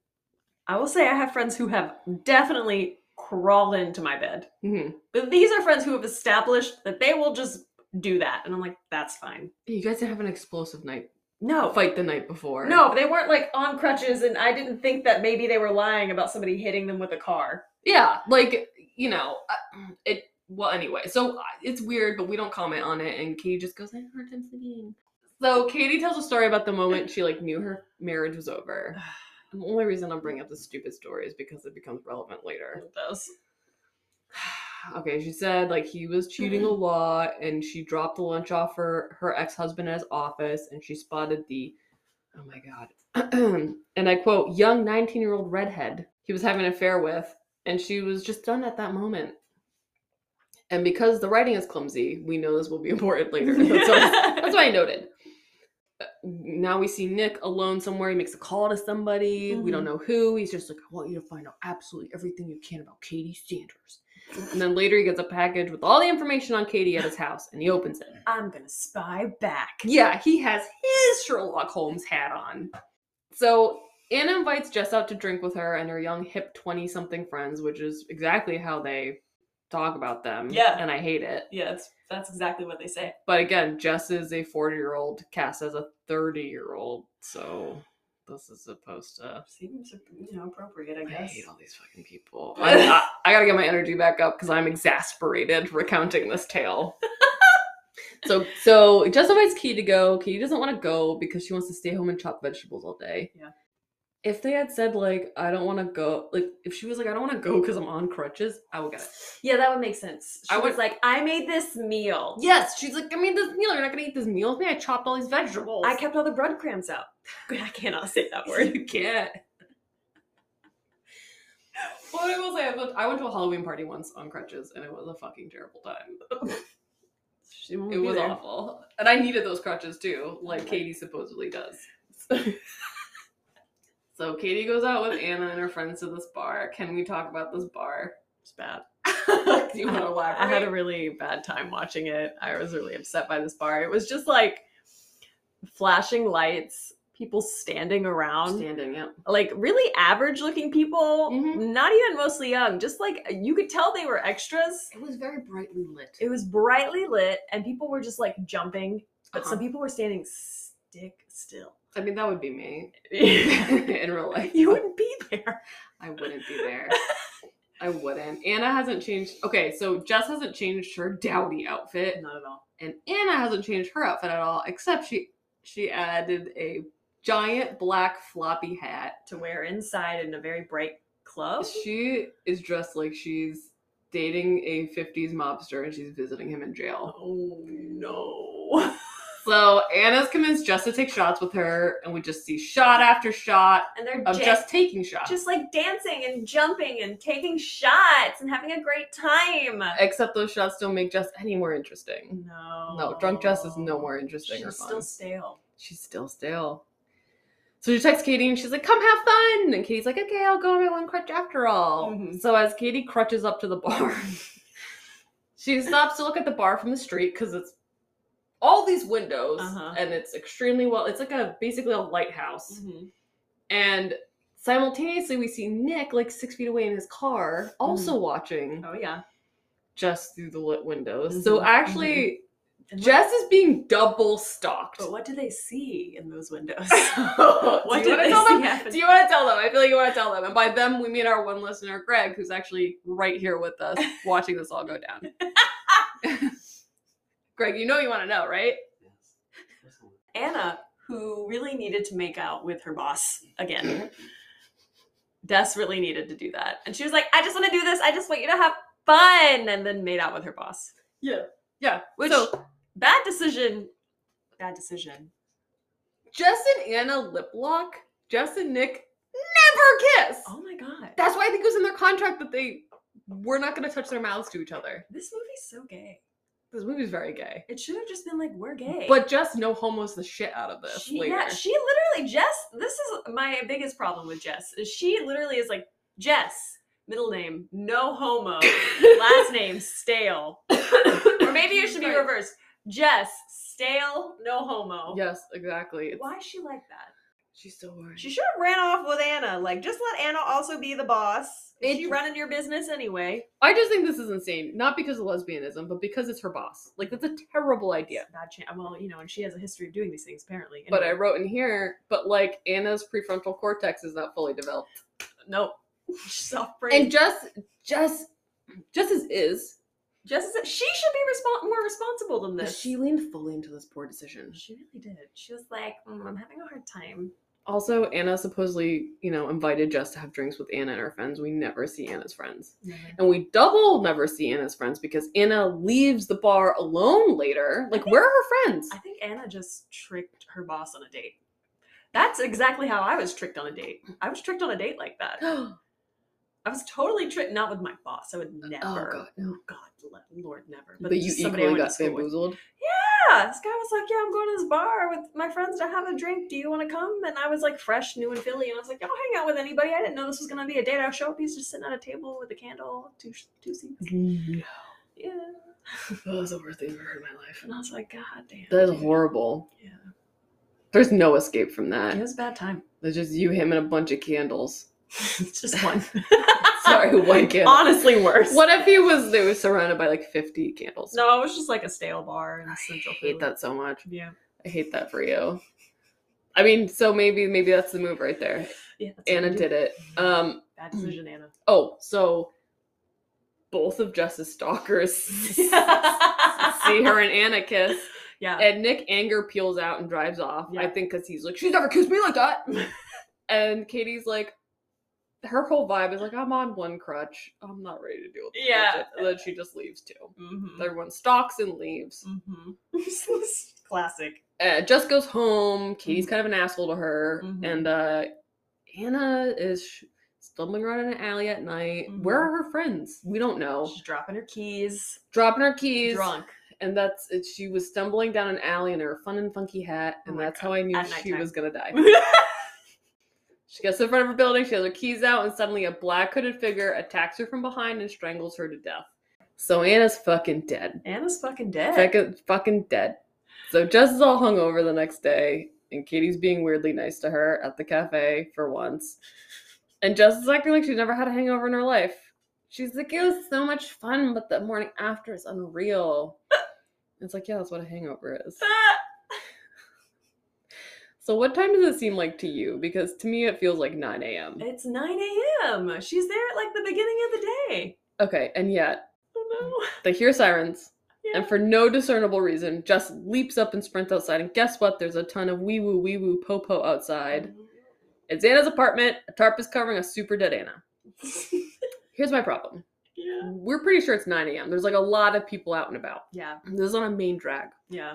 I will say I have friends who have definitely crawled into my bed, hmm but these are friends who have established that they will just do that, and I'm like, that's fine. You guys didn't have an explosive night No, fight the night before. no, they weren't like on crutches, and I didn't think that maybe they were lying about somebody hitting them with a car. Yeah, like you know, uh, it. Well, anyway, so uh, it's weird, but we don't comment on it. And Katie just goes, "I had a hard time sleeping." So Katie tells a story about the moment she like knew her marriage was over. And the only reason I'm bringing up this stupid story is because it becomes relevant later. Those. okay, she said like he was cheating a lot, and she dropped the lunch off for her ex husband at his office, and she spotted the, oh my god, and I quote, young nineteen year old redhead he was having an affair with, and she was just done at that moment. And because the writing is clumsy, we know this will be important later. That's why- that's what I noted. Uh, Now we see Nick alone somewhere. He makes a call to somebody. We don't Mhm. know who. He's just like, I want you to find out absolutely everything you can about Katie Sanders. And then later he gets a package with all the information on Katie at his house and he opens it. I'm gonna spy back. Yeah, he has his Sherlock Holmes hat on. So Anna invites Jess out to drink with her and her young hip 20 something friends, which is exactly how they talk about them. Yeah. And I hate it. yeah, that's, that's exactly what they say. But again, Jess is a 40 year old, Cass is a 30 year old, so this is supposed to. Seems you know appropriate, I I guess. hate all these fucking people. I'm not- I, gotta get my energy back up because I'm exasperated recounting this tale. so, so Jess invites Key to go. Key doesn't want to go because she wants to stay home and chop vegetables all day. Yeah. If they had said like I don't want to go, like if she was like I don't want to go because I'm on crutches, I would get it. Yeah, that would make sense. She I was would- like, I made this meal. Yes, she's like I made this meal. You're not gonna eat this meal with me. I chopped all these vegetables. I kept all the breadcrumbs out. I cannot say that word. You can't. Well, I will say, I went, I went to a Halloween party once on crutches, and it was a fucking terrible time. She won't It be was there. awful, and I needed those crutches too, Oh like Katie supposedly does. so Katie goes out with Anna and her friends to this bar. Can we talk about this bar? It's bad. Do you want to elaborate? I had a really bad time watching it. I was really upset by this bar. It was just like flashing lights, people standing around, standing up. like really average looking people, Mhm. not even mostly young, just like you could tell they were extras. It was very brightly lit. It was brightly lit and people were just like jumping, but Uh-huh. some people were standing stick still. I mean, that would be me you in real life. wouldn't be there. I wouldn't be there. I wouldn't. Anna hasn't changed. Okay, so Jess hasn't changed her dowdy outfit, Not at all. and Anna hasn't changed her outfit at all, except she she added a giant black floppy hat. To wear inside in a very bright club. She is dressed like she's dating a 50s mobster and she's visiting him in jail. Oh no. So Anna's convinced Jess to take shots with her, and we just see shot after shot And they're of ja- Jess taking shots. just like dancing and jumping and taking shots and having a great time. Except those shots don't make Jess any more interesting. No. No, drunk Jess is no more interesting Mm. or She's fun. still stale. She's still stale. So she texts Katie and she's like, come have fun. And Katie's like, okay, I'll go on my one crutch after all. Mhm. So as Katie crutches up to the bar, she stops to look at the bar from the street because it's all these windows Uh-huh. Mm-hmm. and it's extremely well, it's like a basically a lighthouse. And simultaneously, we see Nick like six feet away in his car also watching Oh yeah. just through the lit windows. So Mhm, actually, And what- Jess is being double stalked. Mm-hmm. but what do they see in those windows? what what do you did they want to tell see them? happen? Do you want to tell them? I feel like you want to tell them. And by them, we mean our one listener, Greg, who's actually right here with us watching this all go down. Greg, you know you want to know, right? Anna, who really needed to make out with her boss again. Desperately needed to do that. And she was like, I just want to do this. I just want you to have fun. And then made out with her boss. Yeah. Yeah. Which, So- bad decision. Bad decision. Jess and Anna lip lock. Jess and Nick never kiss. Oh my God. That's why I think it was in their contract that they were not going to touch their mouths to each other. this movie's so gay. This movie's very gay. It should have just been like, we're gay. But Jess no homos the shit out of this she, later. yeah, she literally Jess. This is my biggest problem with Jess. Is she literally is like Jess, middle name no homo, last name stale, or maybe it should be Right. reversed. Jess stale no homo. yes, exactly. It's, Why is she like that? She's so worried. She should have ran off with Anna. Like, just let Anna also be the boss. It- She's running your business anyway. I just think this is insane. Not because of lesbianism, but because it's her boss. Like, that's a terrible idea. Bad chance. Well, you know, and she has a history of doing these things apparently. But I Anyway. wrote in here, but like Anna's prefrontal cortex is not fully developed. nope. She's off brain. And just, just, just as is, Jess is. She should be respon more responsible than this. she leaned fully into this poor decision. She really did. She was like, "Mm, I'm having a hard time. Also, Anna supposedly, you know, invited Jess to have drinks with Anna and her friends. We never see Anna's friends. And we double never see Anna's friends because Anna leaves the bar alone later. Like, where are her friends? I think Anna just tricked her boss on a date. That's exactly how I was tricked on a date. I was tricked on a date like that. oh, I was totally tricked, not with my boss. I would never. God, no. God, le- Lord, never. But, But, you just somebody I equally went got to school with. bamboozled. Yeah, this guy was like, "Yeah, I'm going to this bar with my friends to have a drink. Do you want to come?" And I was like, fresh, new in Philly, and I was like, "I don't hang out with anybody. I didn't know this was gonna be a date." I show up, he's just sitting at a table with a candle, two two seats. No. Yeah, That was the worst thing I've ever heard in my life. and I was like, "God damn." That dude." is horrible. Yeah. There's no escape from It that. was a bad time. It's just you, him, and a bunch of candles. it's just one. Sorry, one candle. Honestly, worse. What if he was? They were surrounded by like 50 candles. No, it was just like a stale bar in I Central Philly. hate that so much. Yeah. I hate that for you. I mean, so maybe maybe that's the move right there. Yeah. that's what Anna we do. did it. Um Bad decision, Anna. oh, so both of Jess's stalkers see her and Anna kiss. Yeah. And Nick anger peels out and drives off. I Yeah. think because he's like, She's never kissed me like that. and Katie's like her whole vibe is like, I'm on one crutch. I'm not ready to deal with this Yeah. bullshit." And then she just leaves too. mm-hmm. Everyone stalks and leaves. mm-hmm. Classic. uh, Jess goes home. Mm-hmm. Katie's kind of an asshole to her, Mhm. and uh, Anna is sh- stumbling around in an alley at night. Mhm. Where are her friends? We don't know. She's dropping her keys. Dropping her keys, drunk. and that's it. She was stumbling down an alley in her fun and funky hat, Oh and my that's God. how I knew At she nighttime. was gonna die. She gets in front of her building. She has her keys out, and suddenly a black hooded figure attacks her from behind and strangles her to death. So Anna's fucking dead. Anna's fucking dead. Second, fucking dead. So Jess is all hungover the next day, and Katie's being weirdly nice to her at the cafe for once. And Jess is acting like she's never had a hangover in her life. She's like, it was so much fun, but the morning after is unreal. it's like, yeah, that's what a hangover is. So, what time does it seem like to you? Because to me, it feels like 9 a.m. it's 9 a.m. She's there at like the beginning of the day. Okay, and yet Oh they hear sirens, no. Yeah. and for no discernible reason, Jess leaps up and sprints outside. And guess what? There's a ton of wee woo wee woo po po outside. It's Anna's apartment. A tarp is covering a super dead Anna. Here's my problem. yeah. We're pretty sure it's 9 a.m. There's like a lot of people out and about. Yeah. This is on a main drag. Yeah.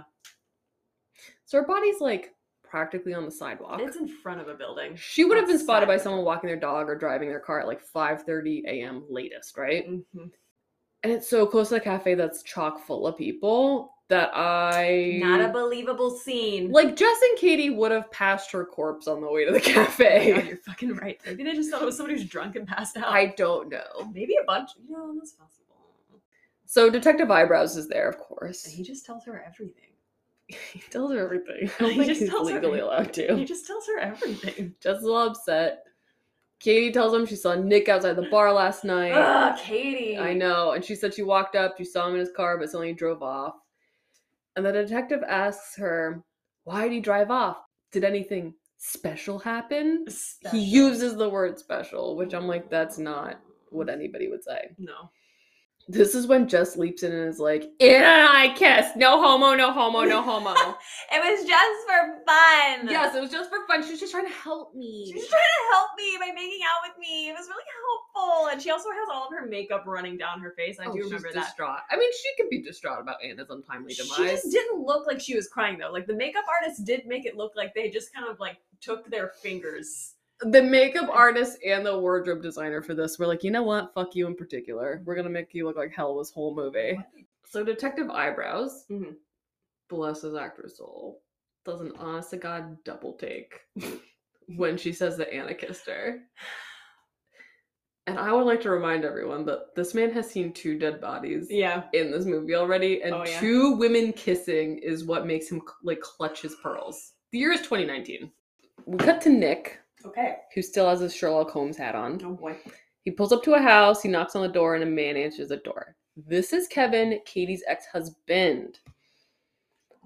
So her body's like practically on the sidewalk. It's in front of a building. she would have been spotted by outside. someone walking their dog or driving their car at like 5:30 a.m. latest, right? Mhm. And it's so close to the cafe that's chock full of people that I Not a believable scene. like Jess and Katie would have passed her corpse on the way to the Oh God, cafe. you're fucking right. Maybe they just thought it was somebody who's drunk and passed out. I don't know. Maybe a bunch. You know, that's possible. So Detective Eyebrows is there, of course. And he just tells her everything. He tells her everything. I don't He think just he's tells her legally everything. allowed He to. just tells her everything. Jess is all upset. Katie tells him she saw Nick outside the bar last night. Ugh, Katie. I know. And she said she walked up, she saw him in his car, but suddenly he drove off. And the detective asks her, Why did he drive off? Did anything special happen? Special. He uses the word special, which I'm like, that's not what anybody would say. No. This is when Jess leaps in and is like, "In and I kiss, no homo, no homo, no homo." It was just for fun. yes, it was just for fun. She was just trying to help me. She was trying to help me by making out with me. It was really helpful. And she also has all of her makeup running down her face. I Oh, do she's remember that. distraught. I mean, she could be distraught about Anna's untimely She demise. just didn't look like she was crying though. Like the makeup artist did make it look like they just kind of like took their fingers. the makeup artist and the wardrobe designer for this were like, you know what? Fuck you in particular. We're gonna make you look like hell this whole movie. Mm-hmm. So Detective Eyebrows, Mhm. bless his actor's soul, does an honest to god double take when she says that Anna kissed her. And I would like to remind everyone that this man has seen two dead bodies Yeah. in this movie already, and Oh, yeah. two women kissing is what makes him like clutch his pearls. The year is 2019. We cut to Nick Okay. who still has his Sherlock Holmes hat on. Oh boy. He pulls up to a house, he knocks on the door, and a man answers the door. This is Kevin, Katie's ex husband.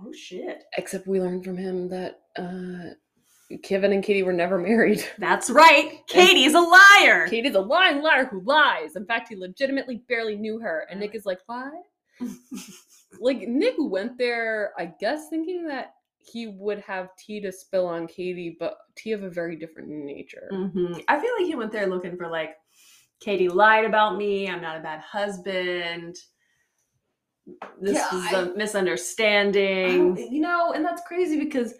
Oh shit. Except we learned from him that uh, Kevin and Katie were never married. That's right. Katie's a liar. Katie's a lying liar who lies. In fact, he legitimately barely knew her. And Nick is like, What? like, Nick went there, I guess, thinking that he would have tea to spill on Katie, but tea of a very different nature. Mhm. I feel like he went there looking for like, Katie lied about me. I'm not a bad husband. This Yeah, was I- a I don't- misunderstanding. Oh, you know, and that's crazy because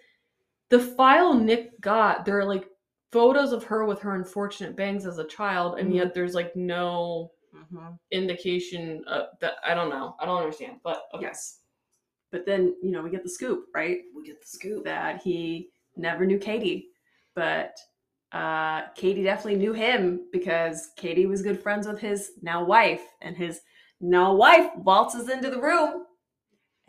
the file Nick got, there are like photos of her with her unfortunate bangs as a child, and Mhm. yet there's like no Mhm. indication of that. I don't know. I don't understand. But okay. Yes. But then you know we get the scoop, right? We get the scoop that he never knew Katie, but uh, Katie definitely knew him because Katie was good friends with his now wife, and his now wife waltzes into the room,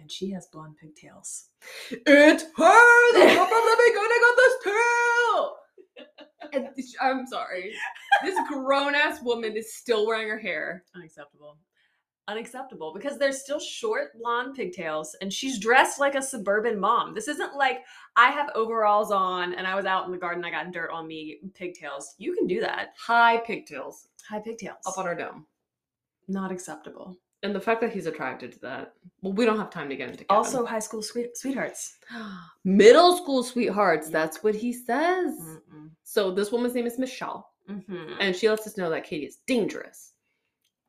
and she has blonde pigtails. it's her that's from the beginning of this tale. And sh- I'm sorry. This grown ass woman is still wearing her hair. Unacceptable. Unacceptable because they're still short blonde pigtails and she's dressed like a suburban mom. This isn't like I have overalls on and I was out in the garden, I got dirt on me, pigtails. You can do that. High pigtails High pigtails. up on her dome. Not acceptable. And the fact that he's attracted to that. Well, we don't have time to get into Kevin. Also, high school sweet- sweethearts. Middle school sweethearts. Yep. That's what he says. Mm-mm. So this woman's name is Michelle, Mhm. and she lets us know that Katie is dangerous.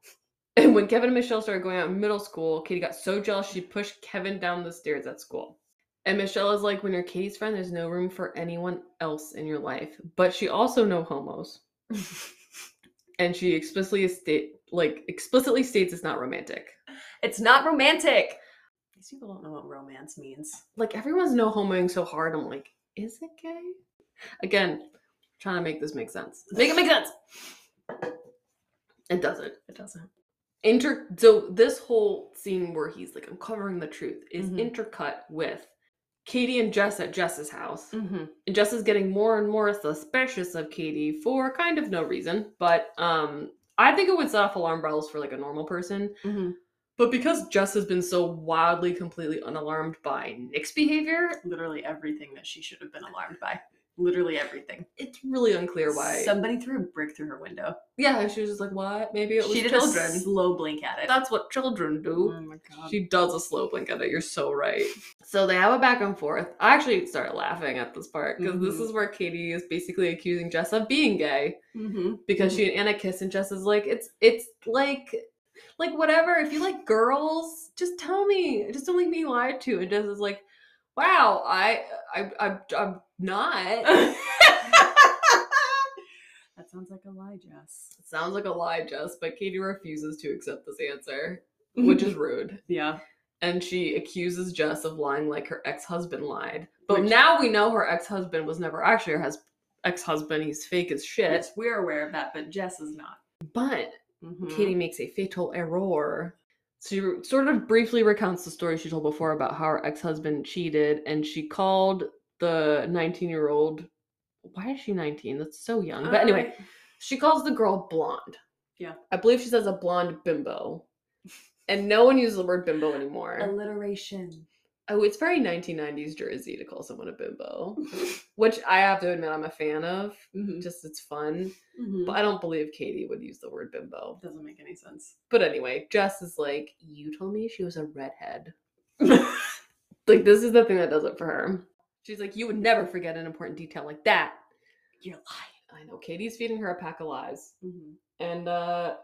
And when Kevin and Michelle started going out in middle school, Katie got so jealous she pushed Kevin down the stairs at school. And Michelle is like, when you're Katie's friend, there's no room for anyone else in your life. But she also no homos, and she explicitly state like explicitly states it's not romantic. it's not romantic. These people don't know what romance means. Like everyone's no homoing so hard. I'm like, is it gay? Again, trying to make this make sense. Make it make sense. It doesn't. It doesn't. inter so this whole scene where he's like uncovering the truth is Mhm. intercut with Katie and Jess at Jess's house. Mm-hmm. And Jess is getting more and more suspicious of Katie for kind of no reason. But um I think it would set off alarm bells for like a normal person. Mm-hmm. But because Jess has been so wildly completely unalarmed by Nick's behavior, Literally everything that she should have been alarmed by. Literally everything. it's really unclear why. Somebody threw a brick through her window. yeah, and she was just like, What? Maybe it was she did children. a slow blink at it. That's what children do. Oh my She does a slow blink at it. You're so right. So they have a back and forth. I actually started laughing at this part because this Mhm. is where Katie is basically accusing Jess of being gay hmm because she and Anna kiss, and Jess is like, "It's it's like, like whatever. If you like girls, just tell me. Just don't make me lie to." And Jess is like, "Wow, I I, I I'm not." That sounds like a lie, Jess. Sounds like a lie, Jess, but Katie refuses to accept this answer, which is rude. yeah. and she accuses Jess of lying like her ex-husband lied. But Which- now we know her ex-husband was never actually her hus- ex-husband. He's fake as shit. Yes, we're aware of that, but Jess is not. But Mhm. Katie makes a fatal error. She re- sort of briefly recounts the story she told before about how her ex-husband cheated, and she called the 19-year-old. Why is she 19? That's so young. But anyway, Alright. she calls the girl blonde. Yeah. I believe she Um, says a blonde bimbo. And no one uses the word bimbo anymore. alliteration. Oh, it's very 1990s Jersey to call someone a bimbo, which I have to admit I'm a fan of. Mhm. Just it's fun, Mhm. but I don't believe Katie would use the word bimbo. doesn't make any sense. But anyway, Jess is like, "You told me she was a redhead." like this is the thing that does it for her. She's like, "You would never forget an important detail like that." You're lying. I know Katie's feeding her a pack of lies. Mhm. and uh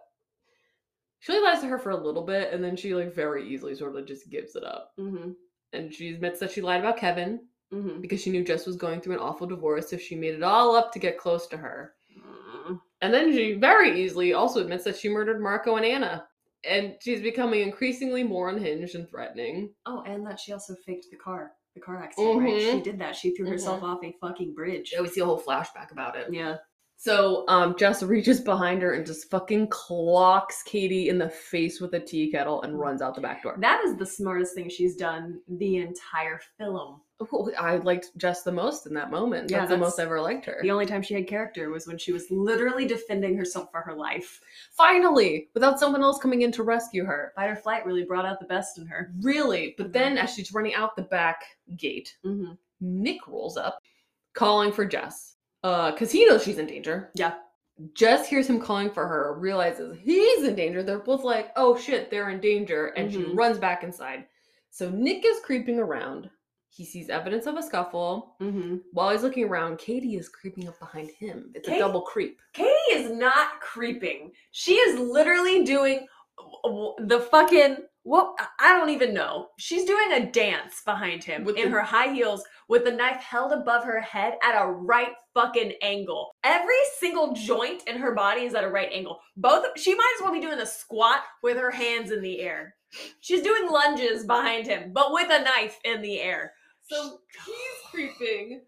she only lies to her for a little bit and then she like very easily sort of just gives it up Mhm. and she admits that she lied about kevin Mhm. because she knew jess was going through an awful divorce so she made it all up to get close to her Mm. and then she very easily also admits that she murdered marco and anna and she's becoming increasingly more unhinged and threatening Oh, and that she also faked the car, the car accident, right? She Mhm. did that. She threw herself off a fucking bridge. Yeah, we see a whole flashback about it Yeah. so um jess reaches behind her and just fucking clocks katie in the face with a tea kettle and runs out the back door That is the smartest thing she's done the entire film. who I liked Jess the most in that moment. Yeah, that's, the most I that's- ever liked her. The only time she had character was when she was literally defending herself for her life. Finally, without someone else coming in to rescue her. Fight or flight really brought out the best in her. Really? But then as she's running out the back gate, Mm-hmm. Nick rolls up, calling for Jess. Uh, cause he knows she's in danger. Yeah. Jess hears him calling for her, realizes he's in danger. They're both like, oh shit, they're in danger. And she Mhm. runs back inside. So Nick is creeping around. He sees evidence of a scuffle. Mm-hmm. While he's looking around, Katie is creeping up behind him. It's a Katie- double creep. Katie is not creeping. She is literally doing w- w- the fucking what? I- I don't even know. She's doing a dance behind him With in the- her high heels with the knife held above her head at a right fucking angle. Every single joint in her body is at a right angle. Both she might as well be doing a squat with her hands in the air. She's doing lunges behind him, but with a knife in the air. So he's creeping.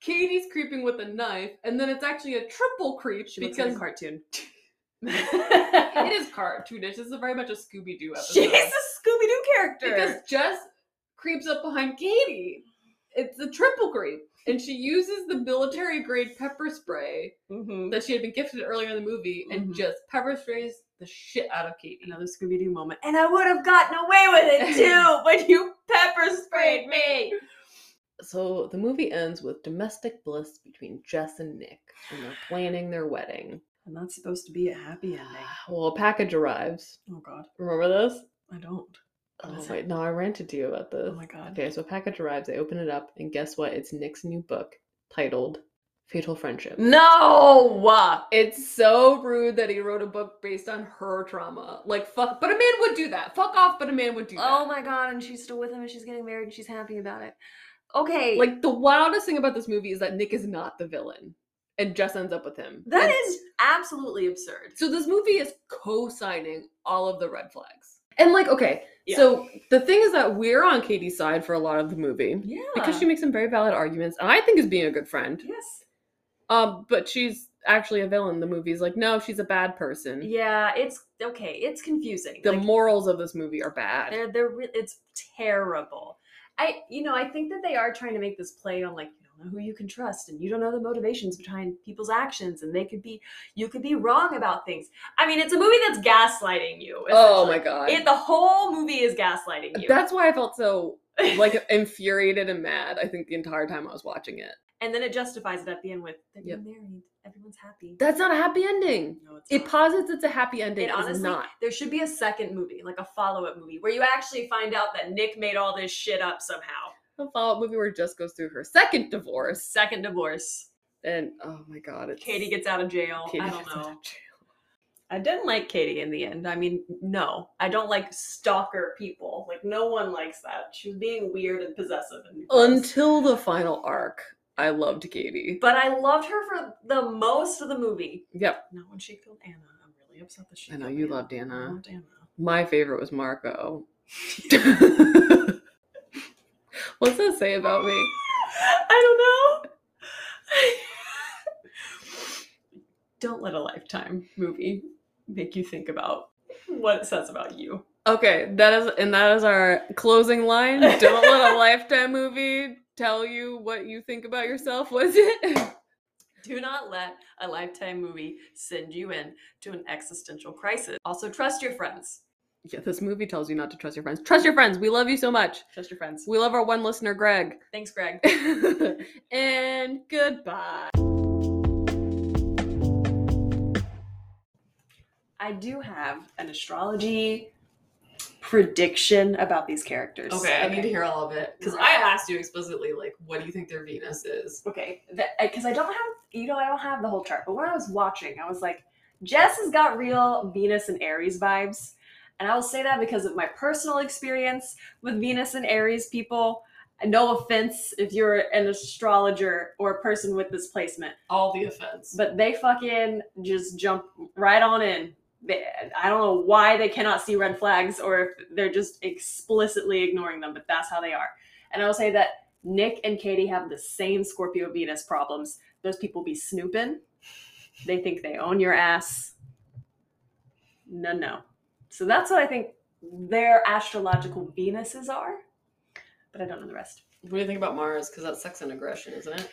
Katie's creeping with a knife, and then it's actually a triple creep She looks because like a it cartoon. is cartoonish. This is very much a Scooby Doo She's a episode. Scooby Doo character. Because Jess creeps up behind Katie. It's a triple creep, and she uses the military grade pepper spray Mhm. that she had been gifted earlier in the movie, and Mhm. just pepper sprays the shit out of Katie. Another Scooby Doo moment. And I would have gotten away with it too, but you pepper sprayed me. So the movie ends with domestic bliss between Jess and Nick, and they're planning their wedding. And that's supposed to be a happy ending. Well, a package arrives. Oh god, Remember this? I don't. What Oh is it? wait, no, I ranted to you about this. Oh my god. Okay, so a package arrives, I open it up, and guess what? It's Nick's new book titled Fatal Friendship. No! It's so rude that he wrote a book based on her trauma. Like fuck but a man would do that. Fuck off, but a man would do that. Oh my god, and she's still with him and she's getting married and she's happy about it. Okay. Like the wildest thing about this movie is that Nick is not the villain. And Jess ends up with him. that And- is absolutely absurd. So this movie is co-signing all of the red flags. And like, okay, Yeah. so the thing is that we're on Katie's side for a lot of the movie. Yeah. Because she makes some very valid arguments, and I think is being a good friend. Yes. Um, but she's actually a villain. The movie's like, no, she's a bad person. Yeah, it's okay, it's confusing. The Like, morals of this movie are bad. They're they're re- it's terrible. I you know I think that they are trying to make this play on like you don't know who you can trust and you don't know the motivations behind people's actions and they could be you could be wrong about things. I mean it's a movie that's gaslighting you. oh my essentially. god. It the whole movie is gaslighting you. That's why I felt so like infuriated and mad. I think the entire time I was watching it. and then it justifies it at the end with they're Yep. getting married, everyone's happy. That's not a happy ending. no, it's It not. posits it's a happy ending. It It is honestly- not. there should be a second movie, like a follow-up movie, where you actually find out that Nick made all this shit up somehow. A follow up movie where Jess goes through her second divorce, Second divorce. and oh my god, it's Katie gets out of jail. Katie I don't gets out know. of jail. I didn't like Katie in the end. I mean, no, I don't like stalker people. Like no one likes that. She was being weird and possessive and gross. Until the final arc, I loved Katie. but I loved her for the most of the movie. Yep, Not when she killed Anna. I'm really upset that she. I know killed you loved Anna. I loved Anna. my favorite was Marco. What's that say about me? I don't know. don't let a lifetime movie make you think about what it says about you. Okay, that is and that is our closing line. Don't let a lifetime movie tell you what you think about yourself, was it? Do not let a lifetime movie send you in to an existential crisis. Also, trust your friends. Yeah, this movie tells you not to trust your friends. Trust your friends. We love you so much. Trust your friends. We love our one listener, Greg. Thanks, Greg. and goodbye. I do have an astrology prediction about these characters. Okay, I need to hear all of it because I asked you explicitly, like, what do you think their Venus is? okay because i don't have you know i don't have the whole chart but when i was watching i was like jess has got real venus and aries vibes and i will say that because of my personal experience with venus and aries people And no offense if you're an astrologer or a person with this placement All the offense. but they fucking just jump right on in They- i don't know why they cannot see red flags or if they're just explicitly ignoring them but that's how they are and i will say that nick and katie have the same scorpio venus problems those people be snooping they think they own your ass no no so that's what i think their astrological venuses are but i don't know the rest what do you think about Mars? Because that's sex and aggression, isn't it?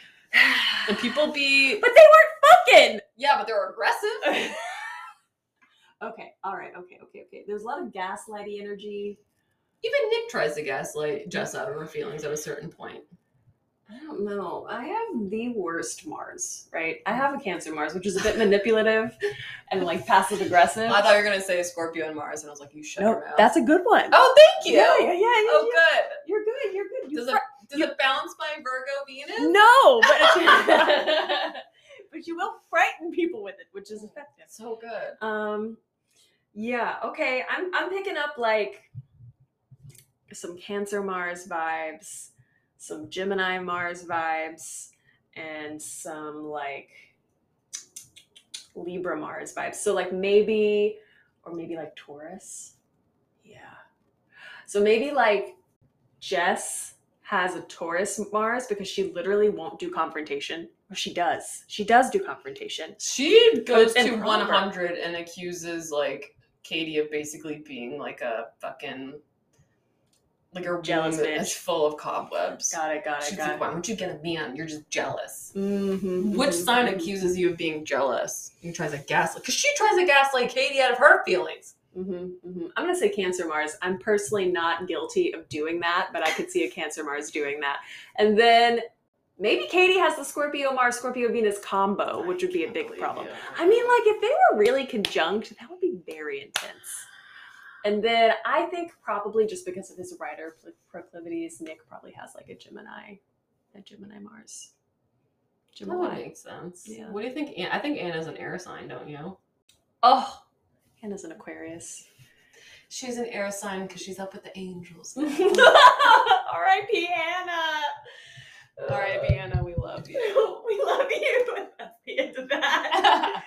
And people be but they weren't fucking yeah, but they're aggressive. Okay, all right, okay, okay, okay. There's a lot of gaslighty energy. Even Nick tries to gaslight Jess out of her feelings at a certain point. I don't know. I have the worst Mars, right? I have a Cancer Mars, which is a bit manipulative and like passive aggressive. I thought you were gonna say Scorpio and Mars, and I was like, you shut no, your mouth. that's a good one. oh, thank you. yeah, yeah, yeah. yeah, Oh, yeah. good. You're good. You're good. You Does it does it balance my Virgo Venus? no, but but you will frighten people with it, which is effective. So good. Um, yeah, okay. I'm I'm picking up like some Cancer Mars vibes, some Gemini Mars vibes, and some like Libra Mars vibes. So like maybe or maybe like Taurus. Yeah. So maybe like Jess has a Taurus Mars because she literally won't do confrontation. Or she does. She does do confrontation. She goes it's to improper. 100 and accuses like Katie of basically being like a fucking like her Jealous womb is bitch. full of cobwebs. Got it, got it, She's got like, it. why would you get a man? You're just jealous. Mm-hmm. Which sign accuses you of being jealous? And tries to gaslight because she tries to gaslight Katie out of her feelings. Mm-hmm, I'm gonna say Cancer Mars. I'm personally not guilty of doing that, but I could see a Cancer Mars doing that. And then maybe Katie has the Scorpio Mars Scorpio Venus combo, which would be a Can't big believe problem. you. I mean, like if they were really conjunct, that would be very intense. And then I think probably just because of his writer pl- proclivities, Nick probably has like a Gemini, a Gemini Mars. that would Gemini. make sense. Yeah. What do you think? Ann- I think Anna's an air sign, don't you? Oh, and as an Aquarius. She's an air sign because she's up with the angels. R.I.P. Anna. R.I.P. Anna, we love you. we love you. That's the end of that.